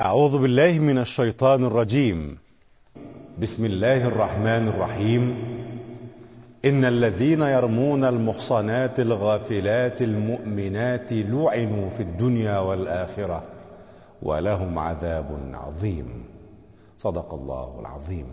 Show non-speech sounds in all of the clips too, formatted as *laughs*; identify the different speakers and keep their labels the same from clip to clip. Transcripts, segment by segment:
Speaker 1: أعوذ بالله من الشيطان الرجيم بسم الله الرحمن الرحيم إن الذين يرمون المحصنات الغافلات المؤمنات لعنوا في الدنيا والآخرة ولهم عذاب عظيم صدق الله العظيم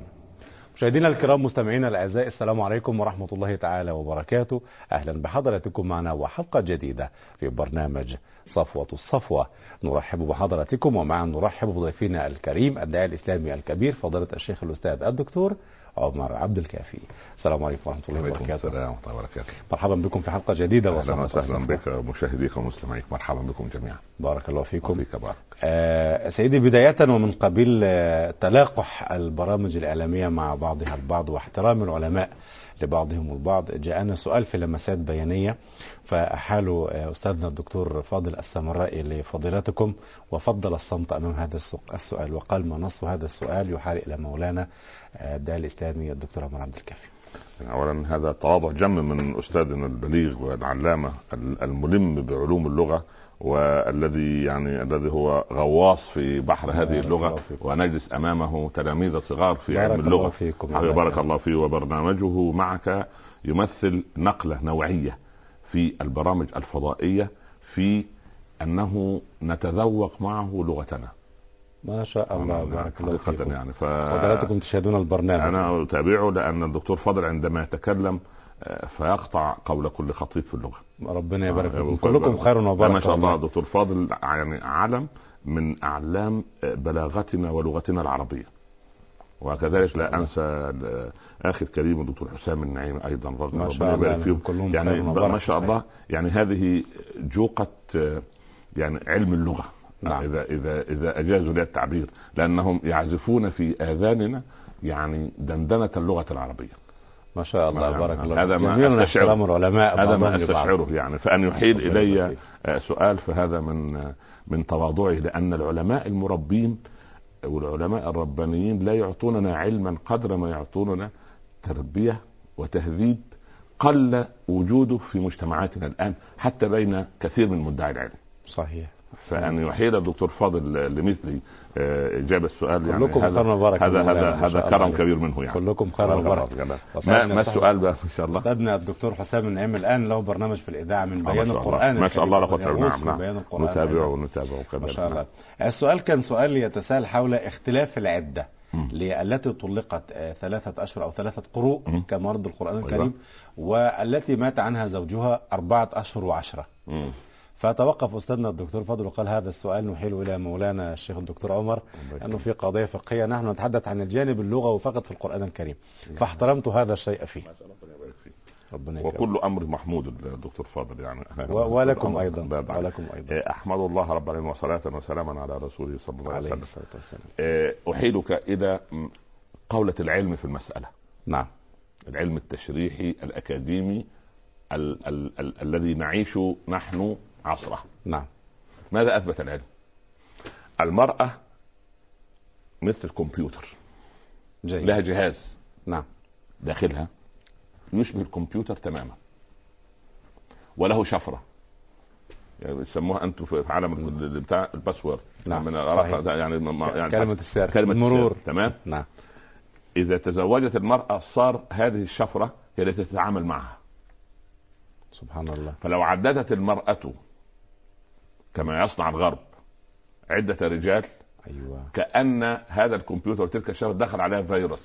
Speaker 1: مشاهدينا الكرام مستمعينا الاعزاء السلام عليكم ورحمه الله تعالى وبركاته اهلا بحضراتكم معنا وحلقه جديده في برنامج صفوه الصفوه نرحب بحضراتكم ومعا نرحب بضيفنا الكريم الداعي الاسلامي الكبير فضيله الشيخ الاستاذ الدكتور عمر عبد الكافي السلام عليكم ورحمه الله
Speaker 2: وعليكم
Speaker 1: وبركاته
Speaker 2: السلام ورحمه الله وبركاته
Speaker 1: مرحبا بكم في حلقه جديده
Speaker 2: اهلا
Speaker 1: وصفوة
Speaker 2: وسهلا
Speaker 1: الصفوة.
Speaker 2: بك مشاهديك ومستمعيك مرحبا بكم جميعا
Speaker 1: بارك الله فيكم
Speaker 2: وفيك بارك
Speaker 1: آه، سيدي بداية ومن قبيل آه، تلاقح البرامج الإعلامية مع بعضها البعض واحترام العلماء لبعضهم البعض جاءنا سؤال في لمسات بيانية فأحالوا آه، أستاذنا الدكتور فاضل السمرائي لفضيلتكم وفضل الصمت أمام هذا السوق- السؤال وقال ما نص هذا السؤال يحال إلى مولانا آه، الداعي الإسلامي الدكتور عمر عبد الكافي
Speaker 2: اولا هذا تواضع جم من استاذنا البليغ والعلامه ال- الملم بعلوم اللغه والذي يعني الذي هو غواص في بحر هذه
Speaker 1: بارك الله
Speaker 2: اللغه
Speaker 1: فيكم.
Speaker 2: ونجلس امامه تلاميذ صغار في علم
Speaker 1: بارك الله
Speaker 2: اللغه
Speaker 1: فيكم
Speaker 2: حبيبي بارك الله فيه وبرنامجه معك يمثل نقله نوعيه في البرامج الفضائيه في انه نتذوق معه لغتنا
Speaker 1: ما شاء الله بارك الله
Speaker 2: حقيقة
Speaker 1: فيكم
Speaker 2: يعني ف...
Speaker 1: فضيلتكم تشاهدون البرنامج
Speaker 2: انا اتابعه لان الدكتور فضل عندما يتكلم آه، فيقطع قول كل خطيب في اللغه
Speaker 1: ربنا يبارك
Speaker 2: آه،
Speaker 1: فيكم
Speaker 2: يبارك-
Speaker 1: كلكم خير وبركة
Speaker 2: لا ما شاء الله دكتور فاضل يعني علم من اعلام بلاغتنا ولغتنا العربيه وكذلك لا انسى ال- اخي الكريم الدكتور حسام النعيم ايضا رجل
Speaker 1: ما شاء الله
Speaker 2: ربنا يبارك
Speaker 1: يعني
Speaker 2: فيهم
Speaker 1: كلهم
Speaker 2: يعني
Speaker 1: خير وبركة
Speaker 2: ما شاء الله يعني هذه جوقه آه، يعني علم اللغه
Speaker 1: نعم.
Speaker 2: اذا اذا اذا اجازوا لي التعبير لانهم يعزفون في اذاننا يعني دندنه اللغه العربيه
Speaker 1: ما شاء الله
Speaker 2: ما-
Speaker 1: بارك
Speaker 2: ما-
Speaker 1: الله
Speaker 2: نعم، هذا
Speaker 1: فيك.
Speaker 2: ما
Speaker 1: جميل
Speaker 2: أستشعره.
Speaker 1: احترام العلماء
Speaker 2: هذا
Speaker 1: بعضهم
Speaker 2: ما
Speaker 1: لبعض.
Speaker 2: استشعره يعني فان يحيل
Speaker 1: ربنا
Speaker 2: الي
Speaker 1: يبارك فيك.
Speaker 2: آه، سؤال فهذا من آه، من تواضعه لان العلماء المربين والعلماء الربانيين لا يعطوننا علما قدر ما يعطوننا تربيه وتهذيب قل وجوده في مجتمعاتنا الان حتى بين كثير من مدعي العلم
Speaker 1: صحيح
Speaker 2: فان يحيل الدكتور فاضل لمثلي آه، اجابه السؤال يعني
Speaker 1: كلكم
Speaker 2: هذا
Speaker 1: خير وبركة
Speaker 2: هذا
Speaker 1: من الله
Speaker 2: هذا,
Speaker 1: يعني، ما
Speaker 2: هذا
Speaker 1: شاء الله
Speaker 2: كرم
Speaker 1: عليك.
Speaker 2: كبير منه يعني
Speaker 1: كلكم خير وبركة
Speaker 2: ما,
Speaker 1: وسعدنا
Speaker 2: ما
Speaker 1: بصحبة
Speaker 2: السؤال بقى ان شاء الله
Speaker 1: استاذنا الدكتور حسام النعيم الان له برنامج في الاذاعه من
Speaker 2: آه، ما
Speaker 1: بيان
Speaker 2: شاء الله.
Speaker 1: القران
Speaker 2: ما شاء الله لا
Speaker 1: الكريم
Speaker 2: قوة إلا
Speaker 1: والناموس
Speaker 2: بالله. نعم.
Speaker 1: في بيان القران
Speaker 2: نتابعه
Speaker 1: أيضاً.
Speaker 2: ونتابعه كذلك
Speaker 1: ما شاء الله السؤال كان سؤال يتساءل حول اختلاف العده التي طلقت آه، ثلاثة أشهر أو ثلاثة قروء
Speaker 2: مم.
Speaker 1: كمرض القرآن
Speaker 2: أيوة.
Speaker 1: الكريم والتي مات عنها زوجها أربعة أشهر وعشرة
Speaker 2: مم.
Speaker 1: فتوقف استاذنا الدكتور فضل وقال هذا السؤال نحيله الى مولانا الشيخ الدكتور عمر لانه في قضيه فقهيه نحن نتحدث عن الجانب اللغوي فقط في القران الكريم
Speaker 2: نعم.
Speaker 1: فاحترمت هذا الشيء فيه ربنا يكرمك
Speaker 2: وكل امر محمود الدكتور فاضل يعني
Speaker 1: و- ولكم
Speaker 2: الأمر
Speaker 1: ايضا
Speaker 2: لا بعد.
Speaker 1: ولكم ايضا
Speaker 2: آه، احمد الله رب العالمين وصلاه وسلاما على رسوله صلى الله عليه
Speaker 1: عليه
Speaker 2: وسلم
Speaker 1: الصلاه والسلام
Speaker 2: آه، احيلك الى م، قوله العلم في المساله
Speaker 1: نعم
Speaker 2: العلم التشريحي الاكاديمي ال- ال- ال- الذي نعيش نحن عصره
Speaker 1: نعم
Speaker 2: ماذا اثبت العلم المراه مثل الكمبيوتر
Speaker 1: جيد
Speaker 2: لها جهاز
Speaker 1: نعم
Speaker 2: داخلها يشبه الكمبيوتر تماما وله شفره يعني بيسموها انتم في في عالم ال- ال- بتاع الباسورد
Speaker 1: نعم،
Speaker 2: من
Speaker 1: صحيح.
Speaker 2: رقم- يعني ما- يعني
Speaker 1: كلمه السر
Speaker 2: كلمه
Speaker 1: مرور
Speaker 2: السر. تمام
Speaker 1: نعم
Speaker 2: اذا تزوجت المراه صار هذه الشفره هي التي تتعامل معها
Speaker 1: سبحان الله
Speaker 2: فلو عددت المراه كما يصنع الغرب عده رجال
Speaker 1: ايوه
Speaker 2: كان هذا الكمبيوتر وتلك الشفره دخل عليها فيروس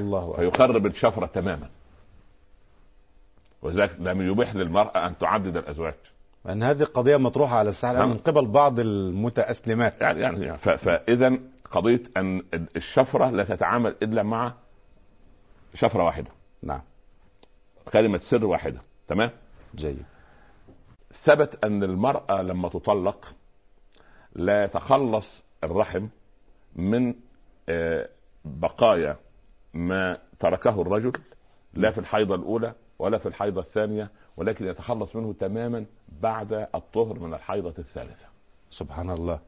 Speaker 1: الله أكبر.
Speaker 2: فيخرب الشفرة تماما وذلك لم يبح للمرأة أن تعدد الأزواج
Speaker 1: لان هذه قضيه مطروحه على الساحه الآن
Speaker 2: نعم.
Speaker 1: من قبل بعض المتاسلمات
Speaker 2: يعني يعني يعني ف- فإذا قضية أن الشفرة لا تتعامل إلا مع شفرة واحدة
Speaker 1: نعم
Speaker 2: كلمة سر واحدة تمام
Speaker 1: جيد
Speaker 2: ثبت أن المرأة لما تطلق لا يتخلص الرحم من آه، بقايا ما تركه الرجل لا في الحيضة الأولى ولا في الحيضة الثانية ولكن يتخلص منه تماما بعد الطهر من الحيضة الثالثة
Speaker 1: سبحان الله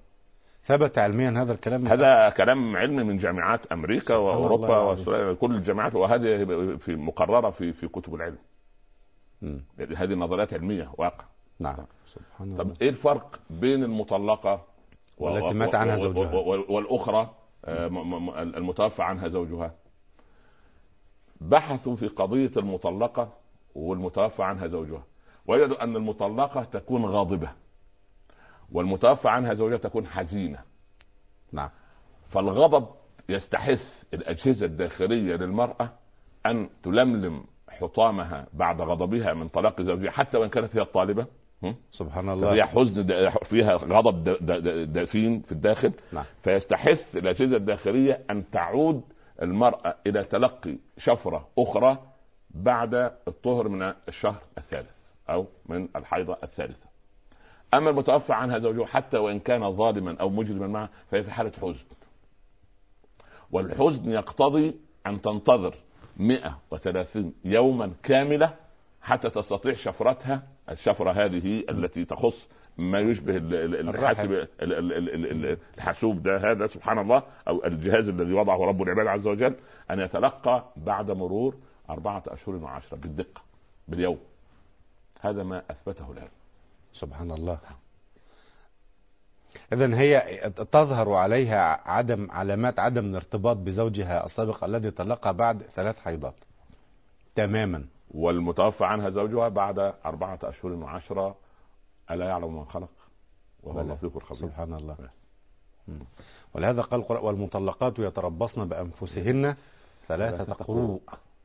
Speaker 1: ثبت علميا هذا الكلام
Speaker 2: هذا كلام علمي من جامعات أمريكا
Speaker 1: سبحان الله
Speaker 2: وأوروبا
Speaker 1: العظيم.
Speaker 2: وأستراليا كل الجامعات وهذه في مقررة في في كتب العلم
Speaker 1: مم.
Speaker 2: هذه نظريات علمية واقع
Speaker 1: نعم سبحان الله
Speaker 2: طب إيه الفرق بين المطلقة
Speaker 1: والتي مات عنها
Speaker 2: و- و-
Speaker 1: زوجها.
Speaker 2: و- والاخرى آه، م- م- م- المتوفى عنها زوجها بحثوا في قضيه المطلقه والمتوفى عنها زوجها وجدوا ان المطلقه تكون غاضبه والمتوفى عنها زوجها تكون حزينه
Speaker 1: نعم
Speaker 2: فالغضب يستحث الاجهزه الداخليه للمراه ان تلملم حطامها بعد غضبها من طلاق زوجها حتى وان كانت هي الطالبه
Speaker 1: سبحان
Speaker 2: فيها
Speaker 1: الله
Speaker 2: حزن دا- فيها غضب دا- دا- دا- دفين في الداخل
Speaker 1: نعم.
Speaker 2: فيستحث الاجهزه الداخليه ان تعود المراه الى تلقي شفره اخرى بعد الطهر من الشهر الثالث او من الحيضه الثالثه. اما المتوفى عنها زوجها حتى وان كان ظالما او مجرما معها فهي في حاله حزن. والحزن يقتضي ان تنتظر 130 يوما كامله حتى تستطيع شفرتها الشفره هذه التي تخص ما يشبه ال- ال- ال-
Speaker 1: الرحم.
Speaker 2: الحاسب ال- ال- ال- ال- الحاسوب ده هذا سبحان الله او الجهاز الذي وضعه رب العباد عز وجل ان يتلقى بعد مرور اربعه اشهر وعشره بالدقه باليوم هذا ما اثبته العلم
Speaker 1: سبحان الله اذا هي تظهر عليها عدم علامات عدم الارتباط بزوجها السابق الذي طلقها بعد ثلاث حيضات تماما
Speaker 2: والمتوفى عنها زوجها بعد أربعة أشهر وعشرة ألا يعلم من خلق وهو
Speaker 1: بلى.
Speaker 2: اللطيف الخبير
Speaker 1: سبحان الله
Speaker 2: نعم.
Speaker 1: مم. ولهذا قال القرآن والمطلقات يتربصن بأنفسهن ثلاثة
Speaker 2: ثلاثة
Speaker 1: قروء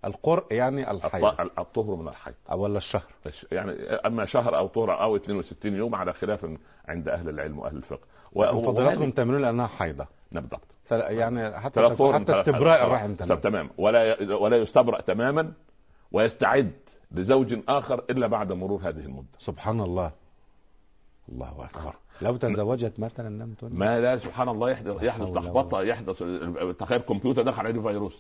Speaker 1: القرء يعني الحيض
Speaker 2: الط- الطهر من الحيض
Speaker 1: أو ولا الشهر
Speaker 2: يعني أما شهر أو طهر أو 62 يوم على خلاف عند أهل العلم وأهل الفقه
Speaker 1: وفضلاتهم
Speaker 2: وهذه-
Speaker 1: تمنون لأنها حيضة
Speaker 2: نعم بالضبط
Speaker 1: فلا- يعني حتى
Speaker 2: ثلاث طهور من
Speaker 1: حتى
Speaker 2: ثلاث
Speaker 1: استبراء
Speaker 2: حيضات.
Speaker 1: الرحم تمام
Speaker 2: تمام ولا ي- ولا يستبرأ تماما ويستعد لزوج آخر إلا بعد مرور هذه المدة آه.
Speaker 1: سبحان الله الله أكبر لو تزوجت مثلا لم تنجب
Speaker 2: ما لا سبحان الله يحدث يحدث
Speaker 1: حول ولا-
Speaker 2: لخبطه يحدث تخيل كمبيوتر دخل عليه فيروس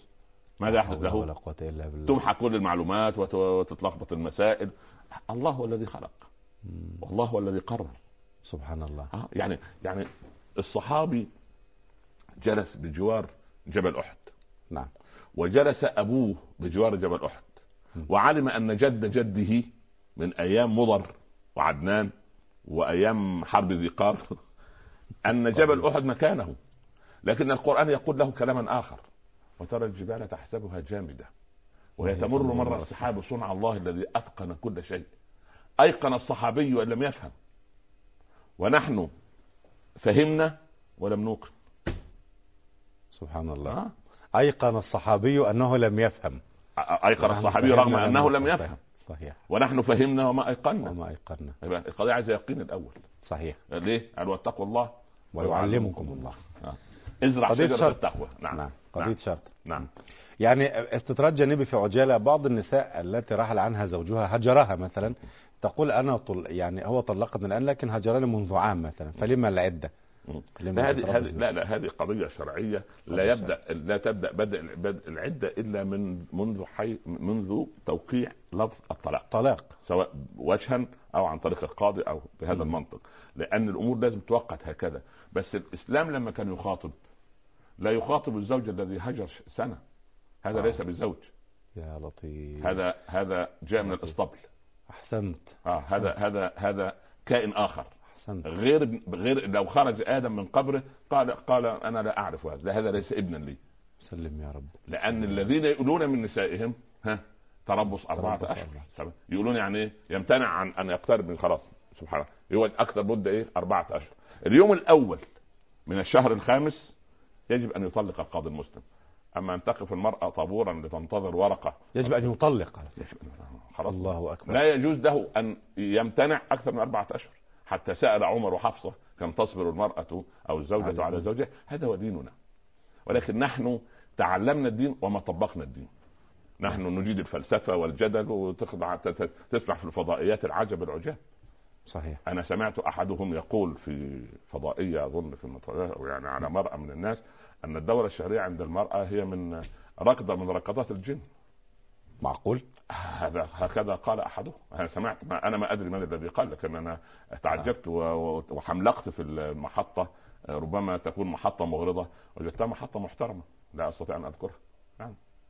Speaker 2: ماذا يحدث
Speaker 1: لا حول
Speaker 2: له؟
Speaker 1: ولا قوة إلا بالله
Speaker 2: تمحى كل المعلومات وت- وتتلخبط المسائل الله هو الذي خلق
Speaker 1: مم.
Speaker 2: والله هو الذي قرر
Speaker 1: سبحان الله
Speaker 2: آه، يعني يعني الصحابي جلس بجوار جبل احد
Speaker 1: نعم
Speaker 2: وجلس ابوه بجوار جبل احد
Speaker 1: مم.
Speaker 2: وعلم ان جد جده من ايام مضر وعدنان وايام حرب ذي قار ان جبل احد مكانه لكن القران يقول له كلاما اخر وترى الجبال تحسبها جامده وهي تمر مر السحاب صنع الله الذي اتقن كل شيء ايقن الصحابي ان لم يفهم ونحن فهمنا ولم نوقن
Speaker 1: سبحان الله
Speaker 2: آه.
Speaker 1: أيقن الصحابي أنه لم يفهم
Speaker 2: ايقن الصحابي رغم انه لم يفهم نعم.
Speaker 1: صحيح
Speaker 2: ونحن فهمنا وما ايقنا
Speaker 1: وما أيقنا
Speaker 2: يبقى القضيه عايزه يقين الاول
Speaker 1: صحيح
Speaker 2: ليه؟ قال واتقوا الله
Speaker 1: ويعلمكم الله
Speaker 2: ازرع
Speaker 1: قضية
Speaker 2: شجره
Speaker 1: شرط.
Speaker 2: التقوى
Speaker 1: نعم
Speaker 2: نعم نعم
Speaker 1: قضية شرط
Speaker 2: نعم
Speaker 1: يعني استطراد جانبي في عجالة بعض النساء التي رحل عنها زوجها هجرها مثلا تقول أنا طل... يعني هو طلقني الآن لكن هجرني منذ عام مثلا فلما العدة؟
Speaker 2: مم.
Speaker 1: لما
Speaker 2: لا
Speaker 1: الإطراف
Speaker 2: هذه هذه
Speaker 1: الزوجي؟
Speaker 2: لا لا هذه قضيه شرعيه
Speaker 1: قضية
Speaker 2: لا يبدا لا تبدا بدء بدء العده الا من منذ حي منذ توقيع لفظ الطلاق
Speaker 1: طلاق
Speaker 2: سواء وجها او عن طريق القاضي او بهذا المنطق لان الامور لازم توقت هكذا بس الاسلام لما كان يخاطب لا يخاطب الزوج الذي هجر ش- سنه هذا
Speaker 1: آه.
Speaker 2: آه. ليس بزوج
Speaker 1: يا لطيف
Speaker 2: هذا هذا جاء
Speaker 1: نعم.
Speaker 2: من الاسطبل
Speaker 1: أحسنت
Speaker 2: آه هذا هذا هذا كائن اخر
Speaker 1: أحسنت
Speaker 2: غير غير لو خرج ادم من قبره قال قال انا لا اعرف هذا لا، هذا ليس ابنا لي
Speaker 1: سلم يا رب
Speaker 2: لان الذين يؤلون من نسائهم ها تربص اربعه
Speaker 1: تربص
Speaker 2: اشهر
Speaker 1: أربعة.
Speaker 2: تمام. يقولون يعني ايه يمتنع عن ان يقترب من خلاص سبحان الله يقعد اكثر مده ايه اربعه اشهر اليوم الاول من الشهر الخامس يجب ان يطلق القاضي المسلم اما ان تقف المراه طابورا لتنتظر ورقه
Speaker 1: يجب أن يطلق على فكرة.
Speaker 2: يجب أن- خلاص
Speaker 1: الله أكبر
Speaker 2: لا يجوز له ان يمتنع اكثر من اربعه اشهر حتى سال عمر وحفصه كم تصبر المراه او
Speaker 1: عليكم.
Speaker 2: الزوجه على زوجها هذا هو ديننا ولكن نحن تعلمنا الدين وما طبقنا الدين نحن نجيد الفلسفه والجدل وتخضع ت- ت- تسمع في الفضائيات العجب العجاب
Speaker 1: صحيح
Speaker 2: انا سمعت احدهم يقول في فضائيه اظن في المطار او يعني على مرأى من الناس ان الدوره الشهريه عند المراه هي من ركضه من ركضات الجن
Speaker 1: معقول
Speaker 2: هذا هكذا قال احدهم انا سمعت ما انا ما ادري من الذي قال لكن انا تعجبت و- و- وحملقت في المحطه ربما تكون محطه مغرضه وجدتها محطه محترمه لا استطيع ان اذكرها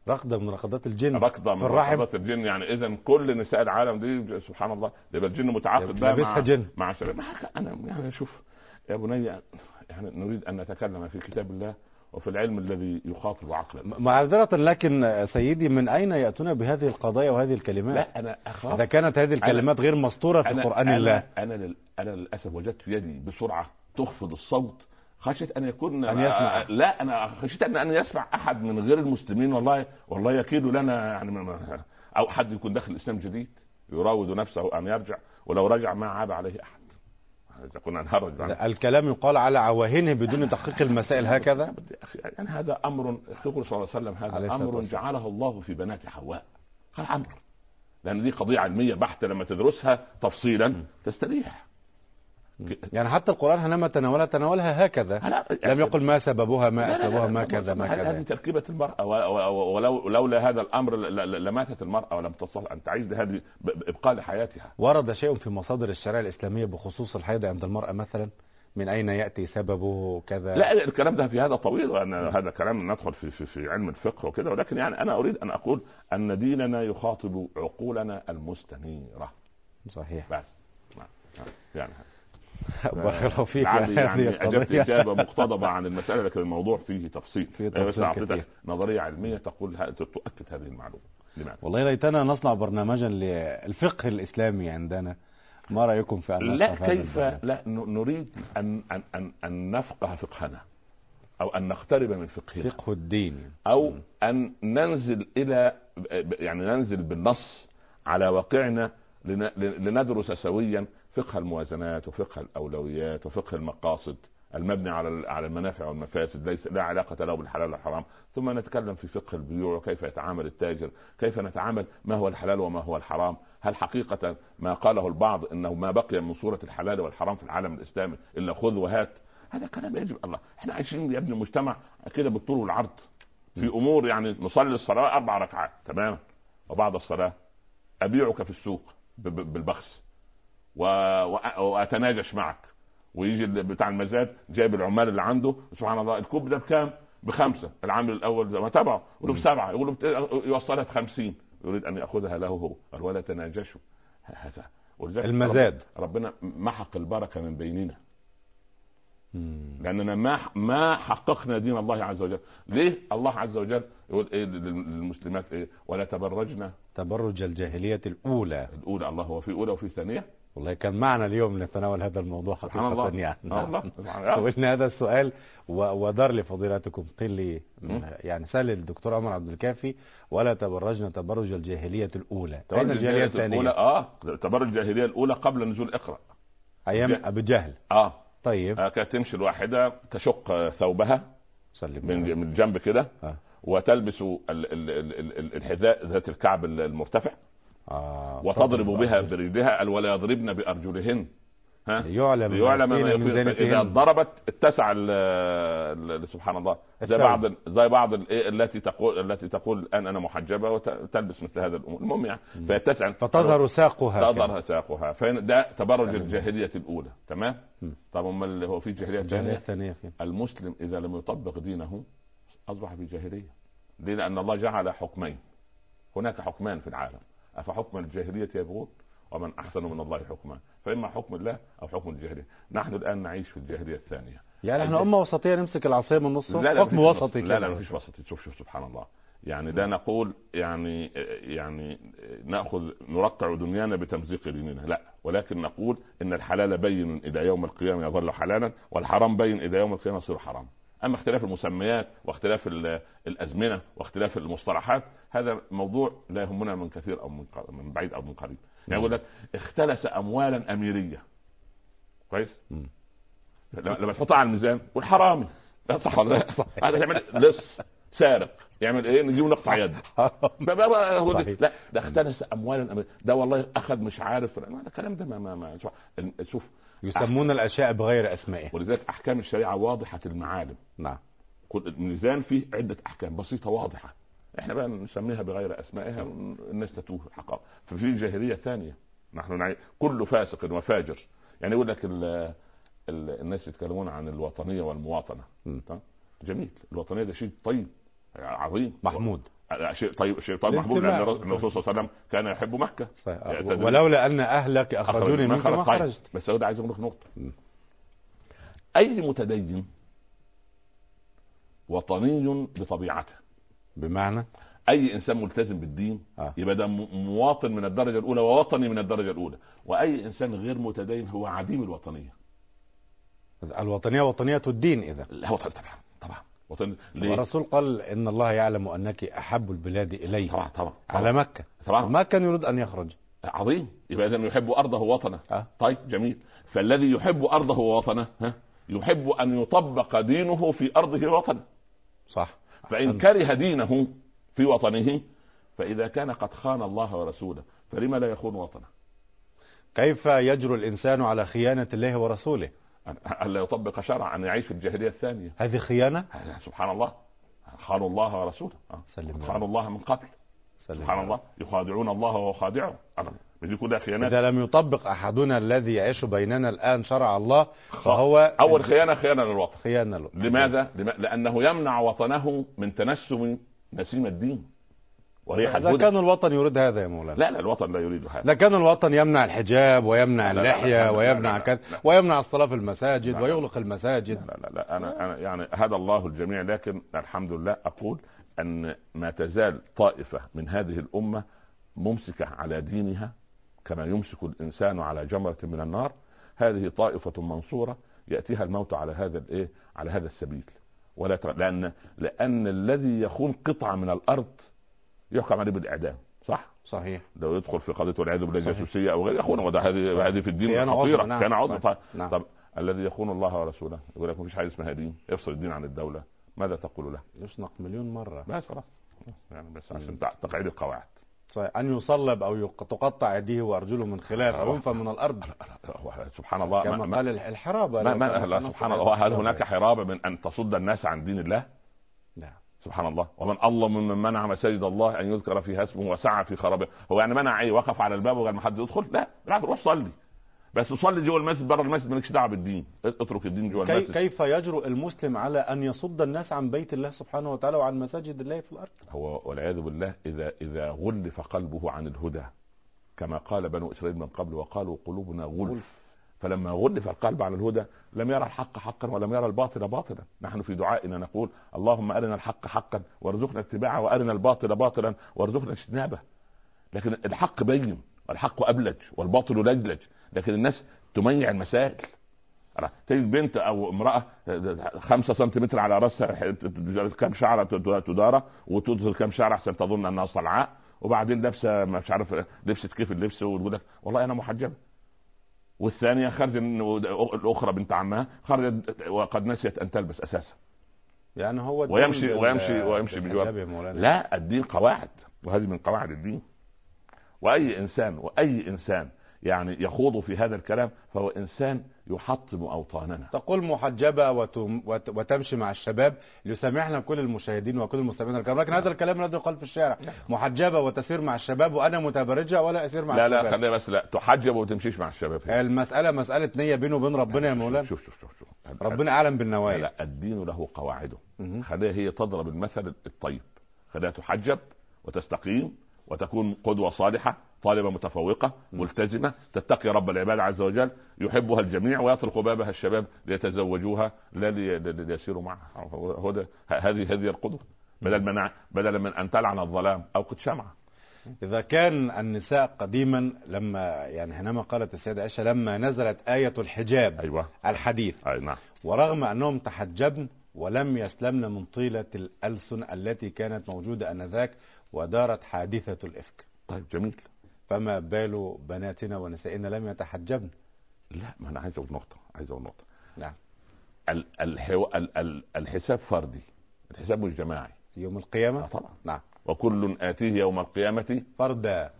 Speaker 1: رقدة من رقدات الجن
Speaker 2: ركضه
Speaker 1: في
Speaker 2: من
Speaker 1: الرحم.
Speaker 2: ركضات الجن يعني اذا كل نساء العالم دي سبحان الله يبقى الجن متعاقد بقى
Speaker 1: لابسها
Speaker 2: مع
Speaker 1: جن
Speaker 2: مع شباب ما حكى- انا يعني شوف يا بني يعني نريد ان نتكلم في كتاب الله وفي العلم الذي يخاطب عقلك
Speaker 1: معذرة لكن سيدي من أين يأتون بهذه القضايا وهذه الكلمات؟
Speaker 2: لا انا اخاف
Speaker 1: إذا كانت هذه الكلمات غير مسطورة في
Speaker 2: أنا-
Speaker 1: قرآن
Speaker 2: أنا-
Speaker 1: الله
Speaker 2: انا لل- انا للاسف وجدت يدي بسرعه تخفض الصوت خشيت ان يكون
Speaker 1: أن يسمع.
Speaker 2: آه، لا انا خشيت ان ان يسمع احد من غير المسلمين والله والله يكيد لنا يعني ما- ما- او حد يكون داخل الاسلام جديد يراود نفسه ان يرجع ولو رجع ما عاب عليه احد إذا كنا نهرج عن-
Speaker 1: الكلام يقال على عواهنه بدون تحقيق المسائل هكذا
Speaker 2: يا أخي، يعني هذا امر الرسول صلى الله عليه وسلم
Speaker 1: عليه
Speaker 2: هذا
Speaker 1: الصلاة
Speaker 2: امر
Speaker 1: والسلام.
Speaker 2: جعله الله في بنات حواء هذا امر لان دي قضيه علميه بحته لما تدرسها تفصيلا تستريح
Speaker 1: يعني حتى القرآن حينما تناولها تناولها هكذا
Speaker 2: هلا-
Speaker 1: لم يقل ما سببها
Speaker 2: لا- لا-
Speaker 1: ما أسببها
Speaker 2: لا-
Speaker 1: ما
Speaker 2: لا-
Speaker 1: كذا ما
Speaker 2: هذه- هذه
Speaker 1: كذا
Speaker 2: تركيبه المراه و- و- و- ولو لولا هذا الامر ل- ل- لماتت المراه ولم تستطع ان تعيش هذه ب- بابقاء لحياتها
Speaker 1: ورد شيء في مصادر الشريعة الإسلامية بخصوص الحيض عند المرأة مثلا من أين يأتي سببه كذا
Speaker 2: لا الكلام ده في هذا طويل وانا هذا كلام ندخل في في, في علم الفقه وكده ولكن يعني انا اريد ان اقول ان ديننا يخاطب عقولنا المستنيره
Speaker 1: صحيح
Speaker 2: بس نعم. يعني
Speaker 1: بارك الله فيك
Speaker 2: لعلي
Speaker 1: يعني هذه
Speaker 2: يعني اجبت
Speaker 1: القضية
Speaker 2: اجابه مقتضبه عن المساله لكن الموضوع فيه تفصيل
Speaker 1: فيه
Speaker 2: أنا بس
Speaker 1: تفصيل
Speaker 2: اعطيتك
Speaker 1: كتير.
Speaker 2: نظريه علميه تقول ه- تؤكد هذه المعلومه لماذا؟
Speaker 1: والله ليتنا نصنع برنامجا للفقه الإسلامي عندنا ما رأيكم في أن
Speaker 2: لا
Speaker 1: نصنع هذا
Speaker 2: كيف
Speaker 1: البرنامج؟
Speaker 2: لا ن- نريد ان ان ان, أن نفقه فقهنا او ان نقترب من فقهنا
Speaker 1: فقه الدين
Speaker 2: او ان ننزل الى يعني ننزل بالنص على واقعنا لن- لندرس سويا فقه الموازنات وفقه الاولويات وفقه المقاصد المبني على ال- على المنافع والمفاسد ليس لا علاقه له بالحلال والحرام ثم نتكلم في فقه البيوع وكيف يتعامل التاجر كيف نتعامل ما هو الحلال وما هو الحرام هل حقيقه ما قاله البعض انه ما بقي من صوره الحلال والحرام في العالم الاسلامي الا خذ وهات هذا كلام يجب الله احنا عايشين يا ابني مجتمع كده بالطول والعرض في امور يعني نصلي الصلاه اربع ركعات تمام وبعد الصلاه ابيعك في السوق ب- ب- بالبخس و... وأ- واتناجش معك ويجي ال- بتاع المزاد جايب العمال اللي عنده سبحان الله الكوب ده بكام؟ بخمسه العامل الاول ده ما تبعه يقول له بسبعه يقول له بت- يوصلها بخمسين يريد ان ياخذها له هو قال ولا تناجشوا هذا ولذلك
Speaker 1: المزاد.
Speaker 2: رب- ربنا محق البركه من بيننا
Speaker 1: مم.
Speaker 2: لاننا ما ما حققنا دين الله عز وجل ليه الله عز وجل يقول ايه للمسلمات ايه ولا تبرجنا
Speaker 1: تبرج الجاهلية الأولى
Speaker 2: الاولى الله هو في اولى وفي ثانيه
Speaker 1: والله كان معنا اليوم نتناول هذا الموضوع
Speaker 2: سبحان
Speaker 1: حقيقة
Speaker 2: الله
Speaker 1: يعني
Speaker 2: آه والله سبحان
Speaker 1: *laughs*
Speaker 2: الله.
Speaker 1: سئلنا هذا السؤال و- ودار لفضيلتكم قيل لي
Speaker 2: مم.
Speaker 1: يعني سأل الدكتور عمر عبد الكافي ولا تبرجنا تبرج الجاهلية الأولى
Speaker 2: آه. تبرج
Speaker 1: أين الجاهلية
Speaker 2: الاولى
Speaker 1: الثانية
Speaker 2: اه تبرج الجاهليه الاولى قبل نزول اقرا
Speaker 1: أيام
Speaker 2: الجا-
Speaker 1: أبي جهل
Speaker 2: اه
Speaker 1: طيب
Speaker 2: آه، كانت تمشي الواحده تشق آه، ثوبها
Speaker 1: صلي
Speaker 2: من من الجنب كده
Speaker 1: نعم. آه.
Speaker 2: وتلبس ال- ال- ال- ال- ال- الحذاء ذات الكعب ال- المرتفع
Speaker 1: آه
Speaker 2: وتضرب
Speaker 1: طبعاً.
Speaker 2: بها برجلها قال ولا يضربن بارجلهن ها
Speaker 1: يعلم ما
Speaker 2: ليعلم
Speaker 1: قيل
Speaker 2: ما
Speaker 1: من
Speaker 2: يقيل فإذا
Speaker 1: زينتهم
Speaker 2: ضربت اتسع ال- ال- سبحان الله زي
Speaker 1: الثوب.
Speaker 2: بعض ال- زي بعض ال- إيه التي تقول التي تقول الان انا محجبه وتلبس مثل هذا الامور المهم يعني فيتسع
Speaker 1: فتظهر ساقها
Speaker 2: تظهر ساقها فإن ده تبرج الجاهليه الاولى تمام
Speaker 1: م.
Speaker 2: طب امال اللي هو في جاهليه
Speaker 1: الجاهلية
Speaker 2: ثانيه
Speaker 1: الثانية فين
Speaker 2: المسلم اذا لم يطبق دينه اصبح في جاهليه ليه؟ لان الله جعل حكمين هناك حكمان في العالم افحكم الجاهليه يبغون ومن احسن من الله حكما فاما حكم الله او حكم الجاهليه نحن الان نعيش في الجاهليه الثانيه
Speaker 1: يعني احنا
Speaker 2: الجا-
Speaker 1: أمة وسطية نمسك العصاية من النص حكم
Speaker 2: مفيش
Speaker 1: وسطي
Speaker 2: وسط. لا لا
Speaker 1: كده.
Speaker 2: مفيش وسطي شوف شوف سبحان الله يعني لا نقول يعني يعني ناخذ نرقع دنيانا بتمزيق ديننا لا ولكن نقول ان الحلال بين الى يوم القيامه يظل حلالا والحرام بين الى يوم القيامه يصير حرام اما اختلاف المسميات واختلاف ال- الازمنه واختلاف المصطلحات هذا موضوع لا يهمنا من كثير او من ق- من بعيد او من قريب يعني يقول لك اختلس اموالا اميريه كويس
Speaker 1: مم.
Speaker 2: لما لما تحطها على الميزان والحرامي لا صح ولا
Speaker 1: *laughs*
Speaker 2: لا؟
Speaker 1: صحيح.
Speaker 2: هذا يعمل لص سارق يعمل ايه نجيب نقطع يد ما- ما- ما هو ده.
Speaker 1: صحيح.
Speaker 2: لا ده اختلس اموالا أم- ده والله اخذ مش عارف ما ده الكلام ده ما ما, ما شوف- ال- شوف
Speaker 1: يسمون الأشياء بغير أسمائها
Speaker 2: *laughs* ولذلك احكام الشريعه واضحه المعالم
Speaker 1: نعم
Speaker 2: كل الميزان فيه عده احكام بسيطه واضحه احنا بقى نسميها بغير اسمائها والناس تتوه الحقائق ففي جاهليه ثانيه نحن نعي... كل فاسق وفاجر يعني يقول لك ال... ال... الناس يتكلمون عن الوطنيه والمواطنه
Speaker 1: مم.
Speaker 2: تمام؟ جميل الوطنيه ده شيء طيب عظيم
Speaker 1: محمود
Speaker 2: آه، شيء طيب شيء طيب محمود لان
Speaker 1: الانتماء.
Speaker 2: الرسول صلى الله عليه وسلم كان يحب مكه
Speaker 1: صحيح.
Speaker 2: يا
Speaker 1: و-
Speaker 2: تدري.
Speaker 1: ولولا أن أهلك
Speaker 2: أخرج
Speaker 1: أخرجوني منك ما
Speaker 2: خرجت. طيب.
Speaker 1: خرجت
Speaker 2: بس هو ده عايز اقول لك نقطه اي متدين وطني بطبيعته
Speaker 1: بمعنى
Speaker 2: اي انسان ملتزم بالدين
Speaker 1: آه.
Speaker 2: يبقى ده م- مواطن من الدرجه الاولى ووطني من الدرجه الاولى واي انسان غير متدين هو عديم الوطنيه
Speaker 1: الوطنية وطنية الدين إذا
Speaker 2: لا هو طبعا طبعا وطن ليه
Speaker 1: الرسول قال إن الله يعلم أنك أحب البلاد إليه
Speaker 2: طبعا طبعا طبعا,
Speaker 1: على مكة
Speaker 2: طبعا.
Speaker 1: ما كان يريد أن يخرج
Speaker 2: عظيم يبقى اذا يحب ارضه وطنه
Speaker 1: آه.
Speaker 2: طيب جميل فالذي يحب ارضه ووطنه ها يحب ان يطبق دينه في ارضه ووطنه
Speaker 1: صح
Speaker 2: فان كره دينه في وطنه فاذا كان قد خان الله ورسوله فلما لا يخون وطنه
Speaker 1: كيف يجرؤ الإنسان على خيانة الله ورسوله
Speaker 2: أن- الا يطبق شرعا ان يعيش في الجاهليه الثانيه
Speaker 1: هذه خيانة
Speaker 2: هذا سبحان الله خانوا الله ورسوله آه.
Speaker 1: سلم يا رب.
Speaker 2: خانوا الله من قبل
Speaker 1: سلم يا
Speaker 2: سبحان
Speaker 1: رب.
Speaker 2: الله يخادعون الله وهو خادعهم أنا- دي كلها خيانات
Speaker 1: إذا لم يطبق أحدنا الذي يعيش بيننا الآن شرع الله فهو
Speaker 2: اول خيانه خيانه للوطن
Speaker 1: خيانة له
Speaker 2: لماذا؟ لما... لأنه يمنع وطنه من تنسم نسيم الدين وريح
Speaker 1: إذا
Speaker 2: الهدى
Speaker 1: كان الوطن يريد هذا يا مولانا
Speaker 2: لا لا الوطن لا يريد هذا
Speaker 1: إذا كان الوطن يمنع الحجاب ويمنع
Speaker 2: لا، لا، لا، لا،
Speaker 1: اللحية
Speaker 2: لا،
Speaker 1: ويمنع
Speaker 2: لا،
Speaker 1: كذا
Speaker 2: لا.
Speaker 1: ويمنع الصلاة في المساجد
Speaker 2: لا، لا.
Speaker 1: ويغلق المساجد
Speaker 2: لا لا لا أنا أنا يعني هدى الله الجميع لكن الحمد لله أقول أن ما تزال طائفة من هذه الأمة ممسكة على دينها كما يمسك الإنسان على جمرة من النار هذه طائفة منصورة يأتيها الموت على هذا الإيه على هذا السبيل ولا تر... لأن لأن الذي يخون قطعة من الأرض يحكم عليه بالإعدام صح؟
Speaker 1: صحيح
Speaker 2: لو يدخل في قضيه والعياذ بالله
Speaker 1: صحيح.
Speaker 2: جاسوسيه او غيره يخون وده هذه هذه في الدين
Speaker 1: خيانة عظمى،
Speaker 2: خطيره
Speaker 1: نعم،
Speaker 2: كان عضو
Speaker 1: صحيح.
Speaker 2: طيب.
Speaker 1: نعم.
Speaker 2: طب الذي يخون الله ورسوله يقول لك مفيش حاجه اسمها دين افصل الدين عن الدوله ماذا تقول له؟
Speaker 1: يشنق مليون مرة
Speaker 2: بس خلاص يعني بس عشان تع- تقعيد القواعد *laughs*
Speaker 1: صحيح. أن يصلب أو يق- تقطع أيديه وأرجله من خلاف أو ينفى من الأرض
Speaker 2: هو- سبحان الله ما-
Speaker 1: كما
Speaker 2: ما
Speaker 1: قال الح- الحرابة
Speaker 2: ما
Speaker 1: لو
Speaker 2: ما
Speaker 1: كان
Speaker 2: لا
Speaker 1: كان
Speaker 2: سبحان
Speaker 1: صحيح.
Speaker 2: الله هل هناك حرابه من ان تصد الناس عن دين الله؟
Speaker 1: نعم.
Speaker 2: سبحان الله ومن اظلم ممن منع مساجد الله ان يذكر فيها اسمه وسعى في خرابها هو يعني منع ايه وقف على الباب وقال ما حد يدخل لا بالعكس روح صلي بس صلي جوه المسجد بره المسجد مالكش دعوه بالدين اترك الدين جوه
Speaker 1: كي
Speaker 2: المسجد
Speaker 1: كيف يجرؤ المسلم على أن يصد الناس عن بيت الله سبحانه وتعالى وعن مساجد الله في الأرض
Speaker 2: هو والعياذ بالله اذا اذا غلف قلبه عن الهدى كما قال بنو اسرائيل من قبل وقالوا قلوبنا غلف فلما غلف القلب عن الهدى لم يرى الحق حقا ولم يرى الباطل باطلا نحن في دعائنا نقول اللهم ارنا الحق حقا وارزقنا اتباعه وارنا الباطل باطلا وارزقنا اجتنابه لكن الحق بين والحق ابلج والباطل لجلج لكن الناس تميع المسائل أنا- تجد بنت او امراه خمسة سنتيمتر على راسها كم شعره تدارى وتظهر كم شعره احسن تظن انها صلعاء وبعدين لابسه مش عارف لبست كيف اللبس وتقول لك والله انا محجبه والثانيه خرجت الاخرى بنت عمها خرجت وقد نسيت ان تلبس اساسا
Speaker 1: يعني هو الدين
Speaker 2: ويمشي-
Speaker 1: بال-
Speaker 2: ويمشي- ويمشي
Speaker 1: بالحجاب
Speaker 2: بالجواب.
Speaker 1: يا مولانا
Speaker 2: لا الدين قواعد وهذه من قواعد الدين واي انسان واي انسان يعني يخوض في هذا الكلام فهو انسان يحطم اوطاننا
Speaker 1: تقول محجبة وتم وت- وتمشي مع الشباب ليسامحنا كل المشاهدين وكل المستمعين الكرام لكن هذا الكلام الذي يقال في الشارع محجبة وتسير مع الشباب وأنا متبرجة ولا أسير مع
Speaker 2: لا
Speaker 1: الشباب
Speaker 2: لا خلينا بس لا تحجب وتمشيش مع الشباب هنا.
Speaker 1: المسألة مسألة نية بينه وبين ربنا يا مولانا
Speaker 2: شوف شوف شوف شوف
Speaker 1: ربنا أعلم
Speaker 2: لا,
Speaker 1: بالنوايا
Speaker 2: لا الدين له قواعده
Speaker 1: مهم.
Speaker 2: خليها هي تضرب المثل الطيب خليها تحجب وتستقيم وتكون قدوه صالحه طالبه متفوقه ملتزمه تتقي رب العباد عز وجل يحبها الجميع ويطرق بابها الشباب ليتزوجوها لا لي- لي- ليسيروا معها هو- هو ده- ه- هذه هذه القدوه بدل من بدلا من ان تلعن الظلام اوقد شمعه
Speaker 1: إذا كان النساء قديما لما يعني حينما قالت السيدة عائشة لما نزلت آية الحجاب
Speaker 2: ايوه
Speaker 1: الحديث
Speaker 2: اي نعم
Speaker 1: ورغم أنهم تحجبن ولم يسلمن من طيلة الألسن التي كانت موجودة آنذاك ودارت حادثة الإفك
Speaker 2: طيب جميل
Speaker 1: فما بال بناتنا ونسائنا لم يتحجبن
Speaker 2: لا ما انا عايز اقول نقطه عايز اقول نقطه
Speaker 1: نعم.
Speaker 2: ال الحو... ال ال الحساب فردي الحساب مش جماعي
Speaker 1: يوم
Speaker 2: آه
Speaker 1: القيامة
Speaker 2: طبعا
Speaker 1: نعم.
Speaker 2: وكل اتيه يوم القيامه
Speaker 1: فردا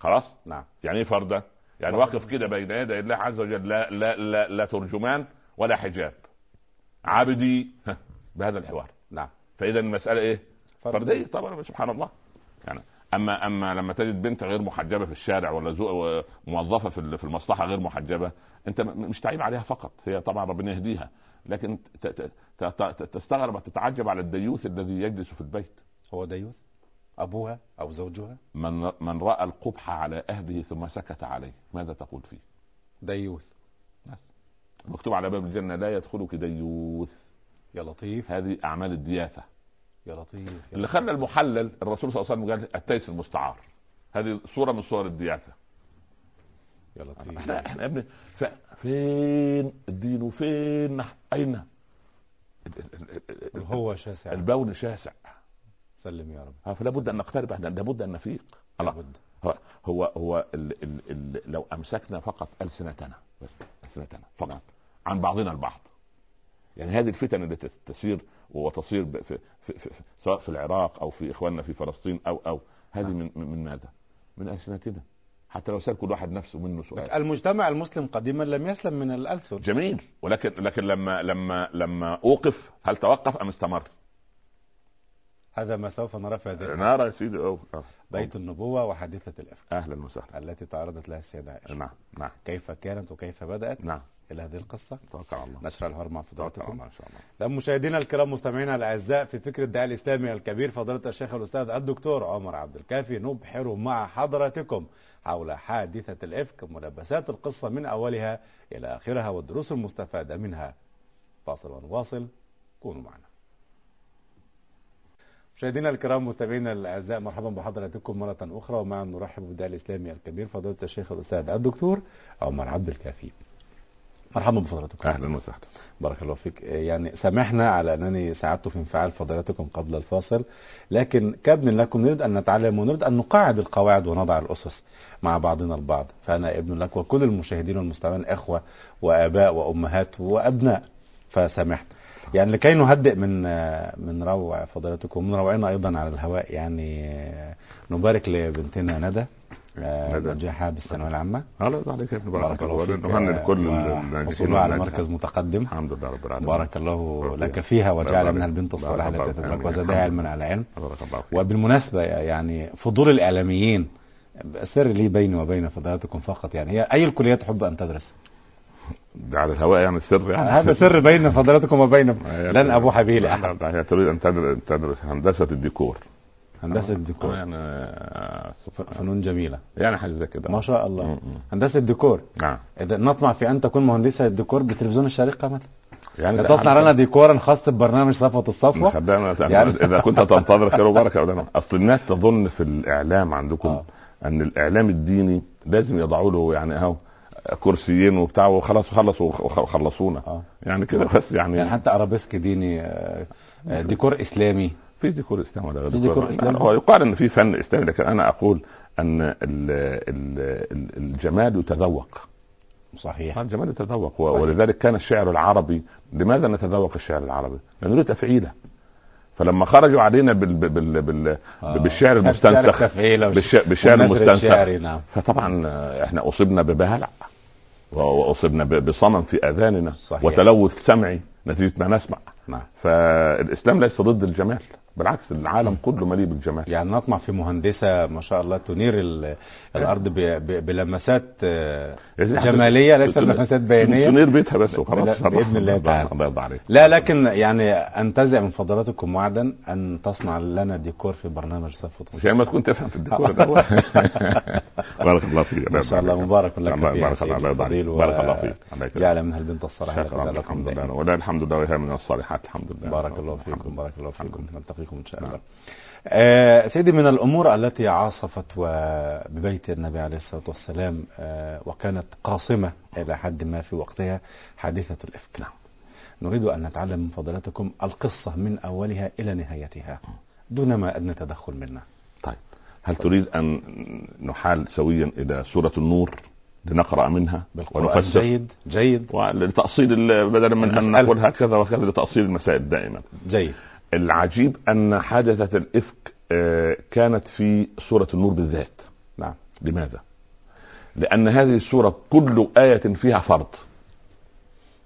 Speaker 2: خلاص
Speaker 1: نعم
Speaker 2: يعني ايه فرده يعني واقف كده بين يدي الله عز وجل لا لا لا, لا ترجمان ولا حجاب عبدي ها، بهذا الحوار
Speaker 1: نعم
Speaker 2: فاذا المساله ايه
Speaker 1: فرد.
Speaker 2: فرديه طبعا سبحان الله يعني اما اما لما تجد بنت غير محجبه في الشارع ولا زو... موظفه في ال- في المصلحه غير محجبه انت م- مش تعيب عليها فقط هي طبعا ربنا يهديها لكن ت... ت... ت... ت... تستغرب وتتعجب على الديوث الذي يجلس في البيت
Speaker 1: هو ديوث أبوها أو زوجها
Speaker 2: من من راى القبح على اهله ثم سكت عليه ماذا تقول فيه؟
Speaker 1: ديوث
Speaker 2: مكتوب على باب الجنه لا يدخلك ديوث
Speaker 1: يا لطيف
Speaker 2: هذه اعمال الدياثه
Speaker 1: يا لطيف يا
Speaker 2: اللي
Speaker 1: لطيف.
Speaker 2: خلى المحلل الرسول صلى الله عليه وسلم قال التيس المستعار هذه صوره من صور الدياثه
Speaker 1: يا لطيف
Speaker 2: احنا احنا يا ابني ف... فين الدين وفين اين ال- ال- ال- ال-
Speaker 1: هو شاسع
Speaker 2: البون شاسع
Speaker 1: سلم يا رب
Speaker 2: آه، فلا بد ان نقترب احنا لابد ان نفيق الله.
Speaker 1: لابد.
Speaker 2: هو هو, هو ال ال ال لو امسكنا فقط السنتنا بس السنتنا فقط عن بعضنا البعض يعني هذه الفتن اللي تس- تسير وتصير ب- في في في في- سواء في العراق او في اخواننا في فلسطين او او هذه من من من ماذا؟ من السنتنا حتى لو سال كل واحد نفسه منه سؤال
Speaker 1: المجتمع المسلم قديما لم يسلم من الألسن
Speaker 2: جميل ولكن لكن لما لما لما اوقف هل توقف ام استمر؟
Speaker 1: هذا ما سوف نرى في هذه
Speaker 2: نرى يا سيدي أو- أو-
Speaker 1: بيت النبوة وحادثة الإفك
Speaker 2: اهلا وسهلا
Speaker 1: التي تعرضت لها السيدة عائشة
Speaker 2: نعم نعم
Speaker 1: كيف كانت وكيف بدأت
Speaker 2: نعم
Speaker 1: إلى هذه القصة
Speaker 2: توكل على الله
Speaker 1: نشر الهرم مع
Speaker 2: توكل على
Speaker 1: فضيلتكم
Speaker 2: الله ان شاء الله
Speaker 1: طب مشاهدينا الكرام مستمعينا الاعزاء في فكر الداعي الاسلامي الكبير فضيله الشيخ الاستاذ الدكتور عمر عبد الكافي نبحر مع حضراتكم حول حادثه الافك ملابسات القصه من اولها الى اخرها والدروس المستفاده منها فاصل ونواصل كونوا معنا مشاهدينا الكرام مستمعينا الاعزاء مرحبا بحضراتكم مره اخرى ومعا نرحب بالداعي الاسلامي الكبير فضيله الشيخ الاستاذ الدكتور عمر عبد الكافي مرحبا بفضلاتكم
Speaker 2: اهلا وسهلا
Speaker 1: بارك الله فيك يعني سامحنا على انني ساعدت في انفعال فضيلتكم قبل الفاصل لكن كابن لكم نريد ان نتعلم ونريد ان نقاعد القواعد ونضع الاسس مع بعضنا البعض فانا ابن لك وكل المشاهدين والمستمعين اخوه واباء وامهات وابناء فسامحنا يعني لكي نهدئ من آه، من روع فضيلتكم ومن روعنا ايضا على الهواء يعني نبارك لبنتنا ندى آه،
Speaker 2: ندى.
Speaker 1: نجاحها بالثانويه العامه
Speaker 2: لا لا عليك يا ابني بارك الله فيك
Speaker 1: آه،
Speaker 2: نهني كل يعني
Speaker 1: وحصولها على مركز متقدم
Speaker 2: الحمد لله رب العالمين
Speaker 1: بارك الله
Speaker 2: ربنا
Speaker 1: لك فيها وجعل
Speaker 2: يبارك.
Speaker 1: منها البنت الصالحة
Speaker 2: بارك يعني الله
Speaker 1: التي تترك
Speaker 2: فيك.
Speaker 1: وزادها علما على علم
Speaker 2: بارك الله فيك
Speaker 1: وبالمناسبة يعني فضول الإعلاميين سر لي بيني وبين فضيلتكم فقط يعني هي أي الكلية تحب أن
Speaker 2: *laughs*
Speaker 1: تدرس
Speaker 2: ده على الهواء يعني السر يعني
Speaker 1: هذا
Speaker 2: *laughs*
Speaker 1: سر بين فضيلتكم وبين لن أبوح به لأحد
Speaker 2: لا، هي تريد ان تدرس تدرس هندسه الديكور
Speaker 1: هندسة
Speaker 2: آه،
Speaker 1: الديكور
Speaker 2: يعني آه،
Speaker 1: ف- فنون جميلة
Speaker 2: يعني حاجه زي كده
Speaker 1: ما شاء الله
Speaker 2: م- م.
Speaker 1: هندسة الديكور
Speaker 2: نعم
Speaker 1: إذا نطمع في أن تكون مهندسة الديكور بتلفزيون الشارقة مثلا
Speaker 2: يعني
Speaker 1: تصنع لنا ديكورا خاصة ببرنامج صفوة الصفوة
Speaker 2: خدامة *laughs*
Speaker 1: يعني-
Speaker 2: اذا كنت تنتظر خير وبركه أولاً. اصل الناس تظن في الاعلام عندكم
Speaker 1: آه.
Speaker 2: ان الاعلام الديني لازم يضعوا له يعني اهو كرسيين وبتاع وخلاص خلصوا وخلصونا
Speaker 1: آه.
Speaker 2: يعني كده بس يعني,
Speaker 1: يعني حتى أرابيسك ديني آه، آه، ديكور إسلامي
Speaker 2: في ديكور اسلام ولا غير
Speaker 1: في ديكور إسلام؟
Speaker 2: هو يقال ان في فن اسلامي لكن انا اقول ان ال ال ال الجمال يتذوق
Speaker 1: صحيح
Speaker 2: آه، الجمال يتذوق و-
Speaker 1: صحيح.
Speaker 2: ولذلك كان الشعر العربي لماذا نتذوق الشعر العربي؟ لانه له تفعيله فلما خرجوا علينا بال بال بال
Speaker 1: آه.
Speaker 2: بالشعر
Speaker 1: شارك
Speaker 2: المستنسخ
Speaker 1: تفعيلة وش-
Speaker 2: بالش- بالشعر
Speaker 1: والنثر
Speaker 2: المستنسخ
Speaker 1: الشعري، نعم
Speaker 2: فطبعا آه، احنا اصبنا ببهلع و- واصبنا ب- بصمم في اذاننا
Speaker 1: صحيح.
Speaker 2: وتلوث سمعي نتيجه ما نسمع
Speaker 1: نعم
Speaker 2: فالاسلام ليس ضد الجمال بالعكس العالم كله مليء بالجمال
Speaker 1: يعني نطمع في مهندسة ما شاء الله تنير ال- الأرض ب- ب- بلمسات آه، جمالية ليس لمسات بيانية
Speaker 2: تنير بيتها بس وخلاص
Speaker 1: بلا- بإذن الله
Speaker 2: الله-
Speaker 1: تعالى.
Speaker 2: الله يرضى عليك
Speaker 1: لا لكن يعني أنتزع من فضلاتكم وعدا أن تصنع لنا ديكور في برنامج صف
Speaker 2: مش يا اما تكون تفهم في
Speaker 1: *laughs*
Speaker 2: الديكور ده بارك الله فيك
Speaker 1: ما شاء الله مبارك لك
Speaker 2: الله
Speaker 1: فيها
Speaker 2: يبارك
Speaker 1: سيدي
Speaker 2: الله يبارك
Speaker 1: الفضيل
Speaker 2: فيك.
Speaker 1: و-
Speaker 2: بارك الله فيك الله يكرمك.
Speaker 1: جعل منها البنت الصالحة التي
Speaker 2: شكرا
Speaker 1: تلقم
Speaker 2: الحمد
Speaker 1: دائما
Speaker 2: لله ولا الحمد لله وهي من الصالحات الحمد لله
Speaker 1: بارك الله
Speaker 2: الحمد
Speaker 1: فيكم
Speaker 2: لله.
Speaker 1: بارك الله فيكم نلتقيكم ان شاء
Speaker 2: نعم.
Speaker 1: الله آه سيدي من الامور التي عاصفت و- ببيت النبي عليه الصلاه والسلام آه وكانت قاصمه الى حد ما في وقتها حادثه الافك نعم. نريد ان نتعلم من فضلاتكم القصه من اولها الى نهايتها دون ما ادنى تدخل منا
Speaker 2: طيب هل تريد ان نحال سويا الى سوره النور لنقرا منها
Speaker 1: بالقران جيد جيد
Speaker 2: ولتأصيل ال- بدلا من ان
Speaker 1: المسألة.
Speaker 2: نقول هكذا وهكذا لتأصيل المسائل دائما.
Speaker 1: جيد
Speaker 2: العجيب ان حادثه الافك آه، كانت في سوره النور بالذات.
Speaker 1: نعم
Speaker 2: لماذا؟ لأن هذه السورة كل آية فيها فرض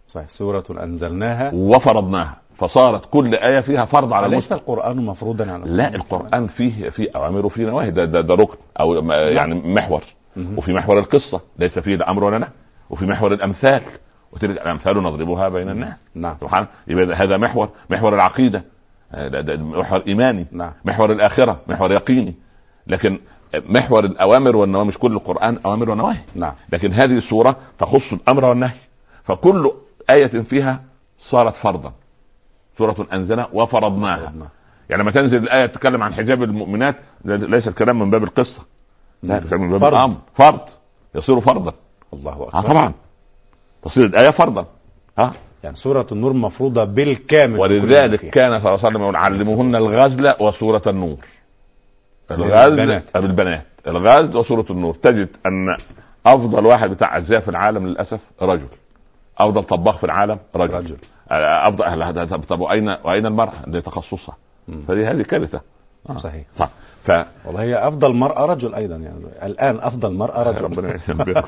Speaker 1: صحيح سوره انزلناها
Speaker 2: وفرضناها فصارت كل آية فيها فرض على
Speaker 1: اليس
Speaker 2: المسلم
Speaker 1: القران مفروضا على
Speaker 2: لا القرآن فيه فيه أوامر وفيه نواهي ده, ده, ده ركن أو ما- يعني محور
Speaker 1: مهم.
Speaker 2: وفي محور القصة ليس فيه لا أمر ولا نهي وفي محور الأمثال وتلك الأمثال نضربها بين الناس
Speaker 1: نعم
Speaker 2: سبحان يبقى هذا محور محور العقيدة آه، ده- ده محور إيماني
Speaker 1: نعم
Speaker 2: محور الآخرة محور يقيني لكن محور الأوامر والنواهي مش كل القرآن أوامر ونواهي
Speaker 1: نعم
Speaker 2: لكن هذه السورة تخص الأمر والنهي فكل آية فيها صارت فرضا سورة أنزلها وفرضناها
Speaker 1: نعم.
Speaker 2: يعني لما تنزل الآية تتكلم عن حجاب المؤمنات لا- ليس الكلام من باب القصة لا الكلام من باب
Speaker 1: نعم. فرض.
Speaker 2: الأمر فرض يصير فرضا
Speaker 1: الله
Speaker 2: اه
Speaker 1: اكبر
Speaker 2: طبعا تصير الآية فرضا ها
Speaker 1: يعني سوره النور مفروضه بالكامل
Speaker 2: ولذلك
Speaker 1: كل ما فيها.
Speaker 2: كان صلى الله عليه وسلم يقول علموهن الغزل وسورة النور الغزل
Speaker 1: بالبنات.
Speaker 2: بالبنات الغزل وسورة النور تجد أن أفضل واحد بتاع أجزاء في العالم للأسف رجل أفضل طباخ في العالم رجل,
Speaker 1: رجل.
Speaker 2: آه، أفضل أهل هذا طب طب وأين وأين المرأة دي تخصصها
Speaker 1: مم.
Speaker 2: فدي هذه كارثة آه.
Speaker 1: صحيح
Speaker 2: صح ف
Speaker 1: والله هي افضل مراه رجل ايضا يعني الان افضل مراه رجل
Speaker 2: آه، ربنا يعين بينك.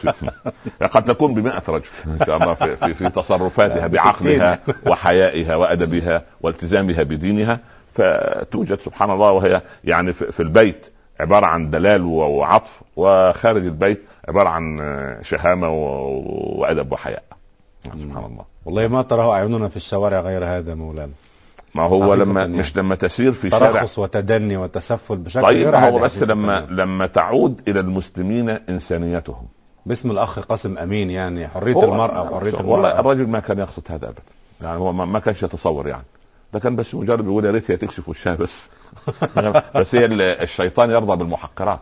Speaker 2: *laughs* قد تكون بمئة رجل إن شاء الله في, في, في تصرفاتها
Speaker 1: *laughs* لا،
Speaker 2: بعقلها وحيائها وأدبها والتزامها بدينها فتوجد سبحان الله وهي يعني في في البيت عبارة عن دلال و- وعطف وخارج البيت عبارة عن شهامة و- وأدب وحياء سبحان الله
Speaker 1: والله ما تراه أعيننا في الشوارع غير هذا مولانا
Speaker 2: ما هو
Speaker 1: حقيقة
Speaker 2: لما
Speaker 1: يعني.
Speaker 2: مش لما تسير في شارع
Speaker 1: ترخص وتدني وتسفل بشكل
Speaker 2: طيب
Speaker 1: غير
Speaker 2: ما هو
Speaker 1: عادي
Speaker 2: بس
Speaker 1: في
Speaker 2: لما
Speaker 1: الدنيا.
Speaker 2: لما تعود إلى المسلمين إنسانيتهم
Speaker 1: باسم الأخ قاسم أمين يعني حرية
Speaker 2: هو-
Speaker 1: المرأة وحرية المرأة
Speaker 2: والله الراجل ما كان يقصد هذا ابدا يعني هو ما, ما كانش يتصور يعني ده كان بس مجرد بيقول يا ريت هي تكشف وشها
Speaker 1: *laughs*
Speaker 2: بس بس هي ال- الشيطان يرضى بالمحقرات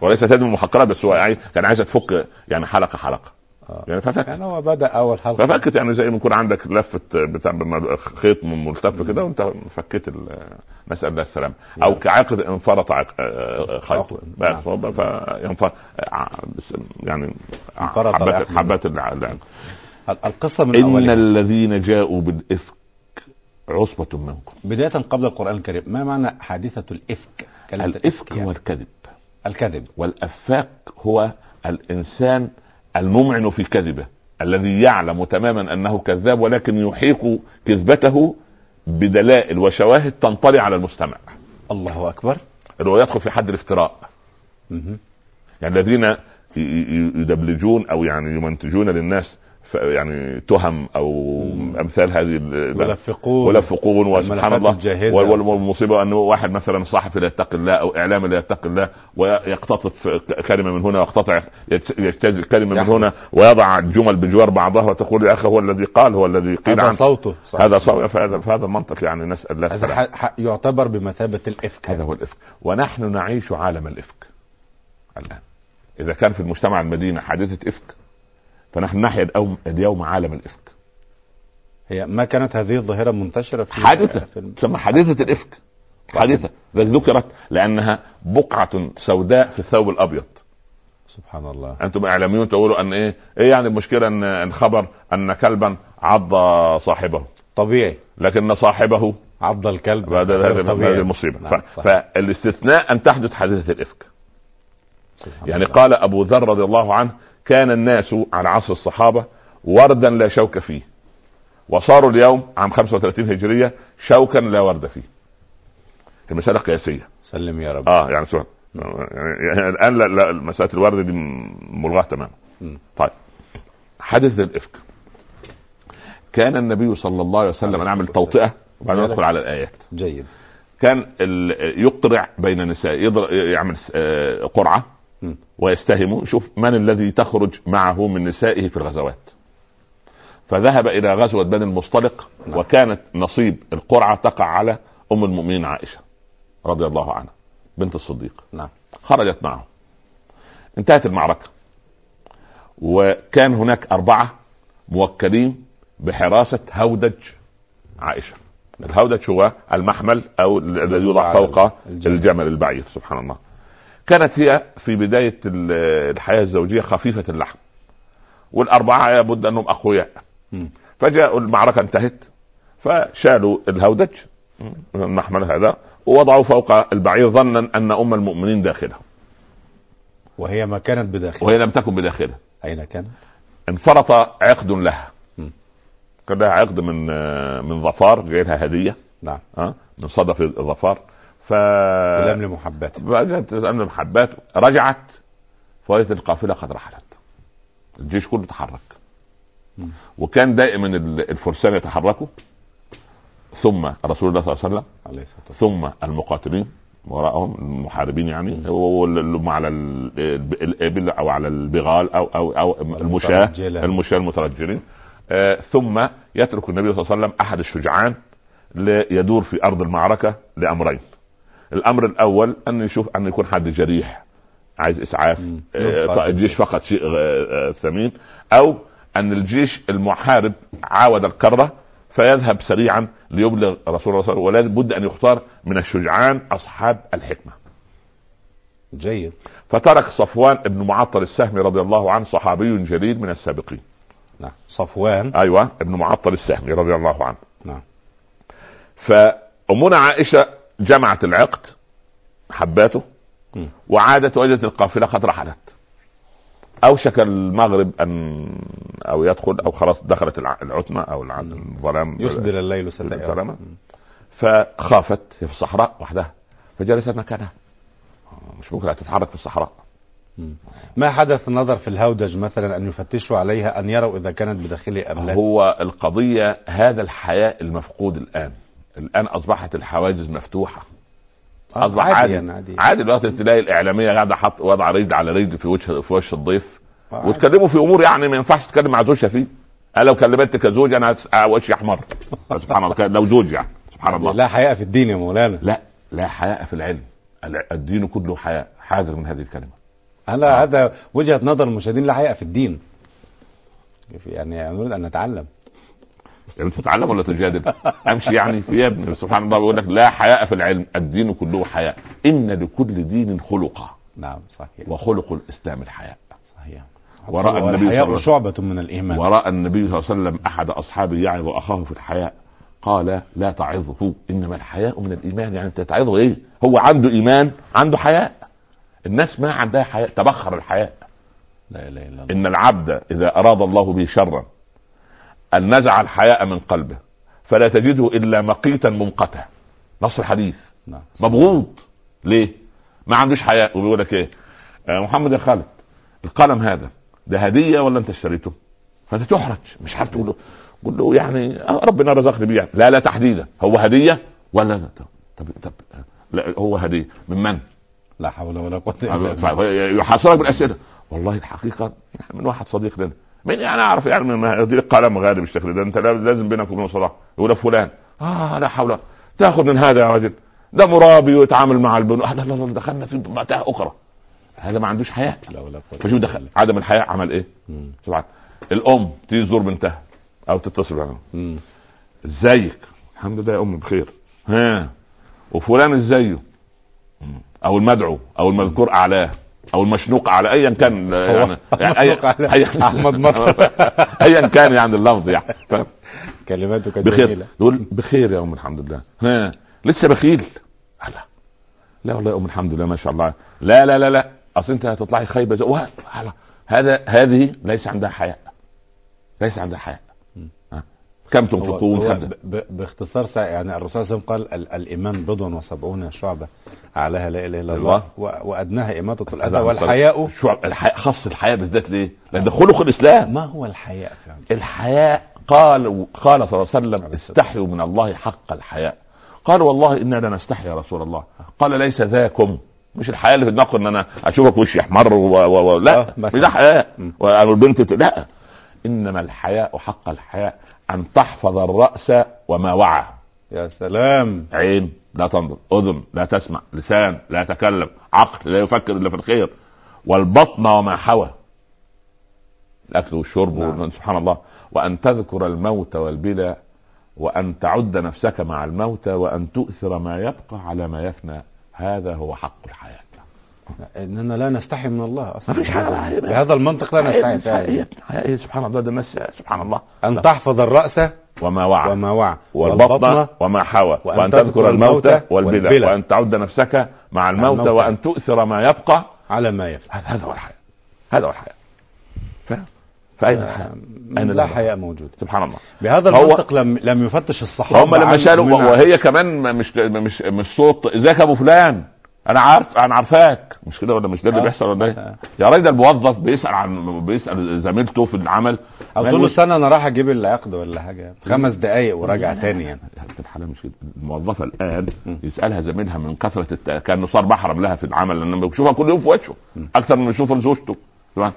Speaker 2: وليس تدمي المحقرات بس هو يعني كان عايزه تفك يعني حلقه حلقه
Speaker 1: آه.
Speaker 2: يعني ففكت
Speaker 1: يعني هو بدأ أول حلقة
Speaker 2: ففكت يعني زي ما يكون عندك لفه بتاع بم- خيط م- ملتف كده وانت فكيت ال- نسال الله السلامه او كعقد انفرط عق- آه، خيط
Speaker 1: نعم. عقد.
Speaker 2: بس
Speaker 1: نعم.
Speaker 2: هو ب- فينفرط آه، يعني
Speaker 1: انفرط
Speaker 2: حبات
Speaker 1: العقد.
Speaker 2: حبات العقد
Speaker 1: ال- القصة من
Speaker 2: إن
Speaker 1: أولها
Speaker 2: الذين جاءوا بالإفك عصبة منكم
Speaker 1: بداية قبل القرآن الكريم ما معنى حادثة الإفك كلمة
Speaker 2: الإفك
Speaker 1: يعني.
Speaker 2: هو الكذب
Speaker 1: الكذب
Speaker 2: والأفاك هو الإنسان الممعن في كذبه الذي يعلم تماما أنه كذاب ولكن يحيق كذبته بدلائل وشواهد تنطلي على المستمع
Speaker 1: الله أكبر
Speaker 2: اللي هو يدخل في حد الافتراء
Speaker 1: مهم.
Speaker 2: يعني الذين ي- ي- يدبلجون او يعني يمنتجون للناس ف- يعني تهم او امثال هذه ال-
Speaker 1: يلفقون
Speaker 2: ولفقون وسبحان
Speaker 1: الملفات
Speaker 2: الله
Speaker 1: الجاهزة.
Speaker 2: وال- وال- والمصيبه انه واحد مثلا صحفي لا يتقي الله او اعلامي لا يتقي الله ويقتطف ك- كلمه من هنا ويقتطع يجت- يجتز كلمه من
Speaker 1: يحدث.
Speaker 2: هنا ويضع الجمل بجوار بعضها وتقول يا اخي هو الذي قال هو الذي قيل
Speaker 1: هذا
Speaker 2: عنه
Speaker 1: صوته صح.
Speaker 2: نعم. هذا صوت فهذا فهذا المنطق يعني نسال الله
Speaker 1: هذا
Speaker 2: السلامة.
Speaker 1: ح- ح- يعتبر بمثابة الإفك
Speaker 2: هذا
Speaker 1: هذا
Speaker 2: هو الافك ونحن نعيش عالم الافك الان اذا كان في المجتمع المدينه حادثه افك فنحن نحيا الأوم- اليوم عالم الافك
Speaker 1: هي ما كانت هذه الظاهرة منتشرة في
Speaker 2: حادثة
Speaker 1: في الم-
Speaker 2: تسمى حادثة الإفك حادثة لذلك ذكرت لأنها بقعة سوداء في الثوب الأبيض
Speaker 1: سبحان الله
Speaker 2: أنتم إعلاميون تقولوا أن إيه إيه يعني المشكلة أن أن خبر أن كلبا عض صاحبه
Speaker 1: طبيعي
Speaker 2: لكن صاحبه
Speaker 1: عض الكلب
Speaker 2: بعد
Speaker 1: غير
Speaker 2: هذه
Speaker 1: طبيعي.
Speaker 2: هذه المصيبة
Speaker 1: نعم،
Speaker 2: ف-
Speaker 1: صح. نعم.
Speaker 2: فالاستثناء أن تحدث حادثة الإفك
Speaker 1: سبحان
Speaker 2: يعني
Speaker 1: الله.
Speaker 2: قال أبو ذر رضي الله عنه كان الناس على عصر الصحابة وردا لا شوك فيه وصاروا اليوم عام 35 هجرية شوكا لا ورد فيه المسألة قياسية
Speaker 1: سلم يا رب
Speaker 2: اه يعني سؤال يعني يعني الان لا, لا مساله الورد دي م- ملغاه تماما
Speaker 1: مم.
Speaker 2: طيب حدث الافك كان النبي صلى الله عليه وسلم
Speaker 1: عليه
Speaker 2: نعمل
Speaker 1: الصلاة
Speaker 2: توطئه وبعدين
Speaker 1: يا
Speaker 2: ندخل على الايات
Speaker 1: جيد
Speaker 2: كان ال- يقرع بين نساء يضر- يعمل س- آه، قرعه
Speaker 1: مم.
Speaker 2: ويستهم يشوف من الذي تخرج معه من نسائه في الغزوات فذهب الى غزوه بني المصطلق وكانت نصيب القرعه تقع على ام المؤمنين عائشه رضي الله عنها بنت الصديق
Speaker 1: نعم
Speaker 2: خرجت معه انتهت المعركة وكان هناك أربعة موكلين بحراسة هودج عائشة الهودج هو المحمل أو الذي يوضع
Speaker 1: على
Speaker 2: فوق
Speaker 1: الجمل.
Speaker 2: الجمل البعير سبحان الله كانت هي في بداية ال- الحياة الزوجية خفيفة اللحم والأربعة لابد أنهم أقوياء
Speaker 1: مم.
Speaker 2: فجاءوا المعركة انتهت فشالوا الهودج المحمل هذا ووضعوا فوق البعير ظنا أن أم المؤمنين داخله
Speaker 1: وهي ما كانت بداخل
Speaker 2: وهي لم تكن بداخله
Speaker 1: أين كانت؟
Speaker 2: انفرط عقد لها
Speaker 1: مم.
Speaker 2: كان لها عقد من آه، من ظفار جايلها هديه
Speaker 1: نعم
Speaker 2: ها من صدف الظفار ف آه.
Speaker 1: ولم لمحبته
Speaker 2: فجاءت الامن محبات رجعت فوجدت القافله قد رحلت الجيش كله تحرك
Speaker 1: مم.
Speaker 2: وكان دائما ال- الفرسان يتحركوا ثم رسول الله صلى الله عليه وسلم
Speaker 1: عليه الصلاة والسلام
Speaker 2: ثم المقاتلين وراءهم المحاربين يعني واللي على ال- الب- الابل او على البغال او او او المشاة
Speaker 1: المترجلة.
Speaker 2: المشاة المترجلين آه، ثم يترك النبي صلى الله عليه وسلم احد الشجعان ليدور في ارض المعركه لامرين الامر الاول ان يشوف ان يكون حد جريح عايز اسعاف
Speaker 1: مم.
Speaker 2: آه،
Speaker 1: ينقذ.
Speaker 2: طيب الجيش فقط شيء آه، آه، ثمين او ان الجيش المحارب عاود الكره فيذهب سريعا ليبلغ رسول الله صلى الله عليه وسلم ولا بد ان يختار من الشجعان اصحاب الحكمه
Speaker 1: جيد
Speaker 2: فترك صفوان بن معطل السهمي رضي الله عنه صحابي جليل من السابقين
Speaker 1: نعم صفوان
Speaker 2: ايوه ابن معطل السهمي رضي الله عنه
Speaker 1: نعم.
Speaker 2: فامنا عائشه جمعت العقد حباته
Speaker 1: مم.
Speaker 2: وعادت وجدت القافله قد رحلت اوشك المغرب ان او يدخل او خلاص دخلت الع- العتمه او الع- الظلام
Speaker 1: يسدل الليل
Speaker 2: الكلام.
Speaker 1: ستائر
Speaker 2: فخافت هي في الصحراء وحدها فجلست مكانها آه، مش ممكن هتتحرك في الصحراء
Speaker 1: ما حدث النظر في الهودج مثلا أن يفتشوا عليها أن يروا إذا كانت بداخله أم لا
Speaker 2: هو القضية هذا الحياء المفقود الآن الآن أصبحت الحواجز مفتوحة
Speaker 1: آه،
Speaker 2: أصبح
Speaker 1: يعني، عادي
Speaker 2: عادي دلوقتي تلاقي الإعلامية قاعدة حط وضع رجل على رجل في وجه في وش الضيف
Speaker 1: آه، عادي.
Speaker 2: وتكلموا في أمور يعني ما ينفعش تتكلم مع زوجها فيه أنا لو كلمتك كزوج أنا هتس- آه، وشي أحمر سبحان الله كان- لو زوج يعني سبحان الله
Speaker 1: لا حياء في الدين يا مولانا
Speaker 2: لا لا حياء في العلم الع- الدين كله حياء حاذر من هذه الكلمة آه.
Speaker 1: أنا هذا وجهة نظر المشاهدين لا حياء في الدين يعني نريد أن نتعلم
Speaker 2: يعني تتعلم ولا تجادل؟ امشي يعني في يا ابني سبحان الله بيقول لك لا حياء في العلم، الدين كله حياء، ان لكل دين خلقا
Speaker 1: نعم صحيح
Speaker 2: وخلق الاسلام الحياء.
Speaker 1: صحيح
Speaker 2: ورأى النبي صلى الله عليه
Speaker 1: الحياء
Speaker 2: وسلم.
Speaker 1: شعبة من الإيمان
Speaker 2: وراى النبي صلى الله عليه وسلم احد اصحابه يعظ اخاه في الحياء قال لا تعظه انما الحياء من الايمان يعني انت تعظه ايه؟ هو عنده ايمان عنده حياء. الناس ما عندها حياء تبخر الحياء.
Speaker 1: لا إله إلا الله
Speaker 2: ان العبد اذا اراد الله به شرا ان نزع الحياء من قلبه فلا تجده الا مقيتا منقتا. نص الحديث
Speaker 1: نعم
Speaker 2: مبغوض ليه؟ ما عندوش حياء وبيقول لك ايه؟ آه محمد يا خالد القلم هذا ده هديه ولا انت اشتريته؟ فانت تحرج مش عارف تقول له قول له يعني آه ربنا رزقني بيه يعني. لا لا تحديدا هو هديه ولا لا طب طب, طب آه، لا هو هديه من من؟
Speaker 1: لا حول ولا قوة إلا
Speaker 2: آه،
Speaker 1: بالله
Speaker 2: ف- يحاصرك بالاسئله والله الحقيقه يعني من واحد صديق لنا مين يعني اعرف يعني ما هدي قلم غالي بالشكل ده انت لا- لازم بينك وبينه صلاه يقول لك فلان اه لا حول ولا- تاخذ من هذا يا رجل ده مرابي ويتعامل مع البنو آه لا لا لا دخلنا في متاهه اخرى هذا ما عندوش حياه
Speaker 1: لا ولا قوة
Speaker 2: فشوف دخل عدم الحياه عمل ايه؟
Speaker 1: مم.
Speaker 2: سبحان الام تيجي تزور بنتها او تتصل عليها
Speaker 1: مم.
Speaker 2: ازيك الحمد لله يا ام بخير ها وفلان ازيه او المدعو او المذكور اعلاه او المشنوق على ايا كان يعني
Speaker 1: *laughs*
Speaker 2: يعني
Speaker 1: مطلق
Speaker 2: *laughs*
Speaker 1: على أحمد مطر
Speaker 2: ايا كان يعني اللفظ يعني فاهم؟
Speaker 1: كلماتك
Speaker 2: بخير
Speaker 1: جميلة
Speaker 2: يقول بخير يا ام الحمد لله ها لسه بخيل لا لا والله يا ام الحمد لله ما شاء الله لا لا لا لا اصل انت هتطلعي خايبه زي- وه- هلا. هذا هذه ليس عندها حياء ليس عندها حياء ها؟ كم
Speaker 1: هو-
Speaker 2: تنفقون
Speaker 1: هو
Speaker 2: كم
Speaker 1: ب- ب- باختصار سا- يعني الرسول صلى الله عليه وسلم قال ال- الايمان بضع وسبعون شعبه اعلاها لا اله الا الله
Speaker 2: الله.
Speaker 1: و- وادناها اماطه الاذى
Speaker 2: أيوة. هذا عن طريق-
Speaker 1: والحياء
Speaker 2: نعم، شو الحياء خاص الحياء بالذات ليه؟ لان ده خلق الاسلام
Speaker 1: ما هو الحياء فعلا؟
Speaker 2: الحياء قال قال صلى الله عليه وسلم استحيوا من الله حق الحياء قال والله انا لا نستحي يا رسول الله قال ليس ذاكم مش الحياء اللي في دماغكم ان انا اشوفك وشي احمر و... و... و...
Speaker 1: آه،
Speaker 2: لا
Speaker 1: مثلا.
Speaker 2: مش ده حياء
Speaker 1: مم.
Speaker 2: والبنت بت- لا انما الحياء حق الحياء ان تحفظ الراس وما وعى
Speaker 1: يا سلام
Speaker 2: عين لا تنظر اذن لا تسمع لسان لا يتكلم عقل لا يفكر الا في الخير والبطن وما حوى الاكل والشرب
Speaker 1: نعم.
Speaker 2: نعم. سبحان الله وان تذكر الموت والبلا وان تعد نفسك مع الموت وان تؤثر ما يبقى على ما يفنى هذا هو حق الحياه
Speaker 1: اننا لا نستحي من الله اصلا
Speaker 2: ما فيش حاجة
Speaker 1: بهذا-
Speaker 2: عيب.
Speaker 1: بهذا المنطق لا نستحي فعلا
Speaker 2: حقيقة- حقيقة. سبحان الله ده الناس سبحان الله
Speaker 1: ان تحفظ الراس
Speaker 2: وما وعى
Speaker 1: وما وعى
Speaker 2: والبطن وما حوى
Speaker 1: وأن
Speaker 2: وأن, تذكر الموت
Speaker 1: والبلى.
Speaker 2: والبلى وأن تعد نفسك مع الموت,
Speaker 1: الموت.
Speaker 2: وأن تؤثر ما يبقى
Speaker 1: على ما يفعل
Speaker 2: هذا هذا هو الحياة هذا هو الحياة ف... فأين الحياة؟ أين
Speaker 1: آه، لا
Speaker 2: الحياة؟
Speaker 1: حياء موجود
Speaker 2: سبحان الله
Speaker 1: بهذا
Speaker 2: هو-
Speaker 1: المنطق لم لم يفتش الصحابه
Speaker 2: هم لما
Speaker 1: عن-
Speaker 2: شالوا
Speaker 1: من
Speaker 2: و- وهي كمان ما- مش مش مش صوت ازيك يا ابو فلان انا عارف انا عارفاك مش كده ولا مش ده اللي
Speaker 1: آه.
Speaker 2: بيحصل ولا
Speaker 1: آه.
Speaker 2: ايه؟ يا راجل ده الموظف بيسال عن بيسال زميلته في العمل
Speaker 1: او تقول له استنى انا رايح اجيب العقد ولا حاجه خمس دقائق وراجع تاني يعني
Speaker 2: حتى الحالة مش كده الموظفة الآن يسألها زميلها من كثرة الت... كأنه صار محرم لها في العمل لأنه بيشوفها كل يوم في وشه أكثر من يشوف زوجته تمام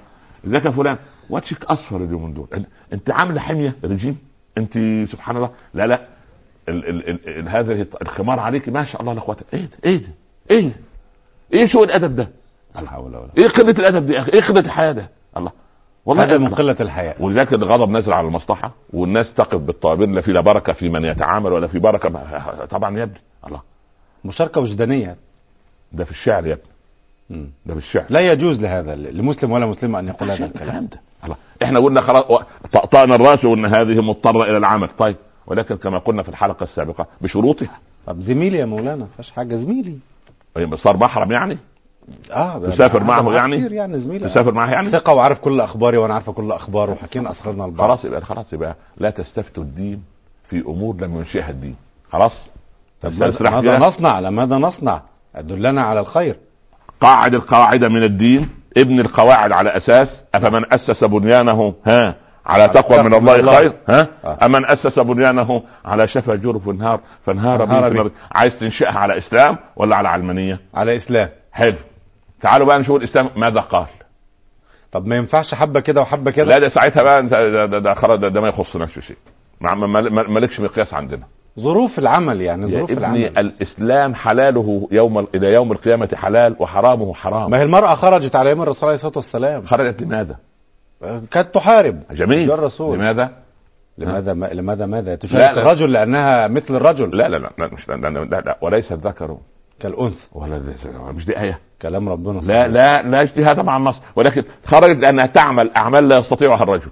Speaker 2: ازيك يا فلان وشك اصفر اليومين دول أن- انت عامله حميه رجيم انت سبحان الله لا لا ال ال ال ال هذه الط- الخمار عليك ما شاء الله لاخواتك ايه ده ايه ده ايه ده ايه سوء الادب ده
Speaker 1: لا حول ولا
Speaker 2: ايه قله الادب دي يا اخي ايه قله الحياه ده الله والله
Speaker 1: هذا من
Speaker 2: الله.
Speaker 1: قلة الحياة
Speaker 2: ولذلك الغضب نازل على المصلحه والناس تقف بالطائبين لا في لا بركه في من يتعامل ولا في بركه مع- طبعا يا ابني الله
Speaker 1: مشاركة وجدانية
Speaker 2: ده في الشعر يا ابني
Speaker 1: مم.
Speaker 2: ده في الشعر
Speaker 1: لا يجوز لهذا لمسلم ولا مسلم أن يقول هذا
Speaker 2: شيء من
Speaker 1: الكلام
Speaker 2: الكلام ده الله احنا قلنا خلاص و- طأطأنا الراس وقلنا هذه مضطره الى العمل طيب ولكن كما قلنا في الحلقه السابقه بشروطها
Speaker 1: طب زميلي يا مولانا ما فيهاش حاجة زميلي
Speaker 2: يعني صار محرم يعني
Speaker 1: اه
Speaker 2: تسافر
Speaker 1: أنا
Speaker 2: معه
Speaker 1: معاه
Speaker 2: يعني؟
Speaker 1: كتير يعني زميلي
Speaker 2: تسافر معاه يعني
Speaker 1: ثقة وعارف كل أخباري وأنا عارفة كل أخباره وحكينا أسرارنا البعض
Speaker 2: خلاص يبقى خلاص يبقى لا تستفتوا الدين في امور لم ينشئها الدين خلاص
Speaker 1: طب
Speaker 2: الأستاذ
Speaker 1: ماذا-
Speaker 2: سلاح
Speaker 1: ماذا
Speaker 2: كده
Speaker 1: نصنع لماذا نصنع دلنا على الخير
Speaker 2: قاعد القاعده من الدين ابن القواعد على اساس افمن اسس بنيانه ها على تقوى من الله خير ها
Speaker 1: آه.
Speaker 2: امن اسس بنيانه على شفا جرف نهار فانهار
Speaker 1: انهار
Speaker 2: به في
Speaker 1: به.
Speaker 2: النار. عايز تنشئها على اسلام ولا على علمانيه
Speaker 1: على إسلام
Speaker 2: حلو تعالوا بقى نشوف الاسلام ماذا قال
Speaker 1: طب ما ينفعش حبة كده وحبة كده
Speaker 2: لا ده ساعتها بقى انت ده, ده, ده خلاص ده, ده ما يخصناش في شيء ما- ما- ما- ما- مالكش مقياس عندنا
Speaker 1: ظروف العمل يعني
Speaker 2: يا
Speaker 1: ظروف
Speaker 2: ابني
Speaker 1: العمل
Speaker 2: الاسلام حلاله يوم ال- الى يوم القيامه حلال وحرامه حرام
Speaker 1: ما هي المرأة خرجت على يمين الرسول عليه الصلاة والسلام
Speaker 2: خرجت لماذا؟
Speaker 1: كانت تحارب
Speaker 2: جميل
Speaker 1: جاء الرسول
Speaker 2: لماذا؟
Speaker 1: لماذا ما لماذا ماذا
Speaker 2: لا،
Speaker 1: تشارك
Speaker 2: لا.
Speaker 1: الرجل لأنها مثل الرجل
Speaker 2: لا لا لا لا مش لا لا, لا, لا وليس الذكر
Speaker 1: كالأنثى
Speaker 2: ولا ذ- مش دي ايه
Speaker 1: كلام ربنا صحيح.
Speaker 2: لا لا لا اجتهاد مع النص ولكن خرجت لانها تعمل اعمال لا يستطيعها الرجل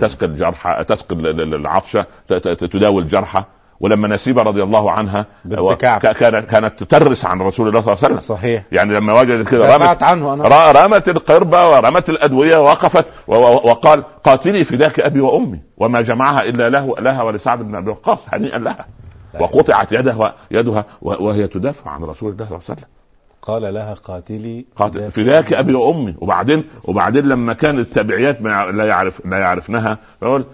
Speaker 2: تسقي الجرحى تسقي ال- ال- ال- العطشه ت- ت- ت- تداوي الجرحى ولما نسيبه رضي الله عنها
Speaker 1: بنت
Speaker 2: و-
Speaker 1: كعب.
Speaker 2: ك- كانت كانت تترس عن رسول الله صلى الله عليه وسلم
Speaker 1: صحيح
Speaker 2: يعني لما وجدت كده رمت
Speaker 1: دفعت عنه أنا
Speaker 2: ر- رمت القربة ورمت الأدوية وقفت و- و- وقال قاتلي فداك أبي وأمي وما جمعها إلا له لها ولسعد بن أبي وقاص هنيئا لها
Speaker 1: لا.
Speaker 2: وقطعت يدها يدها و- وهي تدافع عن رسول الله صلى الله عليه وسلم
Speaker 1: قال لها قاتلي
Speaker 2: قاتل فداك أبي وأمي وبعدين وبعدين لما كان التبعيات ما يع- لا يعرف لا يعرفنها فقال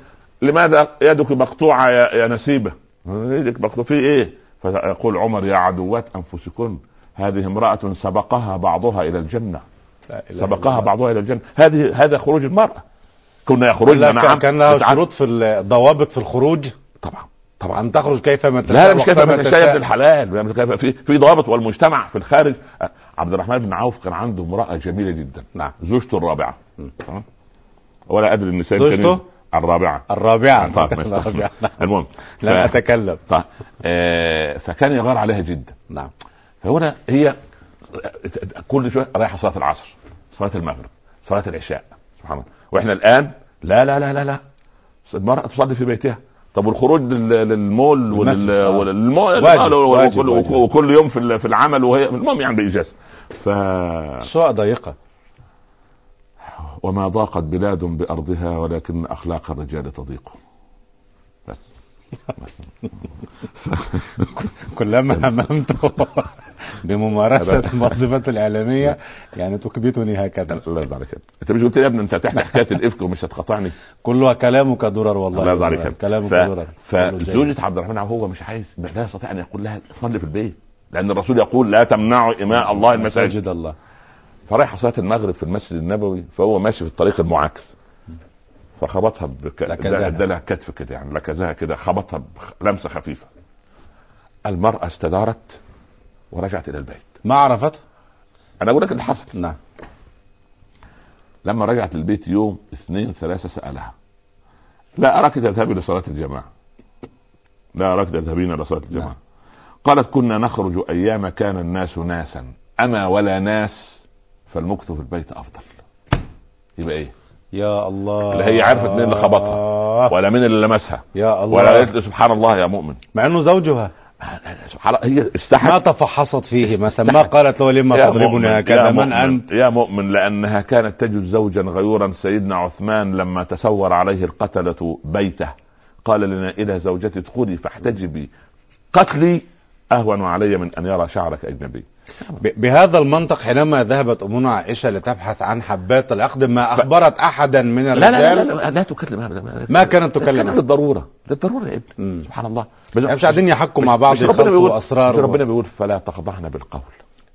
Speaker 2: لماذا يدك مقطوعة يا, يا نسيبة يدك مقطوعة في إيه فيقول عمر يا عدوات أنفسكن هذه امرأة سبقها بعضها إلى الجنة
Speaker 1: لا إله إلا
Speaker 2: سبقها
Speaker 1: الله.
Speaker 2: بعضها الى الجنه هذه هذا خروج المراه كنا يخرجن
Speaker 1: لا كان-
Speaker 2: نعم
Speaker 1: كان لها
Speaker 2: نتعلم.
Speaker 1: شروط في الضوابط في الخروج
Speaker 2: طبعا
Speaker 1: طبعا تخرج كيفما تشاء
Speaker 2: لا لا مش كيف
Speaker 1: وقتما
Speaker 2: ما تشاء
Speaker 1: تشاء.
Speaker 2: ابن الحلال يعني مش كيف- في في ضوابط والمجتمع في الخارج أه، عبد الرحمن بن عوف كان عنده امراه جميله جدا
Speaker 1: نعم
Speaker 2: زوجته الرابعه
Speaker 1: م.
Speaker 2: تمام؟ ولا ادري النساء
Speaker 1: زوجته؟
Speaker 2: التانيين. الرابعه
Speaker 1: الرابعة
Speaker 2: طيب، ماشي.
Speaker 1: *laughs* الرابعة
Speaker 2: *laughs* المهم
Speaker 1: لا
Speaker 2: ف...
Speaker 1: أتكلم
Speaker 2: طيب. آه فكان يغار عليها جدا
Speaker 1: نعم
Speaker 2: فهنا هي كل شويه رايحه صلاه العصر صلاه المغرب صلاه العشاء سبحان الله واحنا الان لا لا لا لا لا المراه تصلي في بيتها طب والخروج لل- للمول
Speaker 1: المسجد،
Speaker 2: ولل-
Speaker 1: آه.
Speaker 2: وللمول
Speaker 1: واجب، واجب،
Speaker 2: وكل,
Speaker 1: واجب.
Speaker 2: وكل يوم في ال- في العمل وهي المهم يعني باجازه ف
Speaker 1: الشقة ضيقة
Speaker 2: وما ضاقت بلاد بارضها ولكن اخلاق الرجال تضيق بس *laughs*
Speaker 1: كلما هممت *laughs* بممارسة المنظمات الإعلامية يعني تكبتني هكذا
Speaker 2: الله يرضى عليك يا ابني. انت مش قلت لي يا ابني انت تحت حكايه الافك ومش هتقاطعني
Speaker 1: كلها كلامك درر والله
Speaker 2: الله يرضى عليك يا ابني.
Speaker 1: كلامك
Speaker 2: ف-
Speaker 1: درر كله جيد.
Speaker 2: فزوجة عبد الرحمن عوف هو مش عايز لا يستطيع ان يقول لها صلي في البيت لان الرسول يقول لا تمنعوا اماء الله المساجد
Speaker 1: مساجد الله
Speaker 2: فرايح صلاه المغرب في المسجد النبوي فهو ماشي في الطريق المعاكس فخبطها بك...
Speaker 1: لكزها.
Speaker 2: ده, ده لها كتف كده يعني لكزها كده خبطها بخ- لمسه خفيفه المراه استدارت ورجعت الى البيت
Speaker 1: ما عرفته
Speaker 2: انا اقول لك اللي حصل
Speaker 1: نعم
Speaker 2: لما رجعت البيت يوم اثنين ثلاثة سألها لا أراك تذهبي لصلاة الجماعة لا أراك تذهبين لصلاة الجماعة
Speaker 1: نعم.
Speaker 2: قالت كنا نخرج أيام كان الناس ناسا أما ولا ناس فالمكث في البيت أفضل يبقى إيه
Speaker 1: يا الله
Speaker 2: اللي هي عرفت مين اللي
Speaker 1: خبطها
Speaker 2: ولا مين اللي لمسها
Speaker 1: يا
Speaker 2: ولا قالت
Speaker 1: الله
Speaker 2: له سبحان الله يا مؤمن
Speaker 1: مع انه زوجها
Speaker 2: سبحان الله هي
Speaker 1: ما
Speaker 2: استحت
Speaker 1: تفحصت فيه مثلا ما قالت له لما
Speaker 2: يا
Speaker 1: تضربني
Speaker 2: مؤمن،
Speaker 1: هكذا
Speaker 2: يا
Speaker 1: من
Speaker 2: مؤمن،
Speaker 1: انت
Speaker 2: يا مؤمن لأنها كانت تجد زوجا غيورا سيدنا عثمان لما تسور عليه القتلة بيته قال لنا إلى زوجتي ادخلي فاحتجبي قتلي أهون علي من أن يرى شعرك أجنبي
Speaker 1: ب- بهذا المنطق حينما ذهبت امنا عائشه لتبحث عن حبات العقد ما اخبرت احدا من
Speaker 2: لا لا
Speaker 1: الرجال
Speaker 2: لا, لا, لا, لا تكلم أبدا.
Speaker 1: ما كانت
Speaker 2: كان
Speaker 1: تكلم
Speaker 2: للضرورة للضرورة يا ابني
Speaker 1: مم.
Speaker 2: سبحان الله
Speaker 1: يعني مش قاعدين يحكوا مع بعض
Speaker 2: مش ربنا
Speaker 1: يخبطوا
Speaker 2: بيقول مش
Speaker 1: اسرار
Speaker 2: ربنا
Speaker 1: و...
Speaker 2: بيقول فلا تخضعن بالقول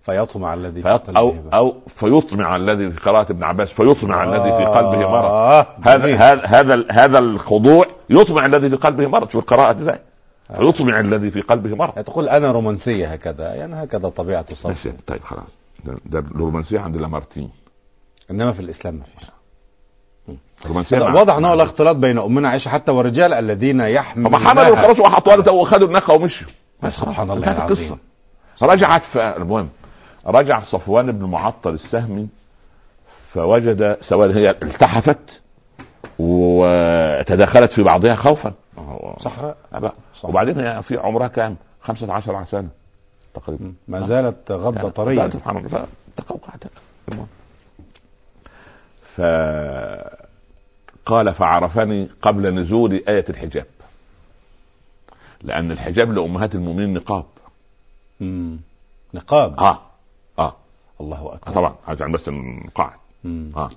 Speaker 1: فيطمع الذي في
Speaker 2: فيط- او
Speaker 1: قلبه
Speaker 2: او فيطمع الذي في قراءه ابن عباس فيطمع الذي في قلبه مرض
Speaker 1: آه،
Speaker 2: هذا
Speaker 1: جميل.
Speaker 2: هذا هذا ال- هذا الخضوع يطمع الذي في قلبه مرض شوف القراءه ازاي يطمع الذي في قلبه مرض
Speaker 1: يعني تقول انا رومانسيه هكذا يعني هكذا طبيعه
Speaker 2: ماشي
Speaker 1: صرفي
Speaker 2: طيب خلاص ده- ده الرومانسيه عند لامارتين
Speaker 1: انما في الاسلام ما فيش
Speaker 2: الرومانسيه مع-
Speaker 1: واضح ان
Speaker 2: مع-
Speaker 1: هو الاختلاط بين امنا عائشه حتى والرجال الذين يحملون
Speaker 2: هم حملوا خلاص وحطوا وخدوا الناقه ومشوا
Speaker 1: سبحان الله
Speaker 2: انتهت
Speaker 1: العظيم
Speaker 2: القصه رجعت ف- المهم رجع صفوان بن معطل السهمي فوجد سواد هي التحفت وتداخلت في بعضها خوفا
Speaker 1: صحراء
Speaker 2: أبا.
Speaker 1: صح.
Speaker 2: وبعدين هي في عمرها كام؟ 15 سنه تقريبا
Speaker 1: ما زالت غضه طريه
Speaker 2: سبحان الله فتقوقعت فقال فعرفني قبل نزول آية الحجاب لأن الحجاب لأمهات المؤمنين نقاب
Speaker 1: مم. نقاب
Speaker 2: آه آه
Speaker 1: الله
Speaker 2: آه
Speaker 1: اكبر
Speaker 2: طبعا عشان بس نقاعد
Speaker 1: مم.
Speaker 2: آه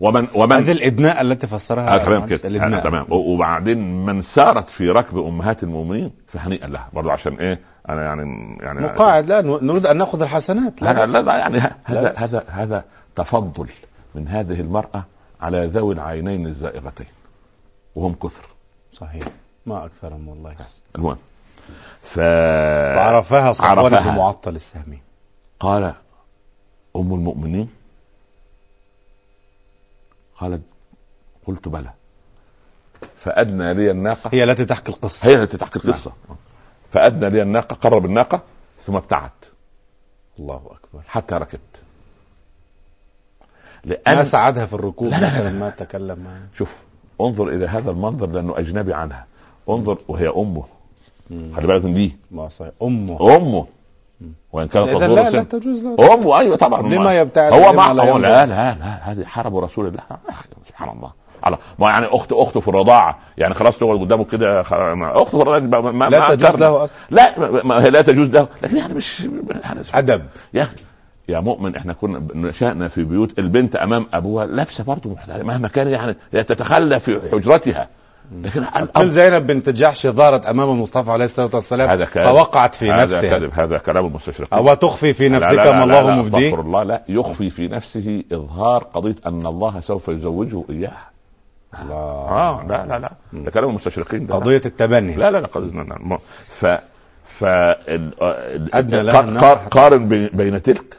Speaker 2: ومن ومن
Speaker 1: هذه الابناء التي فسرها
Speaker 2: آه تمام
Speaker 1: المهندس،
Speaker 2: كده آه
Speaker 1: الابناء
Speaker 2: تمام و- وبعدين من سارت في ركب امهات المؤمنين فهنيئا لها برضه عشان ايه انا يعني يعني
Speaker 1: نقاعد لا نريد ان ناخذ الحسنات لا,
Speaker 2: هذا
Speaker 1: بأس.
Speaker 2: لا لا يعني ه-
Speaker 1: لا
Speaker 2: هذا
Speaker 1: بأس.
Speaker 2: هذا هذا تفضل من هذه المرأة على ذوي العينين الزائغتين وهم كثر
Speaker 1: صحيح ما اكثرهم والله
Speaker 2: المهم ف
Speaker 1: وعرفها صفوان
Speaker 2: عرفها.
Speaker 1: بن معطل السهمي
Speaker 2: قال أم المؤمنين قالت قلت بلى فأدنى لي الناقة
Speaker 1: هي التي تحكي القصه
Speaker 2: هي التي تحكي القصة فأدنى لي الناقة قرب الناقة ثم ابتعد
Speaker 1: الله اكبر
Speaker 2: حتى ركبت
Speaker 1: ما
Speaker 2: لأن
Speaker 1: ساعدها في الركوب مثلا ما تكلم معها
Speaker 2: شوف انظر الى هذا المنظر لانه اجنبي عنها انظر وهي امه
Speaker 1: مم.
Speaker 2: خلي بالك من دي
Speaker 1: ما صحيح امه
Speaker 2: امه وان كانت
Speaker 1: اذا
Speaker 2: تصغر
Speaker 1: لا لا
Speaker 2: السن
Speaker 1: تجوز له
Speaker 2: امه ايوه طبعا
Speaker 1: لما يبتعد
Speaker 2: هو
Speaker 1: الإمام
Speaker 2: مع
Speaker 1: على
Speaker 2: هو
Speaker 1: يمه؟
Speaker 2: لا لا لا هذه حرب رسول الله يا أخي، سبحان الله على ما يعني اخت اخته في الرضاعه يعني خلاص تقعد قدامه كده خ- ما- اخته في الرضاعه ما- ما ما- ما
Speaker 1: لا تجوز
Speaker 2: أنكرنا.
Speaker 1: له أصلاً.
Speaker 2: لا ما- ما هي لا تجوز له لكن يعني مش يعني سبحان
Speaker 1: ادب
Speaker 2: يا اخي يا مؤمن احنا كنا نشأنا في بيوت البنت امام ابوها لابسه برضه محلها مهما كان يعني هي تتخلى في حجرتها لكن
Speaker 1: هل
Speaker 2: الأب-
Speaker 1: زينب بنت جحش ظهرت امام المصطفى عليه الصلاه والسلام
Speaker 2: هذا كلام
Speaker 1: فوقعت في
Speaker 2: هذا
Speaker 1: نفسها
Speaker 2: كذب هذا كلام المستشرقين
Speaker 1: او تخفي في
Speaker 2: لا، لا،
Speaker 1: نفسك
Speaker 2: لا، لا،
Speaker 1: ما
Speaker 2: لا،
Speaker 1: الله
Speaker 2: لا،
Speaker 1: مبديه
Speaker 2: استغفر الله لا يخفي في نفسه اظهار قضيه ان الله سوف يزوجه اياها اه
Speaker 1: الله
Speaker 2: لا لا لا ده كلام المستشرقين ده
Speaker 1: قضيه التبني
Speaker 2: لا لا لا قضيه لا، لا، ما- ف ف ال- ال-
Speaker 1: أدنى لها
Speaker 2: قار-
Speaker 1: أنها
Speaker 2: قار-
Speaker 1: حتى-
Speaker 2: قارن بين- بين تلك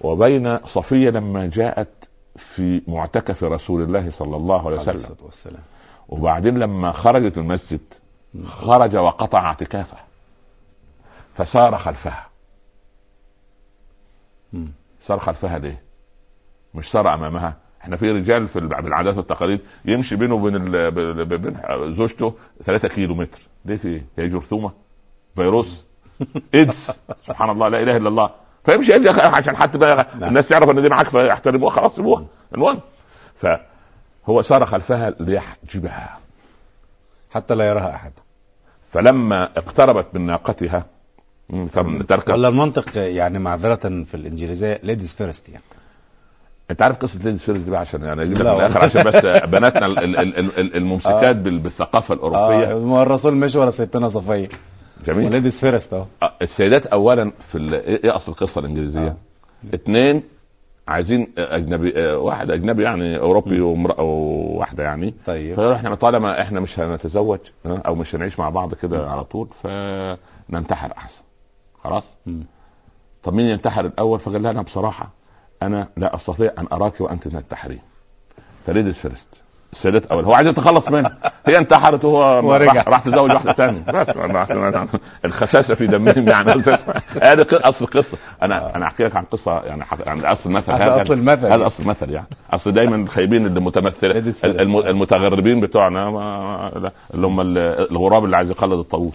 Speaker 2: وبين صفيه لما جاءت في معتكف رسول الله صلى الله عليه
Speaker 1: عليه
Speaker 2: وسلم
Speaker 1: الصلاه والسلام
Speaker 2: وبعدين لما خرجت من المسجد خرج وقطع اعتكافه فسار خلفها
Speaker 1: مم.
Speaker 2: سار خلفها ليه؟ مش سار امامها احنا في رجال في الع- بالعادات والتقاليد يمشي بينه وبين ال- ب- ب- بين ح- زوجته 3 كيلو متر ليه في ايه؟ هي جرثومه فيروس ايدز سبحان الله لا اله الا الله فيمشي يا أخي عشان حتى بقى الناس تعرف ان دي معاك فيحترموها خلاص سيبوها المهم فهو سار خلفها ليحجبها
Speaker 1: حتى لا يراها احد
Speaker 2: فلما اقتربت من ناقتها مم، طب تركب
Speaker 1: ولا المنطق يعني معذره في الانجليزيه ليديز فيرست يعني
Speaker 2: انت عارف قصه ليدي سيرز دي بقى عشان يعني اجيب لك من
Speaker 1: لا.
Speaker 2: الاخر عشان بس بناتنا ال- ال- ال- ال- ال- الممسكات بال- بالثقافه الاوروبيه
Speaker 1: اه ما هو الرسول مشي ورا سيدتنا صفيه
Speaker 2: جميل
Speaker 1: وليديز فيرست اهو
Speaker 2: آه، السيدات اولا في ال- ايه إيه اصل القصه الانجليزيه؟ اثنين عايزين اجنبي آه، واحد اجنبي يعني اوروبي وامراه وواحده يعني
Speaker 1: طيب
Speaker 2: فقالوا احنا طالما احنا مش هنتزوج ها، او مش هنعيش مع بعض كده على طول فننتحر احسن خلاص
Speaker 1: مم.
Speaker 2: طب مين ينتحر الاول فقال لها انا بصراحه انا لا استطيع ان اراك وانت تنتحرين فليديز فيرست السيدات اول هو عايز يتخلص منها هي انتحرت *laughs* وهو
Speaker 1: ورجع.
Speaker 2: راح, راح تزوج واحده ثانيه *laughs* بس ما- ما- ما- الخساسه في *laughs* دمهم يعني أساساً. هذا ق- اصل القصه انا انا احكي لك عن قصه يعني حق- عن اصل المثل
Speaker 1: هذا اصل المثل
Speaker 2: هذا اصل المثل يعني اصل دايما الخايبين اللي متمثل
Speaker 1: Ladies first.
Speaker 2: الم- المتغربين بتوعنا ما- لا، اللي هم ال- الغراب اللي عايز يقلد الطاووس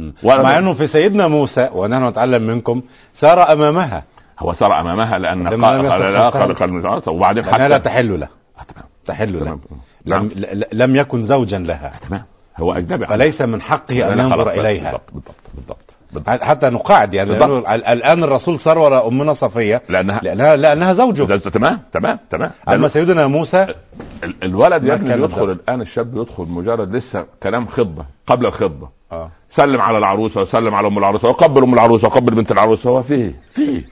Speaker 2: ولا-
Speaker 1: يعني. مع انه في سيدنا موسى ونحن نتعلم منكم سار امامها
Speaker 2: هو سار امامها لان
Speaker 1: لما
Speaker 2: قال
Speaker 1: لم يصل
Speaker 2: قال لا
Speaker 1: خلفها.
Speaker 2: قال قال آه، وبعدين
Speaker 1: لانها لا
Speaker 2: حتى
Speaker 1: تحل له
Speaker 2: آه، تمام
Speaker 1: تحل له
Speaker 2: تمام
Speaker 1: لم,
Speaker 2: نعم
Speaker 1: ل- لم يكن زوجا لها
Speaker 2: تمام هو اجنبي
Speaker 1: فليس من حقه ان
Speaker 2: أنا
Speaker 1: ينظر
Speaker 2: خلاص،
Speaker 1: اليها
Speaker 2: بالضبط بالضبط بالضبط, بالضبط.
Speaker 1: حتى نقاعد يعني
Speaker 2: بالضبط.
Speaker 1: لأنه ال- الان الرسول سار وراء امنا صفيه
Speaker 2: لانها
Speaker 1: لانها لانها زوجه
Speaker 2: ده- ده- تمام تمام تمام
Speaker 1: اما سيدنا موسى
Speaker 2: ال- الولد
Speaker 1: ما
Speaker 2: يا ابني
Speaker 1: كان
Speaker 2: يدخل
Speaker 1: بالضبط.
Speaker 2: الان الشاب يدخل مجرد لسه كلام خطبه قبل الخطبه
Speaker 1: اه
Speaker 2: سلم على العروسه وسلم على ام العروسه وقبل ام العروسه وقبل بنت العروسه هو في ايه؟ في ايه؟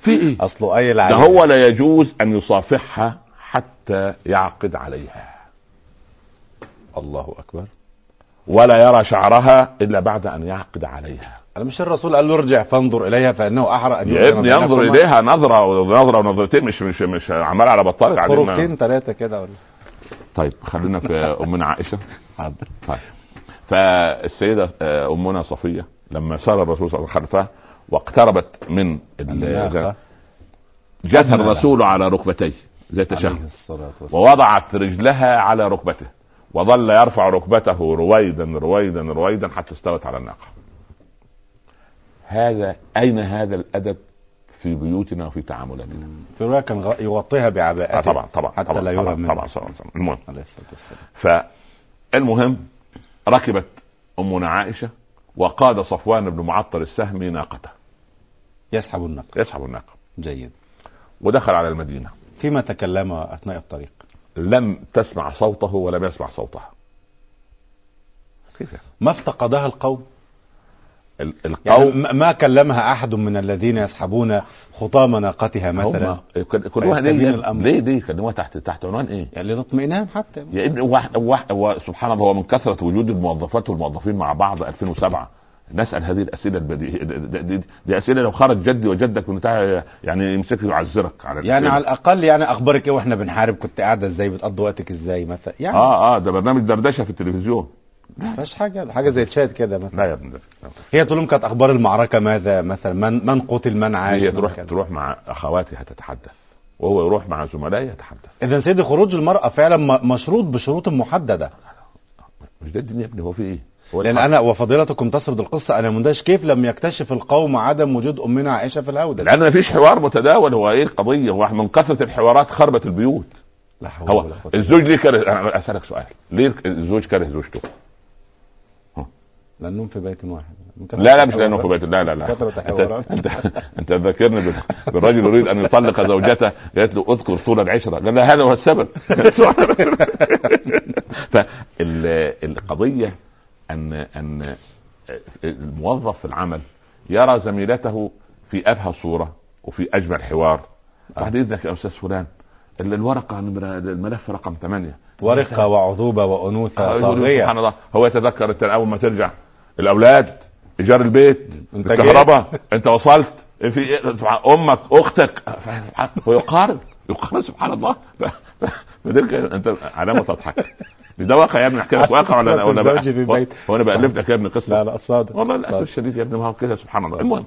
Speaker 2: في ايه؟
Speaker 1: اصله اي
Speaker 2: ده
Speaker 1: لعيب
Speaker 2: هو لا يجوز ان يصافحها حتى يعقد عليها
Speaker 1: الله اكبر
Speaker 2: ولا يرى شعرها الا بعد ان يعقد عليها
Speaker 1: انا مش الرسول قال له ارجع فانظر اليها فانه احرق ان
Speaker 2: يا
Speaker 1: يلزم
Speaker 2: ابني ينظر
Speaker 1: بينكما
Speaker 2: اليها نظره ونظره ونظرتين مش مش مش عمال على بطال قاعدين ما-
Speaker 1: خروجتين ثلاثه كده ولا
Speaker 2: طيب خلينا في امنا عائشه
Speaker 1: حاضر
Speaker 2: طيب فالسيده آه، امنا صفيه لما سار الرسول صلى الله عليه وسلم خلفها واقتربت من ال-
Speaker 1: يعني الناقة
Speaker 2: جثى الرسول على ركبتيه زي التشهد
Speaker 1: عليه الصلاة والسلام
Speaker 2: ووضعت رجلها على ركبته وظل يرفع ركبته رويدا رويدا رويدا حتى استوت على الناقه. هذا اين هذا الادب في بيوتنا وفي تعاملاتنا؟
Speaker 1: في رواية كان غ- يغطيها بعباءته
Speaker 2: آه طبعا طبعا
Speaker 1: حتى
Speaker 2: طبعا
Speaker 1: لا يرى
Speaker 2: طبعا,
Speaker 1: منه.
Speaker 2: طبعا, طبعا, طبعا المهم
Speaker 1: عليه الصلاة والسلام
Speaker 2: فالمهم ركبت امنا عائشه وقاد صفوان بن معطل السهمي ناقته
Speaker 1: يسحب النقل
Speaker 2: يسحب الناقه
Speaker 1: جيد
Speaker 2: ودخل على المدينه
Speaker 1: فيما تكلم اثناء الطريق
Speaker 2: لم تسمع صوته ولم يسمع صوتها كيف
Speaker 1: ما افتقدها القوم
Speaker 2: ال-
Speaker 1: يعني
Speaker 2: القوم
Speaker 1: ما ما كلمها احد من الذين يسحبون خطام ناقتها مثلا
Speaker 2: هم كان- كانوها ليه
Speaker 1: فيستبين
Speaker 2: الامر
Speaker 1: الأمر.
Speaker 2: ليه ليه كانوها تحت تحت عنوان ايه؟
Speaker 1: يعني للاطمئنان حتى
Speaker 2: يا ابني واحد واحد هو- سبحان الله هو من كثره وجود الموظفات والموظفين مع بعض 2007 نسال هذه الاسئله البديهيه دي, دي, دي اسئله لو خرج جدي وجدك من بتاع يعني يمسكك يعذرك على
Speaker 1: يعني
Speaker 2: الأسئلة.
Speaker 1: على الاقل يعني اخبارك ايه واحنا بنحارب كنت قاعده ازاي بتقضي وقتك ازاي مثلا يعني ما
Speaker 2: اه اه ده برنامج دردشه في التلفزيون
Speaker 1: فيهاش حاجه حاجه زي تشاد كده مثلا
Speaker 2: لا يا ابني ده لا.
Speaker 1: هي تقول لهم كانت اخبار المعركه ماذا مثلا من من قتل من عاش
Speaker 2: هي
Speaker 1: من
Speaker 2: تروح
Speaker 1: كذا.
Speaker 2: تروح مع اخواتي هتتحدث وهو يروح مع زملائي يتحدث
Speaker 1: اذا سيدي خروج المراه فعلا م- مشروط بشروط محدده
Speaker 2: مش ده الدنيا يا ابني هو في ايه؟ هو
Speaker 1: لان انا وفضيلتكم تسرد القصه انا مندهش كيف لم يكتشف القوم عدم وجود امنا عائشه في الهودة
Speaker 2: لان مفيش حوار متداول هو ايه القضيه هو من كثره الحوارات خربت البيوت
Speaker 1: لا حول
Speaker 2: هو
Speaker 1: ولا قوة.
Speaker 2: الزوج ليه كره انا اسالك سؤال ليه الزوج كره زوجته؟
Speaker 1: لانهم في بيت واحد
Speaker 2: لا لا مش لانه في بيت لا لا لا
Speaker 1: كثرة الحوارات.
Speaker 2: انت انت ذاكرني بال- بالرجل يريد ان يطلق زوجته قالت له اذكر طول العشره قال لها هذا هو السبب *laughs* فالقضيه ان ان الموظف في العمل يرى زميلته في ابهى صوره وفي اجمل حوار بعد اذنك يا استاذ فلان ال- الورقه نمرة- الملف رقم ثمانية
Speaker 1: ورقه وعذوبه وانوثه
Speaker 2: سبحان
Speaker 1: طاغيه
Speaker 2: الله هو يتذكر انت اول ما ترجع الاولاد ايجار البيت
Speaker 1: أنت
Speaker 2: الكهرباء انت وصلت في إيه؟ سبحان- امك اختك هو يقارن يقارن سبحان الله ف- ف- فديك انت علامه تضحك ده واقع يا ابني احكي لك واقع ولا أنا- ولا
Speaker 1: الزوج في البيت.
Speaker 2: هو انا بألف لك يا ابني قصه
Speaker 1: لا لا صادق
Speaker 2: والله
Speaker 1: صادق.
Speaker 2: للاسف الشديد يا ابني ما هو كده سبحان الله المهم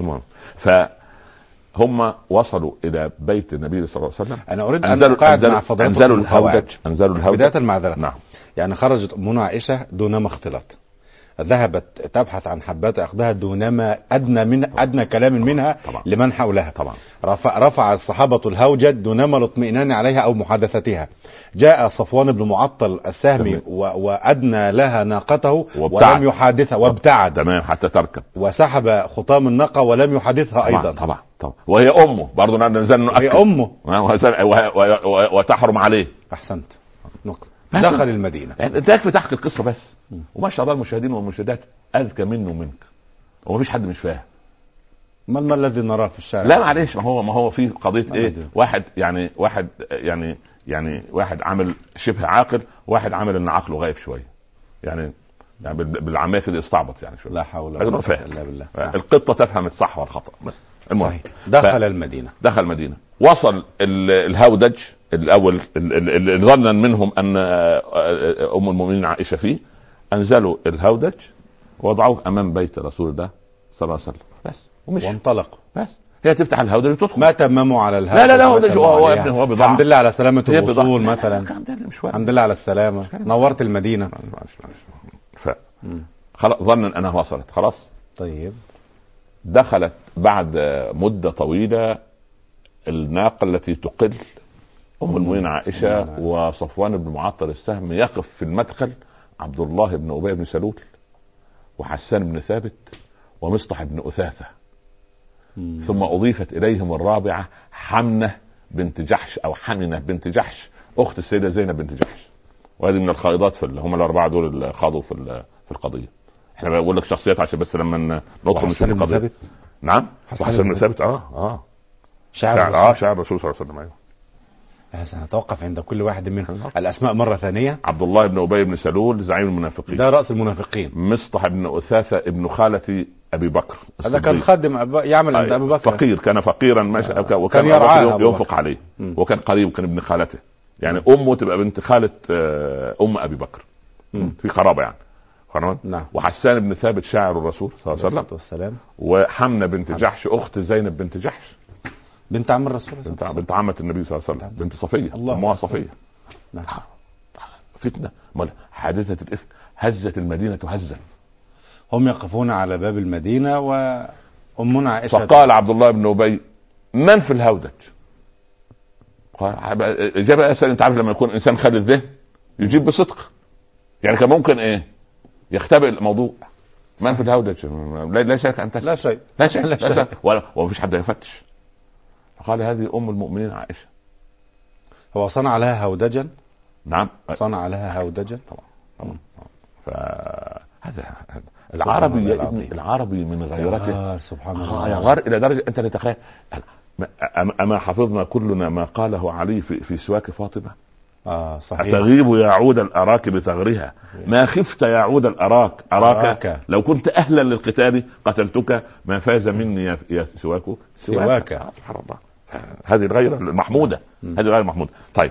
Speaker 2: المهم فهم وصلوا الى بيت النبي صلى الله عليه وسلم
Speaker 1: انا اريد ان اقاعد مع
Speaker 2: انزلوا,
Speaker 1: فضيلتكم
Speaker 2: أنزلوا
Speaker 1: القواعد.
Speaker 2: الهودج انزلوا
Speaker 1: بدايه
Speaker 2: الهودج
Speaker 1: المعذره
Speaker 2: نعم
Speaker 1: يعني خرجت أمنا عائشة دونما اختلط ذهبت تبحث عن حبات عقدها دونما أدنى من أدنى كلام منها
Speaker 2: طبعا.
Speaker 1: لمن حولها
Speaker 2: طبعا
Speaker 1: رفع, رفع الصحابة الهوجة دونما الاطمئنان عليها أو محادثتها جاء صفوان بن معطل السهمي
Speaker 2: تمام.
Speaker 1: و... وأدنى لها ناقته
Speaker 2: وابتعد.
Speaker 1: ولم يحادثها وابتعد
Speaker 2: تمام حتى تركب
Speaker 1: وسحب خطام الناقة ولم يحادثها
Speaker 2: طبعا
Speaker 1: أيضا
Speaker 2: طبعا طبعا وهي امه برضه نحن نزلنا نؤكد
Speaker 1: هي أمه
Speaker 2: وهي- وهي- وهي- وتحرم عليه
Speaker 1: أحسنت نقطة.
Speaker 2: مثلا.
Speaker 1: دخل المدينة
Speaker 2: يعني تكفي تحكي القصه بس وما شاء الله المشاهدين والمشاهدات اذكى منه ومنك ومفيش حد مش فاهم
Speaker 1: ما ما الذي نراه في الشارع
Speaker 2: لا معلش ما هو ما هو في قضيه
Speaker 1: ما
Speaker 2: ايه
Speaker 1: أدري.
Speaker 2: واحد يعني واحد يعني يعني واحد عامل شبه عاقل واحد عامل ان عقله غايب شويه يعني يعني بال- بالعاميه كده استعبط يعني شويه
Speaker 1: لا حول
Speaker 2: أنا
Speaker 1: ولا قوة
Speaker 2: فاهم.
Speaker 1: إلا بالله
Speaker 2: القطه تفهم الصح والخطا بس المهم
Speaker 1: آه. صحيح دخل المدينة
Speaker 2: دخل المدينه وصل ال- الهودج الاول ال- ال- اللي ظنا منهم ان آه، ام المؤمنين عائشه فيه انزلوا الهودج ووضعوه امام بيت رسول الله صلى الله عليه وسلم بس ومشوا
Speaker 1: وانطلقوا
Speaker 2: بس هي تفتح الهودج وتدخل
Speaker 1: ما تمموا على الهواء
Speaker 2: لا، لا، لا، هو ده
Speaker 1: ما
Speaker 2: شو-
Speaker 1: تمموا
Speaker 2: هو
Speaker 1: عليها.
Speaker 2: ابني، هو بضاعة.
Speaker 1: الحمد لله على سلامة
Speaker 2: هي بضاعة.
Speaker 1: الوصول مثلا
Speaker 2: الكلام ده مش واجب.
Speaker 1: الحمد لله على السلامة نورت المدينة
Speaker 2: معلش، معلش. ف خلاص ظنا انها وصلت خلاص
Speaker 1: طيب
Speaker 2: دخلت بعد مده طويله الناقه التي تقل ام المؤمنين
Speaker 3: نعم.
Speaker 2: عائشه وصفوان بن معطل السهم يقف في المدخل عبد الله بن ابي بن سلول وحسان بن ثابت ومصطح بن اثاثه ثم اضيفت اليهم الرابعه حمنه بنت جحش او حمنه بنت جحش اخت السيده زينب بنت جحش وهذه من الخائضات في ال- هم الاربعه دول اللي خاضوا في ال- في القضيه احنا بقول لك شخصيات عشان بس لما ندخل نشوف
Speaker 3: وحسن بن
Speaker 2: القضيه
Speaker 3: ثابت
Speaker 2: نعم
Speaker 3: حسن
Speaker 2: وحسن بن
Speaker 3: بن
Speaker 2: ثابت اه اه
Speaker 1: شعر
Speaker 2: شاعر اه شاعر الرسول صلى الله عليه وسلم ايوه
Speaker 1: سنتوقف عند كل واحد
Speaker 2: نعم.
Speaker 1: منهم الأسماء مرة ثانية
Speaker 2: عبد الله بن ابي بن سلول زعيم المنافقين
Speaker 1: ده رأس المنافقين
Speaker 2: مصطح بن اثاثه ابن خاله ابي بكر
Speaker 1: هذا كان
Speaker 2: الصديق.
Speaker 1: خادم أب- يعمل عند
Speaker 2: آه،
Speaker 1: أبو بكر
Speaker 2: فقير كان فقيرا ماشي آه. وكان
Speaker 1: كان
Speaker 2: أبو بكر
Speaker 1: يرعاها
Speaker 2: يوم-
Speaker 1: أبو
Speaker 2: ينفق
Speaker 1: بكر.
Speaker 2: عليه
Speaker 1: مم.
Speaker 2: وكان قريب كان ابن خالته يعني امه تبقى بنت خاله آه، ام ابي بكر
Speaker 1: مم.
Speaker 2: في قرابه يعني خلاص
Speaker 1: نعم
Speaker 2: وحسان بن ثابت شاعر الرسول صلى
Speaker 1: عليه
Speaker 2: الله عليه وسلم
Speaker 1: الصلاة والسلام
Speaker 2: وحمنه بنت جحش اخت زينب بنت جحش
Speaker 1: بنت عم الرسول عليه
Speaker 2: بنت
Speaker 1: الصلاة
Speaker 2: بنت عمه النبي صلى الله عليه وسلم بنت صفيه
Speaker 1: الله.
Speaker 2: امها صفيه
Speaker 1: نعم.
Speaker 2: فتنه امال حادثه الاثم هزت المدينه هزا
Speaker 1: هم يقفون على باب المدينة وأمنا عائشة
Speaker 2: فقال عبد الله بن ابي من في الهودج؟ قال اجابه اسال انت عارف لما يكون انسان خالي الذهن يجيب بصدق يعني كان ممكن ايه؟ يختبئ الموضوع من في الهودج؟ لا, لا شك ان تسال
Speaker 1: لا شيء
Speaker 2: لا شك لا
Speaker 1: لا شك.
Speaker 2: شك ولا ومفيش حد يفتش فقال هذه ام المؤمنين عائشه
Speaker 1: هو صنع لها هودجا
Speaker 2: نعم
Speaker 1: صنع لها هودجا
Speaker 2: فهذا
Speaker 1: سبحان
Speaker 2: العربي
Speaker 1: الله
Speaker 2: يا
Speaker 1: العظيم.
Speaker 2: ابني العربي من غيرته
Speaker 1: يا سبحان
Speaker 2: آه
Speaker 1: الله
Speaker 2: يا غار الى درجه انت لا تتخيل ما- أما- اما حفظنا كلنا ما قاله علي في في سواك فاطمه
Speaker 1: اه صحيح
Speaker 2: اتغيب يا عود الاراك بثغرها ما خفت يا عود الاراك اراك,
Speaker 1: إيه. أراك.
Speaker 2: لو كنت اهلا للقتال قتلتك ما فاز مني يا, يا سواك
Speaker 1: سواك.
Speaker 2: آه، سبحان الله هذه الغيره المحموده
Speaker 1: مم.
Speaker 2: هذه الغيره المحموده طيب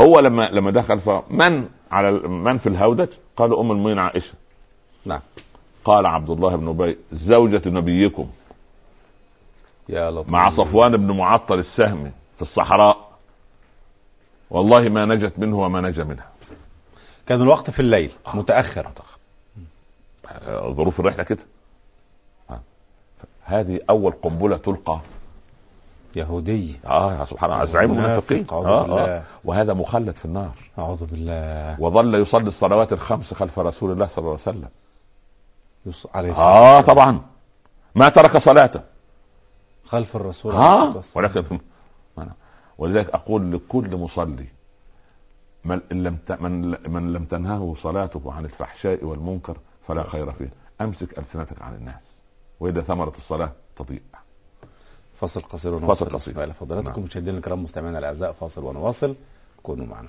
Speaker 2: هو لما لما دخل فمن على ال- من في الهودج قال ام المؤمنين عائشه
Speaker 1: نعم.
Speaker 2: قال عبد الله بن ابي زوجة نبيكم
Speaker 1: يا لطيف
Speaker 2: مع صفوان بن معطل السهمي في الصحراء والله ما نجت منه وما نجا منها
Speaker 1: كان الوقت في الليل متأخر
Speaker 2: آه، ظروف الرحله كده آه. هذه اول قنبله تلقى
Speaker 1: يهودي
Speaker 2: اه يا سبحان الله زعيم
Speaker 1: منافق،
Speaker 2: المنافقين
Speaker 1: أعوذ
Speaker 2: آه
Speaker 1: بالله.
Speaker 2: آه. وهذا مخلد في النار
Speaker 1: أعوذ بالله
Speaker 2: وظل يصلي الصلوات الخمس خلف رسول الله صلى الله عليه وسلم
Speaker 1: يص... عليه الصلاة
Speaker 2: اه طبعا ما ترك صلاته
Speaker 1: خلف الرسول عليه الصلاة
Speaker 2: اه
Speaker 1: والسلام.
Speaker 2: ولكن ولذلك اقول لكل مصلي من إن لم ت- من من لم تنهه صلاته عن الفحشاء والمنكر فلا خير فيه امسك السنتك عن الناس واذا ثمرت الصلاه تضيء
Speaker 1: فاصل قصير ونواصل
Speaker 2: فاصل قصير.
Speaker 1: إلى فضلاتكم
Speaker 2: نعم.
Speaker 1: مشاهدينا الكرام مستمعينا الاعزاء فاصل ونواصل كونوا معنا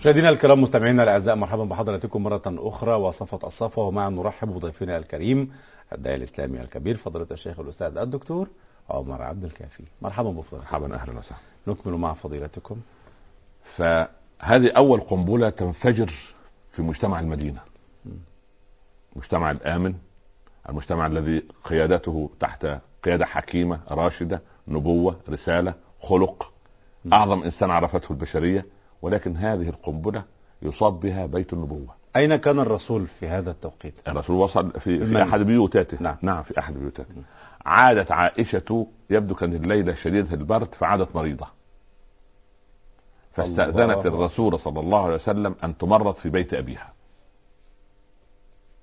Speaker 1: مشاهدينا الكرام مستمعينا الاعزاء مرحبا بحضراتكم مره اخرى وصفه الصفوه ومع نرحب بضيفنا الكريم الداعي الاسلامي الكبير فضيله الشيخ الاستاذ الدكتور عمر عبد الكافي مرحبا بفضلاتكم
Speaker 2: مرحبا اهلا وسهلا
Speaker 1: نكمل مع فضيلتكم
Speaker 2: فهذه اول قنبله تنفجر في مجتمع المدينه المجتمع الامن المجتمع الذي قيادته تحت قياده حكيمه راشده نبوه رساله خلق اعظم انسان عرفته البشريه ولكن هذه القنبله يصاب بها بيت النبوه
Speaker 1: اين كان الرسول في هذا التوقيت
Speaker 2: الرسول وصل في, في
Speaker 1: المنزل.
Speaker 2: احد بيوتاته
Speaker 1: نعم.
Speaker 2: نعم في احد بيوتاته عادت عائشه يبدو كان الليله شديده البرد فعادت مريضه
Speaker 1: الله.
Speaker 2: فاستاذنت الرسول صلى الله عليه وسلم ان تمرض في بيت ابيها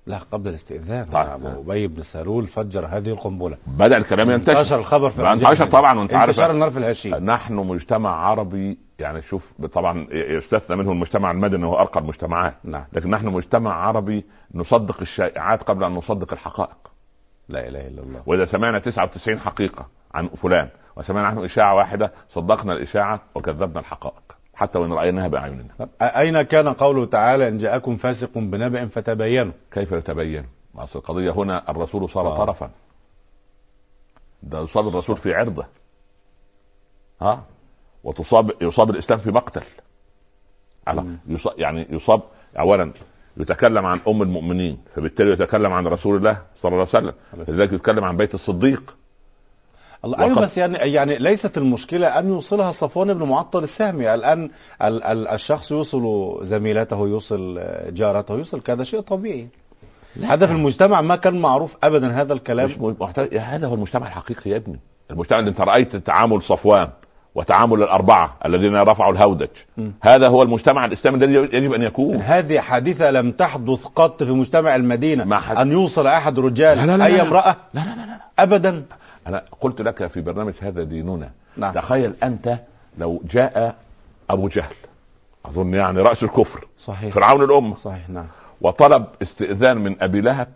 Speaker 1: لا قبل الاستئذان
Speaker 2: طيب.
Speaker 1: أبو ابي بن سلول فجر هذه القنبله
Speaker 2: بدا الكلام
Speaker 1: انتشر
Speaker 2: ينتشر
Speaker 1: الخبر في
Speaker 2: بقى انتشر طبعا وانت عارف
Speaker 1: انتشر النار في الهشيم
Speaker 2: نحن مجتمع عربي يعني شوف طبعا يستثنى منه المجتمع المدني وهو ارقى المجتمعات
Speaker 1: نعم
Speaker 2: لكن نحن مجتمع عربي نصدق الشائعات قبل ان نصدق الحقائق
Speaker 1: لا اله الا الله
Speaker 2: واذا سمعنا 99 حقيقه عن فلان وسمعنا نحن اشاعه واحده صدقنا الاشاعه وكذبنا الحقائق حتى وان رايناها باعيننا
Speaker 1: طب أين كان قوله تعالى إن جاءكم فاسق بنبأ فتبينوا
Speaker 2: كيف يتبين ما اصل القضيه هنا الرسول صار
Speaker 1: آه.
Speaker 2: طرفا ده يصاب الرسول في عرضه ها وتصاب يصاب الاسلام في مقتل على
Speaker 1: مم.
Speaker 2: يصاب يعني يصاب اولا يتكلم عن ام المؤمنين فبالتالي يتكلم عن رسول الله صلى الله عليه وسلم لذلك يتكلم عن بيت الصديق
Speaker 1: الله أيوة
Speaker 2: وقد-
Speaker 1: بس يعني يعني ليست المشكلة أن يوصلها صفوان بن معطل السهمي الآن ال- ال- الشخص يوصل زميلته يوصل جارته يوصل كذا شيء طبيعي هذا في المجتمع ما كان معروف أبدا هذا الكلام
Speaker 2: مش م- محتاج يا هذا هو المجتمع الحقيقي يا ابني المجتمع اللي انت رايت تعامل صفوان وتعامل الاربعه الذين رفعوا الهودج
Speaker 1: م.
Speaker 2: هذا هو المجتمع الاسلامي الذي يجب ان
Speaker 4: *laughs*
Speaker 2: يكون
Speaker 1: هذه حادثة لم تحدث قط في مجتمع المدينة
Speaker 2: ما حد-
Speaker 1: أن يوصل أحد رجال
Speaker 2: لا لا لا
Speaker 1: أي
Speaker 2: لا.
Speaker 1: امرأة لا لا لا أبدا
Speaker 2: انا قلت لك في برنامج هذا ديننا
Speaker 1: نعم
Speaker 2: تخيل انت لو جاء ابو جهل اظن يعني راس الكفر
Speaker 4: إيه.
Speaker 1: صحيح
Speaker 2: فرعون الامه
Speaker 1: صحيح نعم
Speaker 2: وطلب استئذان من ابي لهب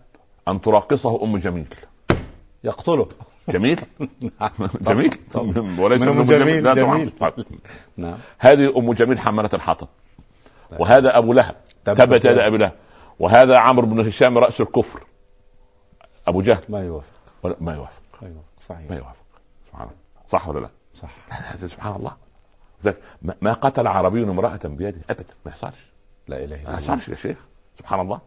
Speaker 2: ان تراقصه ام جميل
Speaker 1: يقتله
Speaker 4: *laughs*
Speaker 2: جميل جميل *laughs* وليس
Speaker 4: من أم جميل،
Speaker 2: لا
Speaker 4: جميل.
Speaker 2: طبعاً. طيب.
Speaker 1: نعم
Speaker 2: هذه ام جميل حماله الحطب
Speaker 4: طيب.
Speaker 2: وهذا ابو لهب تبت يد ابي لهب وهذا عمرو بن هشام راس الكفر ابو جهل
Speaker 1: ما يوافق
Speaker 2: ولا- ما يوافق
Speaker 1: ما يوافق
Speaker 2: ما
Speaker 1: أيوة، صحيح
Speaker 2: يوافق سبحان الله صح ولا لا؟
Speaker 1: صح
Speaker 2: هذا سبحان الله ذلك ما- ما قتل عربي امراه بيده ابدا ما يحصلش
Speaker 1: لا اله
Speaker 2: ما
Speaker 1: الا الله
Speaker 2: يحصلش يا شيخ سبحان الله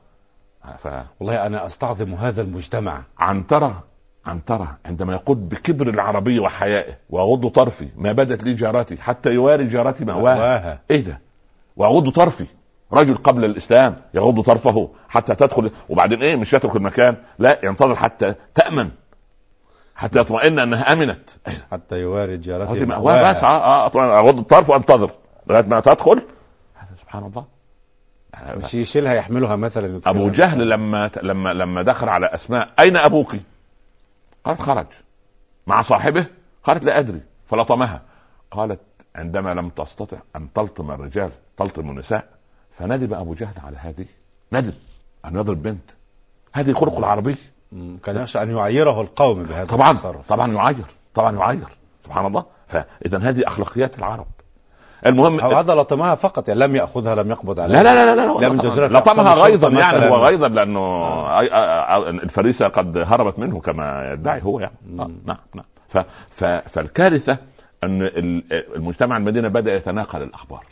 Speaker 2: فعنترة
Speaker 1: والله انا استعظم هذا المجتمع
Speaker 2: عنترة عندما يقول بكبر العربي وحيائه وأغض طرفي ما بدت لي جارتي حتى يواري جارتي مأواها
Speaker 1: واها
Speaker 2: ايه ده؟ وأغض طرفي رجل قبل الإسلام يغض طرفه حتى تدخل وبعدين ايه مش يترك المكان لا ينتظر حتى تأمن حتى يطمئن أنها أمنت
Speaker 1: حتى يواري
Speaker 2: هذه
Speaker 1: جارته
Speaker 2: مأواه بس اه اه أطلع- اغض الطرف وانتظر لغايه ما تدخل هذا سبحان الله
Speaker 1: مش يشيلها يحملها مثلا يدخلها.
Speaker 2: ابو جهل لما لما لما دخل على اسماء اين ابوك؟ قالت خرج مع صاحبه قالت لا ادري فلطمها قالت عندما لم تستطع ان تلطم الرجال تلطم النساء فندب ابو جهل على هذه ندب ان يضرب بنت هذه خلق العربي
Speaker 1: مم. كان يخشى ان يعيره القوم بهذا
Speaker 2: طبعا
Speaker 1: التصرف
Speaker 2: طبعا يعير طبعا يعير سبحان الله فاذا هذه اخلاقيات العرب المهم
Speaker 1: او هذا لطمها فقط يعني لم ياخذها لم يقبض
Speaker 2: لا
Speaker 1: عليها
Speaker 2: لا لا لا
Speaker 1: لا
Speaker 2: لا
Speaker 1: من
Speaker 2: لا
Speaker 1: جزيرة
Speaker 2: لطمها
Speaker 1: أقصى
Speaker 2: غيظا
Speaker 1: الشرطة
Speaker 2: يعني
Speaker 1: مثلاً.
Speaker 2: هو غيظا لانه أي- أ- أ- الفريسه قد هربت منه كما يدعي هو يعني آه،
Speaker 1: مم.
Speaker 2: نعم نعم ف ف فالكارثه ان ال- المجتمع المدينه بدا يتناقل الاخبار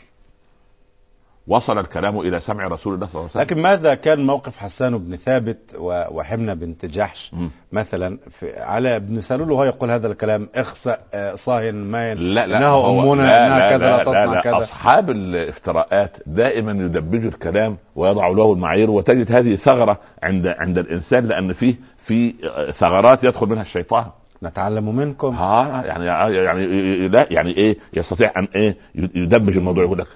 Speaker 2: وصل الكلام الى سمع رسول الله صلى الله عليه وسلم
Speaker 1: لكن ماذا كان موقف حسان بن ثابت و- وحمنه بنت جحش
Speaker 2: مم.
Speaker 1: مثلا في على ابن سلول وهو يقول هذا الكلام اخسأ آه، صاهن ماين
Speaker 2: لا لا
Speaker 1: إنها
Speaker 2: هو-
Speaker 1: أمنا،
Speaker 2: لا
Speaker 1: إنها
Speaker 2: لا
Speaker 1: كذا، لا
Speaker 2: لا
Speaker 1: تصنع
Speaker 2: لا
Speaker 1: كذا.
Speaker 2: اصحاب الافتراءات دائما يدبجوا الكلام ويضعوا له المعايير وتجد هذه ثغره عند عند الانسان لان فيه في ثغرات يدخل منها الشيطان
Speaker 1: نتعلم منكم
Speaker 2: ها يعني يعني لا يعني ايه يستطيع ان ايه يدمج الموضوع يقول لك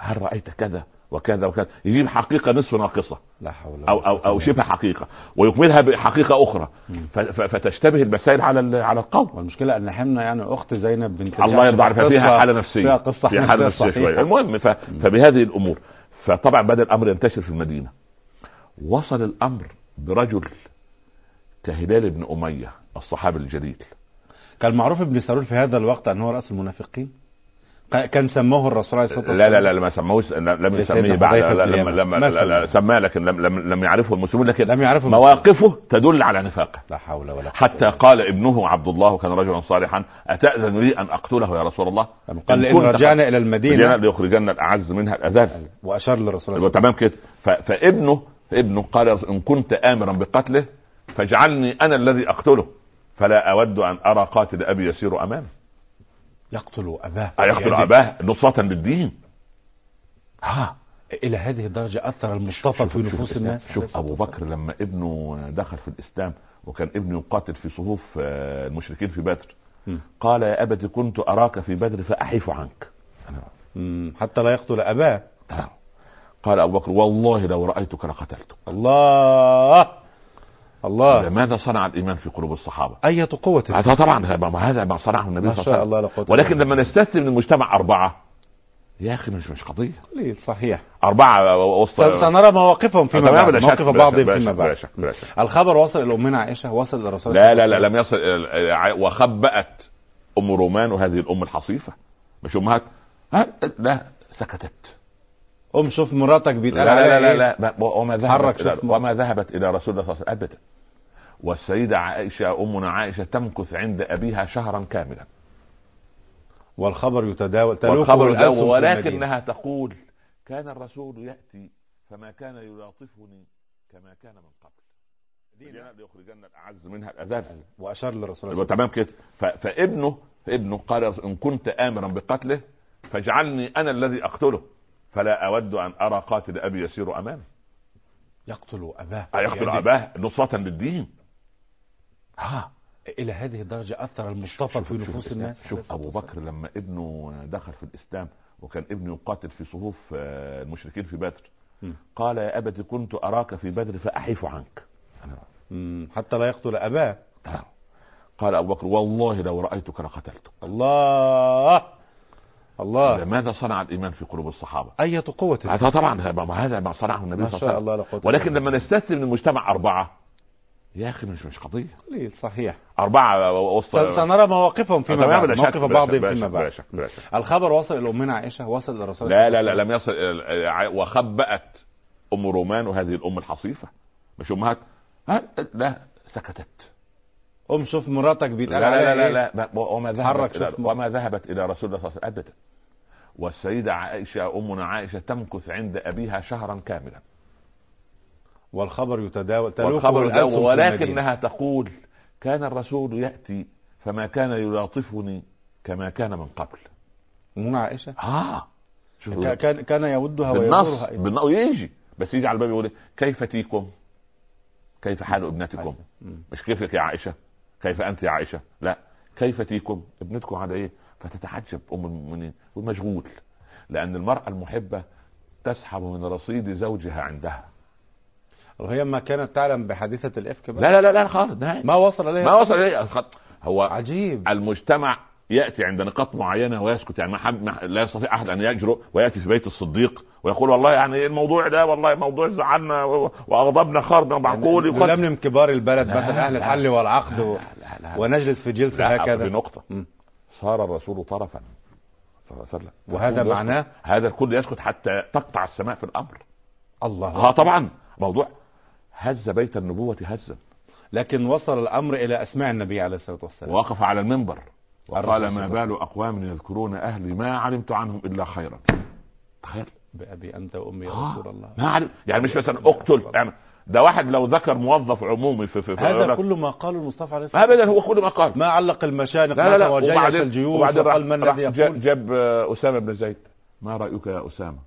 Speaker 2: هل رايت كذا وكذا وكذا يجيب حقيقه نصف ناقصه
Speaker 1: لا حول ولا
Speaker 2: او او
Speaker 1: قوة
Speaker 2: او
Speaker 1: إلا
Speaker 2: شبه حقيقه ويكملها بحقيقه اخرى ف- ف- فتشتبه المسائل على ال- على القوم
Speaker 1: والمشكله ان حمنه يعني اخت زينب بنت
Speaker 2: الله
Speaker 1: جحش
Speaker 2: يرضى عليك فيها
Speaker 1: قصة-
Speaker 2: حاله نفسيه
Speaker 1: فيها قصه
Speaker 2: فيها حاله نفسيه
Speaker 1: صحيحة.
Speaker 2: شويه المهم ف... فبهذه الامور فطبعا بدا الامر ينتشر في المدينه وصل الامر برجل كهلال بن اميه الصحابي الجليل
Speaker 1: كان معروف ابن سلول في هذا الوقت ان هو راس المنافقين ق- كان سموه الرسول عليه الصلاه
Speaker 2: لا
Speaker 1: والسلام
Speaker 2: لا لا لما سموه لم يسميه
Speaker 1: لسيدنا
Speaker 2: بعد
Speaker 1: حذيفة
Speaker 2: لا
Speaker 1: بن
Speaker 2: لما
Speaker 1: اليمن.
Speaker 2: لما
Speaker 1: مثلا.
Speaker 2: لا- لا سماه لكن لم لم لم يعرفه المسلمون لكن
Speaker 1: لم يعرفه
Speaker 2: مواقفه تدل على نفاقه
Speaker 1: لا حول ولا قوة
Speaker 2: حتى قال ابنه عبد الله كان رجلا صالحا اتاذن لي ان اقتله يا رسول الله
Speaker 1: لما قال
Speaker 2: إن
Speaker 1: ان
Speaker 2: كنت
Speaker 1: رجعنا الى
Speaker 2: رجعنا
Speaker 1: المدينه
Speaker 2: ليخرجن الاعز منها الاذل
Speaker 1: واشار للرسول عليه
Speaker 2: يبقى
Speaker 1: الصلاه
Speaker 2: تمام كده ف- فابنه ابنه قال يا رسول- ان كنت امرا بقتله فاجعلني انا الذي اقتله فلا اود ان ارى قاتل ابي يسير امامي
Speaker 1: يقتل يعني اباه
Speaker 2: ايقتل
Speaker 1: بيده.
Speaker 2: اباه نصره للدين ها
Speaker 1: الى هذه الدرجه اثر المصطفى في
Speaker 2: شوف
Speaker 1: نفوس
Speaker 2: الإسلام.
Speaker 1: الناس
Speaker 2: شوف ابو بكر لما ابنه دخل في الاسلام وكان ابنه يقاتل في صفوف آه، المشركين في بدر
Speaker 1: مم.
Speaker 2: قال يا ابت كنت اراك في بدر فاحيف عنك
Speaker 1: مم، حتى لا يقتل اباه
Speaker 2: تمام. قال ابو بكر والله لو رايتك لقتلتك
Speaker 1: الله الله
Speaker 2: ماذا صنع الايمان في قلوب الصحابه
Speaker 1: اية قوة
Speaker 2: هذا طبعا هذا ما- هذا ما صنعه النبي
Speaker 1: ما
Speaker 2: صلى الله
Speaker 1: شاء
Speaker 2: عليه وسلم
Speaker 1: الله لا قوة
Speaker 2: ولكن
Speaker 1: إلا
Speaker 2: لما نستثني من المجتمع اربعه يا اخي مش مش قضيه
Speaker 1: بالله. قليل صحيح
Speaker 2: اربعه وسط
Speaker 1: سن- سنرى مواقفهم فيما
Speaker 2: تمام،
Speaker 1: بعد
Speaker 2: لا شك،
Speaker 1: موقف
Speaker 2: لا شك،
Speaker 1: بعضهم
Speaker 2: لا
Speaker 1: فيما
Speaker 2: شك، لا
Speaker 1: بعد
Speaker 2: شك، لا شك.
Speaker 1: الخبر وصل الى امنا عائشه وصل للرسول
Speaker 2: لا
Speaker 1: عليه
Speaker 2: لا
Speaker 1: الصلاة
Speaker 2: لا
Speaker 1: والسلام.
Speaker 2: لم يصل إلى- وخبأت ام رومان وهذه الام الحصيفه مش امهات ها؟ لا سكتت
Speaker 1: قم شوف مراتك
Speaker 2: لا
Speaker 1: بيتقال عليها
Speaker 2: لا لا,
Speaker 1: إيه؟
Speaker 2: لا, لا وما
Speaker 1: حرك
Speaker 2: ذهبت إلى
Speaker 1: شوف.
Speaker 2: وما ذهبت الى رسول الله صلى الله عليه وسلم ابدا والسيده عائشه امنا عائشه تمكث عند ابيها شهرا كاملا
Speaker 1: والخبر يتداول تلوح
Speaker 2: والخبر ده
Speaker 1: الألسن في المدينة.
Speaker 2: ولكنها تقول كان الرسول ياتي فما كان يلاطفني كما كان من قبل ليخرجن الاعز منها الاذل
Speaker 1: واشار للرسول عليه
Speaker 2: يبقى
Speaker 1: الصلاة
Speaker 2: تمام كده ف- فابنه فابنه قال يا رسول- ان كنت امرا بقتله فاجعلني انا الذي اقتله فلا اود ان ارى قاتل ابي يسير امامي
Speaker 1: والسلام. يقتل اباه
Speaker 2: ايقتل
Speaker 1: بيده.
Speaker 2: اباه نصره للدين
Speaker 1: ها الى هذه الدرجه اثر المصطفى في نفوس الناس
Speaker 2: شوف ابو بكر لما ابنه دخل في الاسلام وكان ابنه يقاتل في صفوف آه، المشركين في بدر
Speaker 1: مم.
Speaker 2: قال يا ابت كنت اراك في بدر فاحيف عنك
Speaker 1: مم، حتى لا يقتل اباه
Speaker 2: قال ابو بكر والله لو رايتك لقتلتك
Speaker 1: الله الله
Speaker 2: ماذا صنع الايمان في قلوب الصحابه؟
Speaker 1: أية قوة
Speaker 2: هذا طبعا هذا- هذا ما صنعه النبي
Speaker 1: ما شاء
Speaker 2: صلى الله عليه وسلم
Speaker 1: الله لا قوة
Speaker 2: ولكن لما نستثني من المجتمع اربعه يا اخي مش مش قضيه
Speaker 1: قليل صحيح
Speaker 2: اربعه وسط
Speaker 1: س- سنرى مواقفهم فيما
Speaker 2: تمام،
Speaker 1: بعد
Speaker 2: لا شك،
Speaker 1: موقف
Speaker 2: لا
Speaker 1: بعضهم
Speaker 2: شك، لا
Speaker 1: فيما
Speaker 2: شك،
Speaker 1: بعد
Speaker 2: لا شك، لا شك.
Speaker 1: الخبر وصل إلى أمنا عائشة وصل إلى الرسول
Speaker 2: لا لا لا لم يصل آه، وخبأت ام رومان وهذه الام الحصيفه مش امهات ها؟ لا سكتت
Speaker 1: أم شوف مراتك
Speaker 2: لا
Speaker 1: بيتقال
Speaker 2: لا
Speaker 1: عليها
Speaker 2: لا,
Speaker 1: إيه؟
Speaker 2: لا, لا وما
Speaker 1: حرك
Speaker 2: ذهبت إلى
Speaker 1: شوف ما-
Speaker 2: وما ذهبت الى رسول الله صلى الله عليه وسلم ابدا والسيده عائشه امنا عائشه تمكث عند ابيها شهرا كاملا
Speaker 1: والخبر يتداول تلوكه
Speaker 2: والخبر ده
Speaker 1: الألسن في المدينة.
Speaker 2: ولكنها تقول كان الرسول ياتي فما كان يلاطفني كما كان من قبل
Speaker 1: أمنا عائشة
Speaker 2: اه شوف
Speaker 1: كا- كان كان يودها
Speaker 2: بالنص
Speaker 1: ويزورها
Speaker 2: بالنص يجي بس يجي على الباب يقول إيه؟ كيف تيكم؟ كيف حال
Speaker 1: أيوة.
Speaker 2: ابنتكم؟
Speaker 1: مم.
Speaker 2: مش كيفك يا عائشه؟ كيف انت يا عائشه؟ لا كيف تيكم؟ ابنتكم على ايه؟ فتتعجب ام المؤمنين ومشغول لان المراه المحبه تسحب من رصيد زوجها عندها
Speaker 1: وهي ما كانت تعلم بحادثة الإفك بقى
Speaker 2: لا لا لا لا خالص نهائي
Speaker 1: ما وصل إليها
Speaker 2: ما وصل اليه خط- هو
Speaker 1: عجيب
Speaker 2: المجتمع ياتي عند نقاط معينه ويسكت يعني ما حب ما لا يستطيع احد ان يجرؤ وياتي في بيت الصديق ويقول والله يعني الموضوع ده والله موضوع زعلنا و- واغضبنا خارنا معقول
Speaker 1: يعني
Speaker 2: يقال-
Speaker 1: نلملم كبار البلد مثلا أهل
Speaker 2: لا.
Speaker 1: الحل والعقد و...
Speaker 2: لا لا
Speaker 1: ونجلس في جلسة
Speaker 2: لا، في
Speaker 1: هكذا
Speaker 2: نقطه
Speaker 1: مم.
Speaker 2: صار الرسول طرفا صلى الله عليه وسلم
Speaker 1: وهذا
Speaker 2: الكل يسكت.
Speaker 1: معناه
Speaker 2: هذا الكل يسكت حتى تقطع السماء في الامر
Speaker 1: الله
Speaker 2: اه طبعا موضوع هز بيت النبوه هزا
Speaker 1: لكن وصل الأمر إلى أسماع النبي عليه الصلاة والسلام
Speaker 2: ووقف على المنبر
Speaker 1: الرسول صلى
Speaker 2: وقال ما
Speaker 1: الله عليه
Speaker 2: بال اقوام يذكرون اهلي ما علمت عنهم الا خيرا تخيل
Speaker 1: بأبي أنت وأمي يا
Speaker 2: آه.
Speaker 1: رسول الله
Speaker 2: ما عارف يعني مش مثلا اقتل يعني ده واحد لو ذكر موظف عمومي في في, في
Speaker 1: هذا
Speaker 2: يقول لك-
Speaker 1: كل ما قاله المصطفى عليه الصلاة
Speaker 2: ابدا هو كل ما قال
Speaker 1: ما علق المشانق
Speaker 2: لا لا لا
Speaker 1: وجيش
Speaker 2: وبعدين
Speaker 1: الجيوش
Speaker 2: وبعدين راح-
Speaker 1: وقال من
Speaker 2: راح
Speaker 1: الذي
Speaker 2: جاب,
Speaker 1: يقول
Speaker 2: جاب آه، اسامه بن زيد ما رايك يا اسامه؟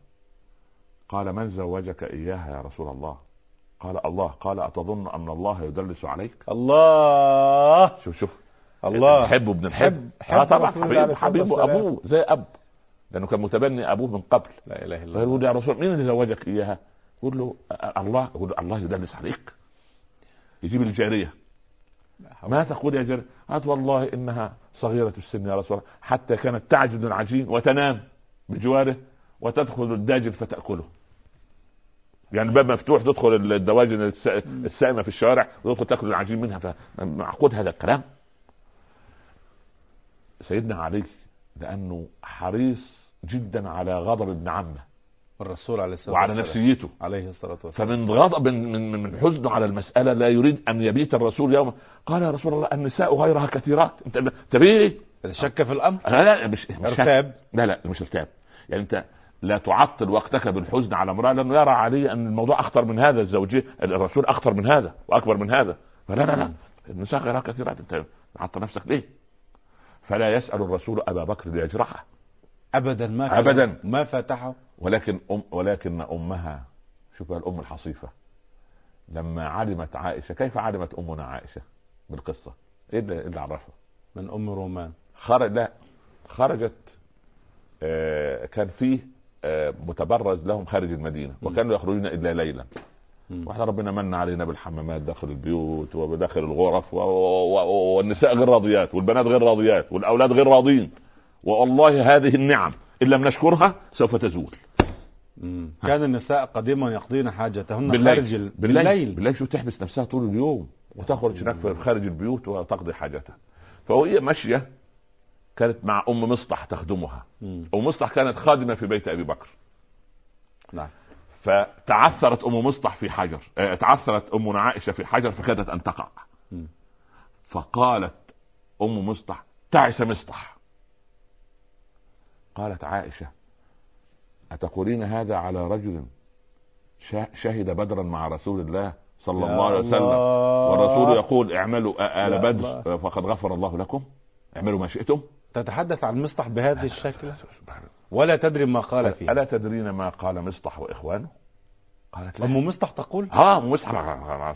Speaker 2: قال من زوجك اياها يا رسول الله؟ قال الله قال اتظن ان الله يدلس عليك؟
Speaker 1: الله
Speaker 2: شوف شوف
Speaker 1: الله
Speaker 2: حبه ابن الحب
Speaker 1: حب- حب
Speaker 2: اه طبعا
Speaker 1: رسول الله عليه
Speaker 2: حبيبه
Speaker 1: الصلاة
Speaker 2: حبيبه
Speaker 1: والسلام.
Speaker 2: ابوه زي اب لانه كان متبني ابوه من قبل
Speaker 1: لا إله إلا الله
Speaker 2: فيقول يا رسول مين اللي زوجك اياها؟ يقول له أ- الله يقول له الله يدلس عليك يجيب الجاريه ما تقول يا جاريه؟ قالت والله انها صغيره السن يا رسول الله حتى كانت تعجن العجين وتنام بجواره وتدخل الداجن فتاكله يعني الباب مفتوح تدخل الدواجن الس- السائمه في الشوارع وتدخل تاكل العجين منها فمعقود هذا الكلام سيدنا علي لانه حريص جدا على غضب ابن عمه
Speaker 1: الرسول عليه الصلاة
Speaker 2: وعلى
Speaker 1: والسلام.
Speaker 2: نفسيته
Speaker 1: عليه الصلاة والسلام
Speaker 2: فمن غضب من من من حزنه على المساله لا يريد ان يبيت الرسول يوما قال يا رسول الله النساء غيرها كثيرات انت انت ليه؟
Speaker 1: شك في الأمر
Speaker 2: لا لا مش مش
Speaker 1: ارتاب
Speaker 2: لا لا مش ارتاب يعني انت لا تعطل وقتك بالحزن على امراه لانه يرى علي ان الموضوع اخطر من هذا الزوجيه الرسول اخطر من هذا واكبر من هذا فلا لا لا النساء غيرها كثيرات انت عطل نفسك ليه؟ فلا يسال الرسول ابا بكر ليجرحه
Speaker 1: أبدا ما كان-
Speaker 2: أبدا.
Speaker 1: ما فتحه
Speaker 2: ولكن أم ولكن امها شوف بقى الام الحصيفه لما علمت عائشه كيف علمت امنا عائشه بالقصه؟ ايه اللي إيه اللي عرفها؟
Speaker 1: من أم رومان
Speaker 2: خرج لا خرجت آه كان فيه آه متبرز لهم خارج المدينه وكانوا يخرجون الا ليلا
Speaker 1: مم.
Speaker 2: واحنا ربنا من علينا بالحمامات داخل البيوت وداخل الغرف و... و... و... والنساء غير راضيات والبنات غير راضيات والاولاد غير راضين والله هذه النعم ان لم نشكرها سوف تزول
Speaker 1: مم. كان النساء قديما يقضين حاجتهن
Speaker 2: بالليل
Speaker 1: خارج ال...
Speaker 2: بالليل
Speaker 1: بالليل.
Speaker 2: بالليل شو تحبس نفسها طول اليوم وتخرج هناك في خارج البيوت وتقضي حاجتها فهي ماشيه كانت مع ام مصطح تخدمها
Speaker 1: مم.
Speaker 2: ام مصطح كانت خادمه في بيت ابي بكر
Speaker 1: نعم
Speaker 2: فتعثرت ام مصطح في حجر آه، تعثرت امنا عائشه في حجر فكادت ان تقع
Speaker 1: مم.
Speaker 2: فقالت ام مصطح تعس مصطح قالت عائشه اتقولين هذا على رجل شا- شهد بدرا مع رسول الله صلى
Speaker 1: يا
Speaker 2: الله عليه وسلم
Speaker 1: الله.
Speaker 2: والرسول يقول اعملوا آ-
Speaker 1: يا
Speaker 2: آل
Speaker 1: الله.
Speaker 2: بدر فقد غفر الله لكم اعملوا ما شئتم
Speaker 1: تتحدث عن مصطح بهذا الشكل ولا تدري ما قال فيه
Speaker 2: ألا تدرين ما قال مصطح وإخوانه؟ قالت لا
Speaker 1: أم مصطح تقول
Speaker 2: ها مصطح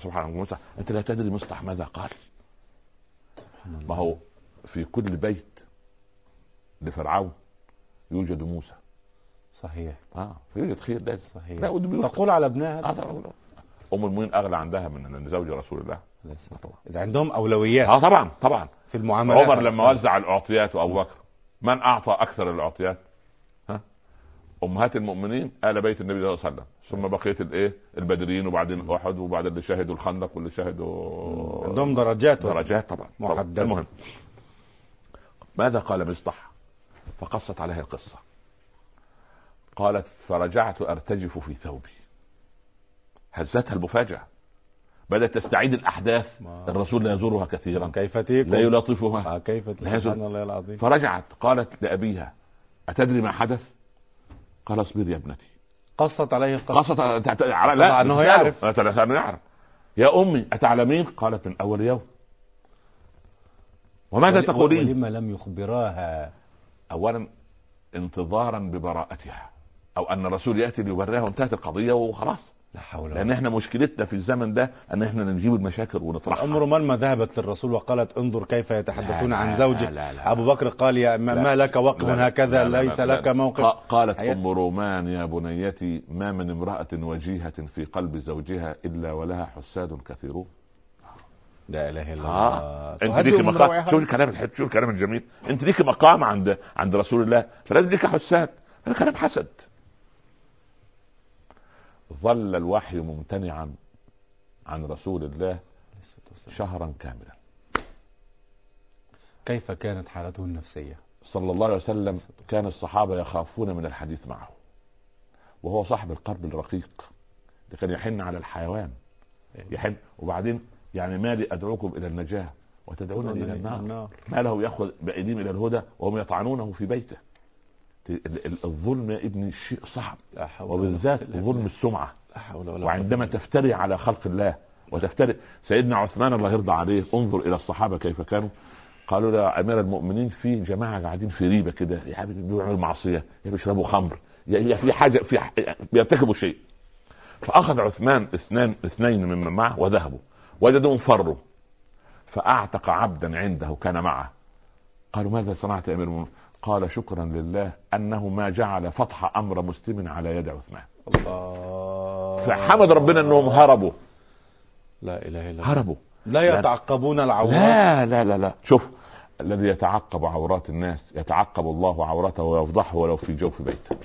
Speaker 2: سبحان الله مصطح أنت لا تدري مصطح ماذا قال ما هو في كل بيت لفرعون يوجد موسى
Speaker 1: صحيح
Speaker 2: اه يوجد خير لازم
Speaker 1: صحيح
Speaker 2: لا ودي بيوت.
Speaker 1: تقول على ابنها
Speaker 2: آه،
Speaker 1: هذا
Speaker 2: طبعاً. ام المؤمنين اغلى عندها من من زوج رسول الله
Speaker 1: عليه الصلاة والسلام. إذا عندهم أولويات
Speaker 2: اه طبعا طبعا
Speaker 1: في المعاملات
Speaker 2: عمر لما وزع العطيات وابو بكر من اعطى اكثر العطيات؟ امهات المؤمنين ال بيت النبي صلى الله عليه وسلم ثم بقيه الايه البدريين وبعدين احد وبعدين اللي شهدوا الخندق واللي شهدوا
Speaker 1: عندهم درجات
Speaker 2: درجات طبعا طبعاً.
Speaker 1: محددة.
Speaker 2: المهم ماذا قال مصطح فقصت عليها القصه قالت فرجعت ارتجف في ثوبي هزتها المفاجاه بدات تستعيد الاحداث الرسول لا يزورها كثيرا
Speaker 1: كيف تيكم
Speaker 2: لا يلاطفها
Speaker 1: آه، كيف
Speaker 2: لا يزول.
Speaker 1: سبحان الله العظيم
Speaker 2: فرجعت قالت لأبيها أتدري ما حدث؟ قال اصبري يا ابنتي
Speaker 1: قصت عليه القصة
Speaker 2: قصت على
Speaker 1: طبعا
Speaker 2: لا
Speaker 1: إنه
Speaker 2: بتسأله.
Speaker 1: يعرف.
Speaker 2: أت- أنه يعرف يا أمي أتعلمين؟ قالت من أول يوم وماذا تقولين؟
Speaker 1: لما لم يخبراها
Speaker 2: أولا انتظارا ببراءتها أو أن الرسول يأتي ليبرئها وانتهت القضية وخلاص
Speaker 1: لا حول ولا
Speaker 2: لأن احنا مشكلتنا في الزمن ده أن احنا نجيب المشاكل ونطرحها
Speaker 1: عمر ما ذهبت للرسول وقالت انظر كيف يتحدثون
Speaker 2: لا،
Speaker 1: عن
Speaker 2: لا،
Speaker 1: زوجك
Speaker 2: لا، لا.
Speaker 1: ابو بكر قال يا ما,
Speaker 2: لا.
Speaker 1: ما لك وقف
Speaker 2: لا، لا،
Speaker 1: هكذا
Speaker 2: لا، لا،
Speaker 1: ليس
Speaker 2: لا، لا.
Speaker 1: لك موقف
Speaker 2: قا- قالت
Speaker 1: حياة.
Speaker 2: ام رومان يا بنيتي ما من امراه وجيهه في قلب زوجها الا ولها حساد كثيرون
Speaker 1: لا اله الا
Speaker 2: آه.
Speaker 1: الله
Speaker 2: انت
Speaker 1: تهدي
Speaker 2: ليك
Speaker 1: من
Speaker 2: مقام
Speaker 1: روعها.
Speaker 2: شوف الكلام الحلو شوف الكلام الجميل انت ليك مقام عند عند رسول الله فلازم ليك حساد هذا كلام حسد ظل الوحي ممتنعا عن رسول الله شهرا كاملا
Speaker 1: كيف كانت حالته النفسية
Speaker 2: صلى الله عليه وسلم كان الصحابة يخافون من الحديث معه وهو صاحب القلب الرقيق اللي كان يحن على الحيوان يحن وبعدين يعني ما لي أدعوكم إلى النجاة وتدعونني إلى النار ما له يأخذ بأيديهم إلى الهدى وهم يطعنونه في بيته ال- ال- الظلم يا ابني شيء صعب
Speaker 1: لا حول ولا
Speaker 2: وبالذات
Speaker 1: قوة إلا
Speaker 2: ظلم السمعة
Speaker 1: بالله. لا حول ولا
Speaker 2: وعندما تفتري على خلق الله وتفتري سيدنا عثمان الله يرضى عليه انظر الى الصحابه كيف كانوا قالوا له يا امير المؤمنين في جماعه قاعدين في ريبه كده يا حبيبي بيعملوا معصيه يا بيشربوا خمر يا يا في حاجه في ح- بيرتكبوا شيء فاخذ عثمان اثنان اثنين ممن معه وذهبوا وجدوهم فروا فاعتق عبدا عنده كان معه قالوا ماذا صنعت يا امير المؤمنين قال شكرا لله انه ما جعل فتح امر مسلم على يد عثمان
Speaker 1: الله
Speaker 2: فحمد ربنا انهم هربوا
Speaker 1: لا اله الا الله
Speaker 2: هربوا
Speaker 1: لا يتعقبون العورات
Speaker 2: لا لا لا لا شوف الذي يتعقب عورات الناس يتعقب الله عورته ويفضحه ولو في جوف بيته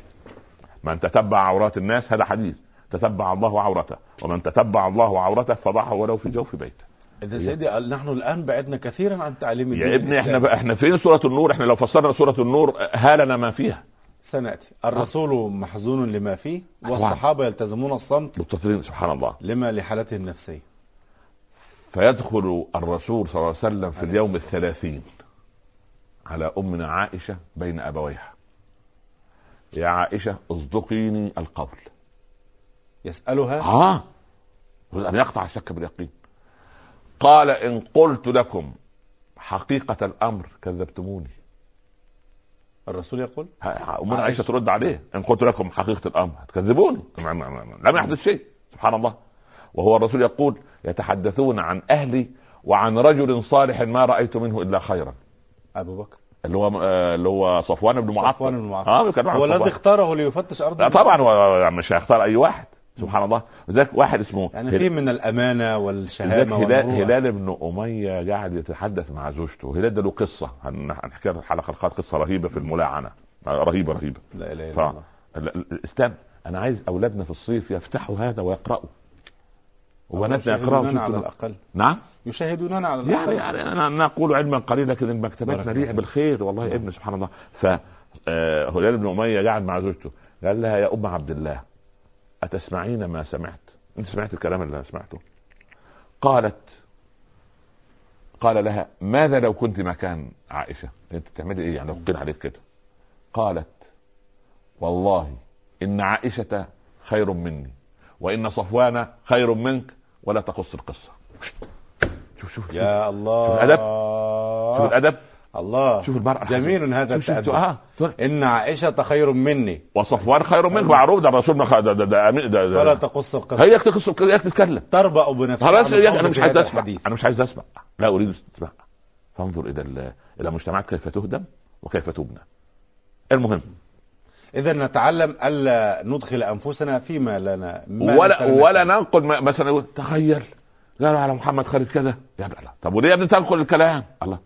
Speaker 2: من تتبع عورات الناس هذا حديث تتبع الله عورته ومن تتبع الله عورته فضحه ولو في جوف بيته
Speaker 1: اذا سيدي قال نحن الان بعدنا كثيرا عن تعليم الدين
Speaker 2: يا ابني احنا
Speaker 1: الإسلامي.
Speaker 2: بقى احنا فين سوره النور احنا لو فسرنا سوره النور آه، هالنا ما فيها
Speaker 1: سناتي الرسول محزون لما فيه والصحابه يلتزمون الصمت
Speaker 2: متصلين سبحان الله
Speaker 1: لما لحالته النفسيه
Speaker 2: فيدخل الرسول صلى الله عليه وسلم في اليوم الثلاثين على أمنا عائشة بين أبويها يا عائشة اصدقيني القول
Speaker 1: يسالها
Speaker 2: آه يريد أن يقطع الشك باليقين قال إن قلت لكم حقيقة الأمر كذبتموني
Speaker 1: الرسول يقول
Speaker 2: ها- أمنا عائشة ترد عليه إن قلت لكم حقيقة الأمر هتكذبوني نعم، ما- ما- ما- لم يحدث شيء سبحان الله وهو الرسول يقول يتحدثون عن أهلي وعن رجل صالح ما رأيت منه إلا خيرا
Speaker 1: ابو بكر
Speaker 2: اللي هو آه، اللي هو صفوان بن معطل
Speaker 1: صفوان بن معطل.
Speaker 2: اه بيتكلموا عن
Speaker 1: هو الذي
Speaker 2: صفوان.
Speaker 1: اختاره ليفتش ارض
Speaker 2: لا طبعا هو يعني مش هيختار اي واحد سبحان الله ذاك واحد اسمه
Speaker 1: يعني
Speaker 2: هل-
Speaker 1: في من الامانه
Speaker 2: ذاك
Speaker 1: والشهامه
Speaker 2: هلال,
Speaker 1: والمروءه
Speaker 2: هلال بن اميه قاعد يتحدث مع زوجته هلال ده له قصه هن- هنحكي لها الحلقه الخاصه قصه رهيبه في الملاعنه آه، رهيبه رهيبه
Speaker 1: لا اله
Speaker 2: ف...
Speaker 1: الا الله
Speaker 2: ال- ال- استنى انا عايز اولادنا في الصيف يفتحوا هذا ويقراوا وبناتنا يقراوا
Speaker 1: يشاهدوننا
Speaker 2: في
Speaker 1: على
Speaker 2: الكتب.
Speaker 1: الاقل
Speaker 2: نعم
Speaker 1: يشاهدوننا على الاقل
Speaker 2: يعني يعني انا أنا اقول علما قليلا لكن المكتبات
Speaker 1: بارك
Speaker 2: مليئه
Speaker 1: الله.
Speaker 2: بالخير والله يا ابني سبحان الله ف آه، هلال بن اميه قاعد مع زوجته قال لها يا ام عبد الله اتسمعين ما سمعت؟ انت سمعت الكلام اللي انا سمعته؟ قالت قال لها ماذا لو كنت مكان عائشه؟ انت بتعملي ايه يعني لو قيل عليك كده؟ قالت والله ان عائشه خير مني وان صفوان خير منك ولا تقص القصه. شوف شوف شوف.
Speaker 1: يا الله
Speaker 2: شوف الأدب. شوف
Speaker 1: شوف
Speaker 2: الادب
Speaker 1: الله
Speaker 2: شوف المرأة
Speaker 1: آه. جميل هذا
Speaker 2: شوف شوف
Speaker 1: التأدب
Speaker 2: اه
Speaker 1: ان عائشه خير مني
Speaker 2: وصفوان خير منك معروف ده الرسول ما خ- ده ده ده أمين- ده,
Speaker 1: ولا
Speaker 2: ده, ده
Speaker 1: تقص القصه
Speaker 2: هيك تقص هيك تتكلم
Speaker 1: تربأ بنفسها
Speaker 2: خلاص
Speaker 1: على
Speaker 2: يا- انا
Speaker 1: الحب
Speaker 2: مش
Speaker 1: في
Speaker 2: عايز
Speaker 1: هذا
Speaker 2: اسمع
Speaker 1: الحديث.
Speaker 2: انا مش عايز اسمع لا اريد استماع فانظر الى ال- الى المجتمعات كيف تهدم وكيف تبنى المهم
Speaker 1: اذا نتعلم الا ندخل انفسنا فيما لنا ما
Speaker 2: ولا
Speaker 1: لسنا
Speaker 2: ولا
Speaker 1: نفعل.
Speaker 2: ننقل م- مثلا يقول تخيل لا لا على محمد خالد كذا يا ابني لا طب وليه يا ابني تنقل الكلام الله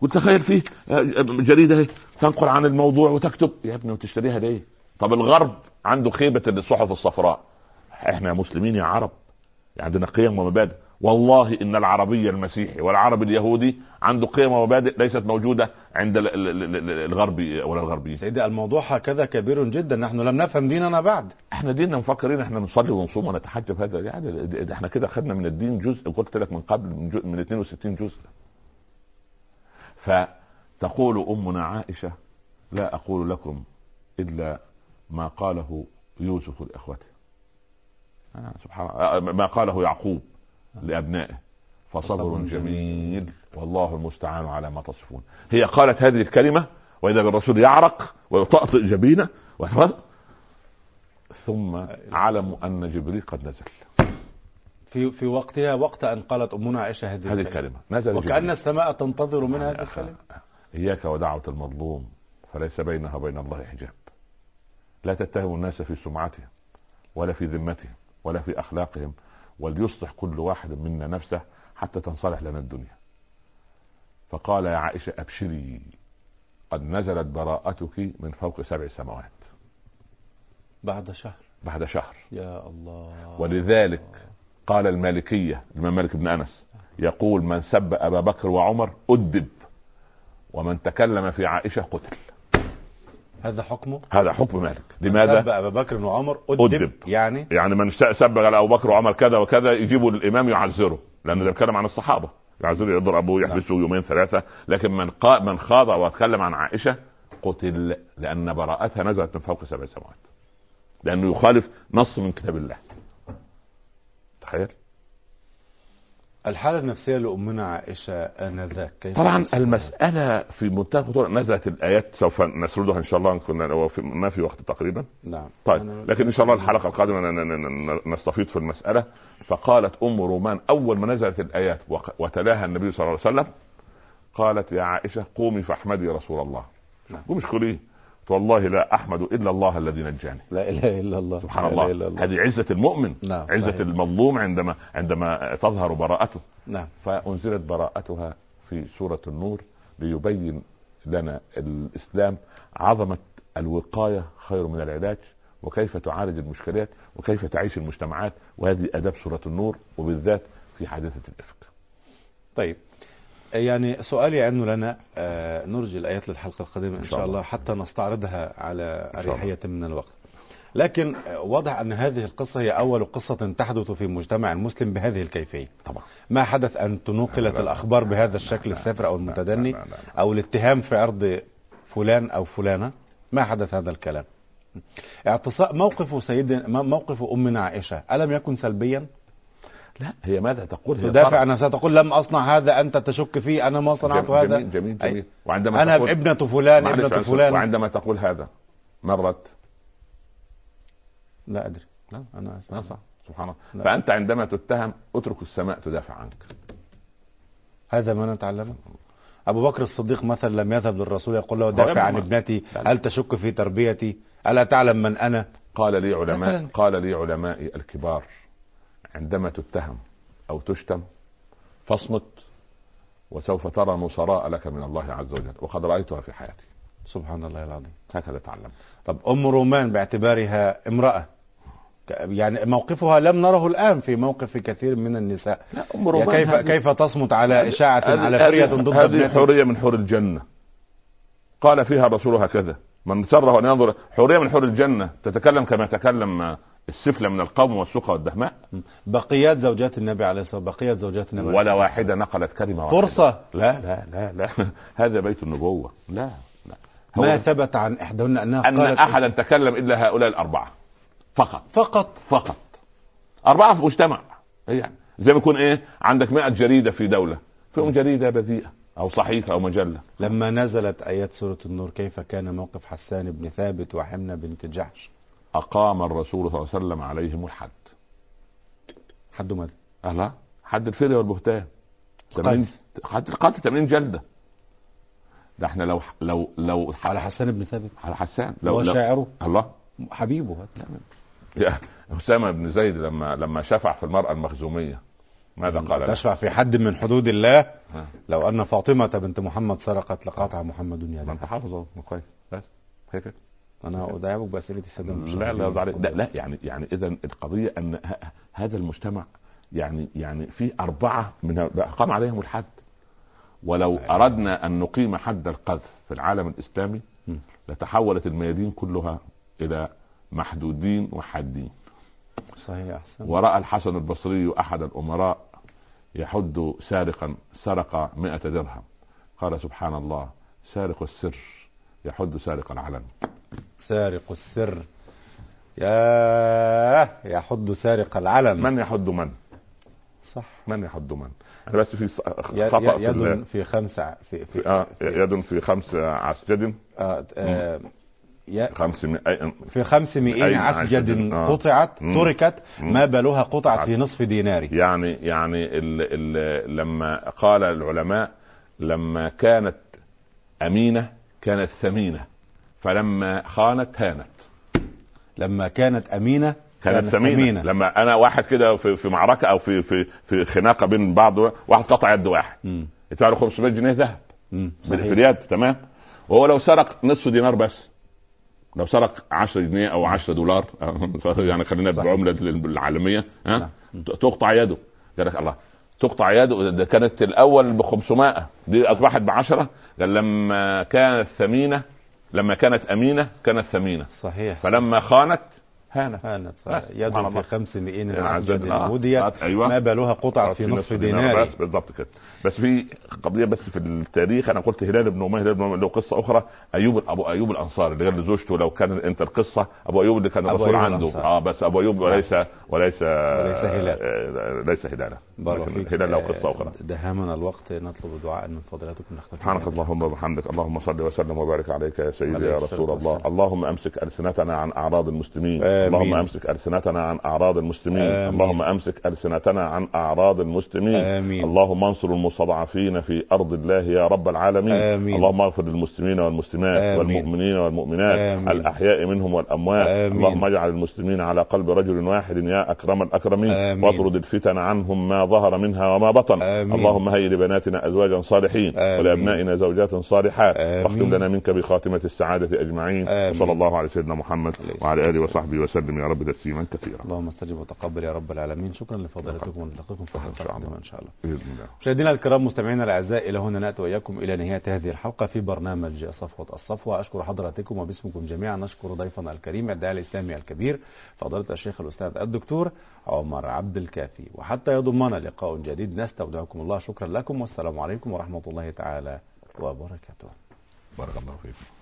Speaker 2: وتخيل فيه آه، جريده اهي تنقل عن الموضوع وتكتب يا ابني وتشتريها ليه؟ طب الغرب عنده خيبه الصحف الصفراء احنا مسلمين يا عرب عندنا قيم ومبادئ والله ان العربي المسيحي والعرب اليهودي عنده قيم ومبادئ ليست موجوده عند ال- ال- ال- ال- الغربي ولا الغربيين
Speaker 1: سيدي الموضوع هكذا كبير جدا نحن لم نفهم ديننا بعد
Speaker 2: احنا ديننا مفكرين احنا بنصلي ونصوم ونتحجب هذا يعني ده- ده احنا كده خدنا من الدين جزء قلت لك من قبل من, جو- من 62 جزء فتقول امنا عائشه لا اقول لكم الا ما قاله يوسف لاخوته آه سبحان آه، ما قاله يعقوب لابنائه فصبر جميل والله المستعان على ما تصفون هي قالت هذه الكلمه واذا بالرسول يعرق ويطأطئ جبينه ويحفظ ثم علموا ان جبريل قد نزل
Speaker 1: في في وقتها وقت ان قالت امنا عائشه هذه
Speaker 2: هذه آه.
Speaker 1: الكلمه
Speaker 2: الكلمه نزل
Speaker 1: وكان
Speaker 2: جبريل
Speaker 1: السماء تنتظر من هذه
Speaker 2: يا أخا،
Speaker 1: الكلمه
Speaker 2: اياك ودعوه المظلوم فليس بينها وبين الله حجاب لا تتهموا الناس في سمعتهم ولا في ذمتهم ولا في اخلاقهم وليصلح كل واحد منا نفسه حتى تنصلح لنا الدنيا فقال يا عائشه ابشري قد نزلت براءتك من فوق سبع سماوات
Speaker 1: بعد شهر
Speaker 2: بعد شهر
Speaker 1: يا الله
Speaker 2: ولذلك قال المالكية الإمام مالك بن أنس يقول من سب أبا بكر وعمر أدب ومن تكلم في عائشة قتل
Speaker 1: هذا حكمه
Speaker 2: هذا حكم مالك
Speaker 1: سب
Speaker 2: لماذا؟
Speaker 1: ابا بكر وعمر
Speaker 2: أدب.
Speaker 1: ادب يعني
Speaker 2: يعني من س- سب على أبو بكر وعمر كذا وكذا يجيبوا الإمام يعذره لأنه ده بيتكلم عن الصحابة يعذره يضربوه يحبسوه يومين ثلاثة لكن من قا... من خاض واتكلم عن عائشة قتل لأن براءتها نزلت من فوق سبع سماوات لأنه يخالف نص من كتاب الله تخيل
Speaker 1: الحاله النفسيه لامنا عائشه انذاك كيف
Speaker 2: طبعا
Speaker 1: تسمى؟
Speaker 2: المسألة في منتهى الخطورة نزلت الآيات سوف نسردها إن شاء الله إن كنا لو في ما في وقت تقريبا
Speaker 1: نعم
Speaker 2: طيب لكن إن شاء الله الحلقة القادمة ن- ن- ن- ن- نستفيض في المسألة فقالت أم رومان أول ما نزلت الآيات وق- وتلاها النبي صلى الله عليه وسلم قالت يا عائشة قومي فاحمدي رسول الله
Speaker 1: نعم.
Speaker 2: قومي اشكريه والله لا أحمد إلا الله الذي نجاني
Speaker 1: لا اله الا الله
Speaker 2: سبحان
Speaker 1: لا
Speaker 2: الله,
Speaker 1: إله إلا الله.
Speaker 2: هذه عزة المؤمن
Speaker 1: نعم
Speaker 2: عزة
Speaker 1: صحيح.
Speaker 2: المظلوم عندما عندما تظهر براءته
Speaker 1: نعم
Speaker 2: فأنزلت براءتها في سورة النور ليبين لنا الإسلام عظمة الوقاية خير من العلاج وكيف تعالج المشكلات وكيف تعيش المجتمعات وهذه آداب سورة النور وبالذات في حادثة الإفك
Speaker 1: طيب يعني سؤال يعن لنا آه، نرجي الايات للحلقه القادمه ان
Speaker 2: شاء
Speaker 1: شاء
Speaker 2: الله.
Speaker 1: الله حتى نستعرضها على
Speaker 2: شاء الله.
Speaker 1: اريحيه من الوقت لكن آه، واضح ان هذه القصه هي اول قصه تحدث في مجتمع مسلم بهذه الكيفيه
Speaker 2: طبعا
Speaker 1: ما حدث ان تنقلت
Speaker 2: لا، لا،
Speaker 1: الاخبار
Speaker 2: لا،
Speaker 1: بهذا
Speaker 2: لا،
Speaker 1: الشكل
Speaker 2: لا،
Speaker 1: السافر او المتدني
Speaker 2: لا، لا، لا، لا.
Speaker 1: او الاتهام في عرض فلان او فلانه ما حدث هذا الكلام اعتصاء موقف سيدنا موقف امنا عائشه الم يكن سلبيا
Speaker 2: لا هي ماذا تقول هي
Speaker 1: تدافع
Speaker 2: طرف.
Speaker 1: عن نفسها تقول لم اصنع هذا انت تشك فيه انا ما صنعت
Speaker 2: جميل
Speaker 1: هذا
Speaker 2: جميل جميل,
Speaker 1: أي.
Speaker 2: جميل. وعندما
Speaker 1: انا
Speaker 2: تقول
Speaker 1: ابنه فلان
Speaker 2: معلش
Speaker 1: ابنه
Speaker 2: يا أستاذ،
Speaker 1: فلان
Speaker 2: وعندما تقول هذا مرت
Speaker 1: لا ادري
Speaker 2: لا.
Speaker 1: انا أسمع.
Speaker 2: نعم صح سبحان الله
Speaker 1: لا.
Speaker 2: فأنت عندما تتهم اترك السماء تدافع عنك
Speaker 1: هذا ما نتعلمه ابو بكر الصديق مثلا لم يذهب للرسول يقول له
Speaker 2: يبقى
Speaker 1: دافع عن
Speaker 2: ما-
Speaker 1: ابنتي
Speaker 2: لا، لا.
Speaker 1: هل تشك في تربيتي الا تعلم من انا
Speaker 2: قال لي علماء
Speaker 1: مثلاً.
Speaker 2: قال لي علمائي الكبار عندما تتهم او تشتم فاصمت وسوف ترى نصراء لك من الله عز وجل وقد رايتها في حياتي
Speaker 1: سبحان الله العظيم
Speaker 2: هكذا تعلمت
Speaker 1: طب ام رومان باعتبارها امراه ك- يعني موقفها لم نره الان في موقف كثير من النساء
Speaker 2: لا ام
Speaker 1: يا
Speaker 2: رومان
Speaker 1: كيف
Speaker 2: هذه-
Speaker 1: كيف تصمت على اشاعه
Speaker 2: هذه-
Speaker 1: على
Speaker 2: هذه-
Speaker 1: حريه ضد
Speaker 2: هذه
Speaker 1: ابنتي
Speaker 2: حريه من حور الجنه قال فيها الرسول هكذا من سره ان ينظر حريه من حور الجنه تتكلم كما تكلم السفلى من القوم والسقى والدهماء
Speaker 1: بقيات زوجات النبي عليه الصلاه والسلام بقيات زوجات النبي عليه
Speaker 2: ولا
Speaker 1: الصلاة والسلام.
Speaker 2: واحده نقلت كلمه واحده
Speaker 1: فرصه
Speaker 2: لا لا لا لا *laughs* هذا بيت النبوه لا لا هو
Speaker 1: ما ثبت عن احدهن انها
Speaker 2: ان
Speaker 1: قالت
Speaker 2: احدا تكلم الا هؤلاء الاربعه فقط
Speaker 1: فقط
Speaker 2: فقط اربعه في مجتمع يعني زي ما يكون ايه عندك 100 جريده في دوله فيهم جريده بذيئه او صحيفه او مجله
Speaker 1: لما نزلت آيات سورة النور كيف كان موقف حسان بن ثابت وحمنة بنت جحش
Speaker 2: اقام الرسول صلى الله عليه وسلم عليهم الحد
Speaker 1: حد ماذا
Speaker 2: الله حد الفدية والبهتان
Speaker 1: القتل.
Speaker 2: 80
Speaker 1: طيب.
Speaker 2: حد القتل 80 جلده ده احنا لو لو لو
Speaker 1: على حسان بن ثابت
Speaker 2: على حسان لو
Speaker 1: هو
Speaker 2: لو
Speaker 1: شاعره
Speaker 2: الله
Speaker 1: حبيبه هذا.
Speaker 2: يا اسامه بن زيد لما لما شفع في المراه المخزوميه ماذا قال لها؟
Speaker 1: تشفع في حد من حدود الله
Speaker 2: ها.
Speaker 1: لو أن فاطمة بنت محمد سرقت لقاطع محمد
Speaker 2: ما انت
Speaker 1: يدها
Speaker 2: حافظ اهو كويس بس هي كده
Speaker 1: انا ادعبك باسئله الساده
Speaker 2: لا لا يرضى عليك. لا لا يعني يعني اذا القضيه ان ه- هذا المجتمع يعني يعني في اربعه من ه- بقى قام عليهم الحد ولو
Speaker 1: أيوة.
Speaker 2: اردنا ان نقيم حد القذف في العالم الاسلامي
Speaker 1: م.
Speaker 2: لتحولت الميادين كلها الى محدودين وحادين
Speaker 1: صحيح احسن
Speaker 2: وراى الحسن البصري احد الامراء يحد سارقا سرق مئة درهم قال سبحان الله سارق السر يحد سارق العلن
Speaker 1: سارق السر ياه يحد سارق العلم
Speaker 2: من يحد من
Speaker 1: صح
Speaker 2: من يحد من انا بس في ص-
Speaker 1: ي-
Speaker 2: خطا
Speaker 1: ي-
Speaker 2: في ال-
Speaker 1: يد في خمسة في في
Speaker 2: في آه يد في خمس عسجد
Speaker 1: آه، آه، ي-
Speaker 2: خمس م- أي-
Speaker 1: في خمسمائة
Speaker 2: أين
Speaker 1: عسجد
Speaker 2: عسجد؟ آه.
Speaker 1: قطعت
Speaker 2: مم.
Speaker 1: تركت
Speaker 2: مم.
Speaker 1: ما بالها قطعت في نصف دينار
Speaker 2: يعني يعني ال ال لما قال العلماء لما كانت امينه كانت ثمينه فلما خانت هانت
Speaker 1: لما كانت أمينة
Speaker 2: كانت ثمينة.
Speaker 1: ثمينة.
Speaker 2: لما انا واحد كده في, في معركه او في في في خناقه بين بعض واحد قطع يد واحد
Speaker 1: مم.
Speaker 2: يدفع له 500 جنيه ذهب
Speaker 1: مم.
Speaker 2: صحيح. في
Speaker 1: صحيح.
Speaker 2: اليد تمام وهو لو سرق نصف دينار بس لو سرق 10 جنيه او 10 دولار *laughs* يعني خلينا
Speaker 1: صحيح.
Speaker 2: بالعمله العالميه
Speaker 1: نعم.
Speaker 2: ها تقطع يده قال لك الله تقطع يده ده كانت الاول ب 500 دي اصبحت ب 10 قال لما كانت ثمينه لما كانت امينه كانت ثمينه
Speaker 1: صحيح
Speaker 2: فلما خانت هانت
Speaker 1: كانت صح.
Speaker 2: آه، سبحان
Speaker 1: يد
Speaker 2: الله.
Speaker 1: في خمسمائة
Speaker 2: عسجد،
Speaker 1: عسجد
Speaker 2: آه،
Speaker 1: وديت
Speaker 2: آه، أيوة.
Speaker 1: ما بالها قطعت في نصف دينار
Speaker 2: بس بالضبط كده بس في قضيه بس في التاريخ انا قلت هلال بن اميه هلال بن اميه له قصه اخرى ايوب ابو ايوب الانصاري اللي غير زوجته لو كان انت القصه ابو ايوب اللي كان
Speaker 1: أبو
Speaker 2: الرسول
Speaker 1: أيوب
Speaker 2: عنده
Speaker 1: الأنصاري. نعم.
Speaker 2: اه بس ابو ايوب وليس وليس
Speaker 1: وليس هلال.
Speaker 2: آه، ليس هلال
Speaker 1: بارك
Speaker 2: لكن
Speaker 1: فيك.
Speaker 2: هلال له
Speaker 1: آه،
Speaker 2: قصه اخرى
Speaker 1: دهمنا الوقت نطلب دعاء من فضلاتكم نختم
Speaker 2: سبحانك اللهم وبحمدك اللهم صل وسلم وبارك عليك يا سيدي
Speaker 1: عليه
Speaker 2: يا
Speaker 1: الصلاة
Speaker 2: رسول الله
Speaker 1: والسلام.
Speaker 2: اللهم امسك السنتنا عن اعراض المسلمين
Speaker 1: آمين.
Speaker 2: اللهم امسك السنتنا عن اعراض المسلمين
Speaker 1: آمين.
Speaker 2: اللهم امسك السنتنا عن اعراض المسلمين
Speaker 1: آمين.
Speaker 2: اللهم انصر المستضعفين في ارض الله يا رب العالمين
Speaker 1: آمين.
Speaker 2: اللهم اغفر للمسلمين والمسلمات
Speaker 1: آمين.
Speaker 2: والمؤمنين والمؤمنات
Speaker 1: آمين.
Speaker 2: الاحياء منهم والاموات
Speaker 1: آمين.
Speaker 2: اللهم اجعل المسلمين على قلب رجل واحد يا اكرم الاكرمين
Speaker 1: آمين.
Speaker 2: واطرد الفتن عنهم ما ظهر منها وما بطن
Speaker 1: آمين.
Speaker 2: اللهم هيئ لبناتنا ازواجا صالحين
Speaker 1: آمين.
Speaker 2: ولابنائنا زوجات صالحات
Speaker 1: آمين.
Speaker 2: واختم لنا منك بخاتمه السعاده اجمعين
Speaker 1: آمين.
Speaker 2: وصلى الله على سيدنا محمد
Speaker 1: عليه الصلاة
Speaker 2: وعلى اله وصحبه وسلم يا رب تسليما كثيرا
Speaker 1: اللهم استجب وتقبل يا رب العالمين شكرا لفضلاتكم ونلقاكم في
Speaker 2: شكراً آه،
Speaker 1: حلقه
Speaker 2: إن شاء الله.
Speaker 1: قادمه ان شاء الله
Speaker 2: باذن الله
Speaker 1: مشاهدينا الكرام مستمعينا الاعزاء الى هنا ناتي واياكم الى نهايه هذه الحلقه في برنامج صفوه الصفوه اشكر حضراتكم وباسمكم جميعا نشكر ضيفنا الكريم الداعي الاسلامي الكبير فضيله الشيخ الاستاذ الدكتور عمر عبد الكافي وحتى يضمنا لقاء جديد نستودعكم الله شكرا لكم والسلام عليكم ورحمه الله تعالى وبركاته
Speaker 2: بارك الله فيكم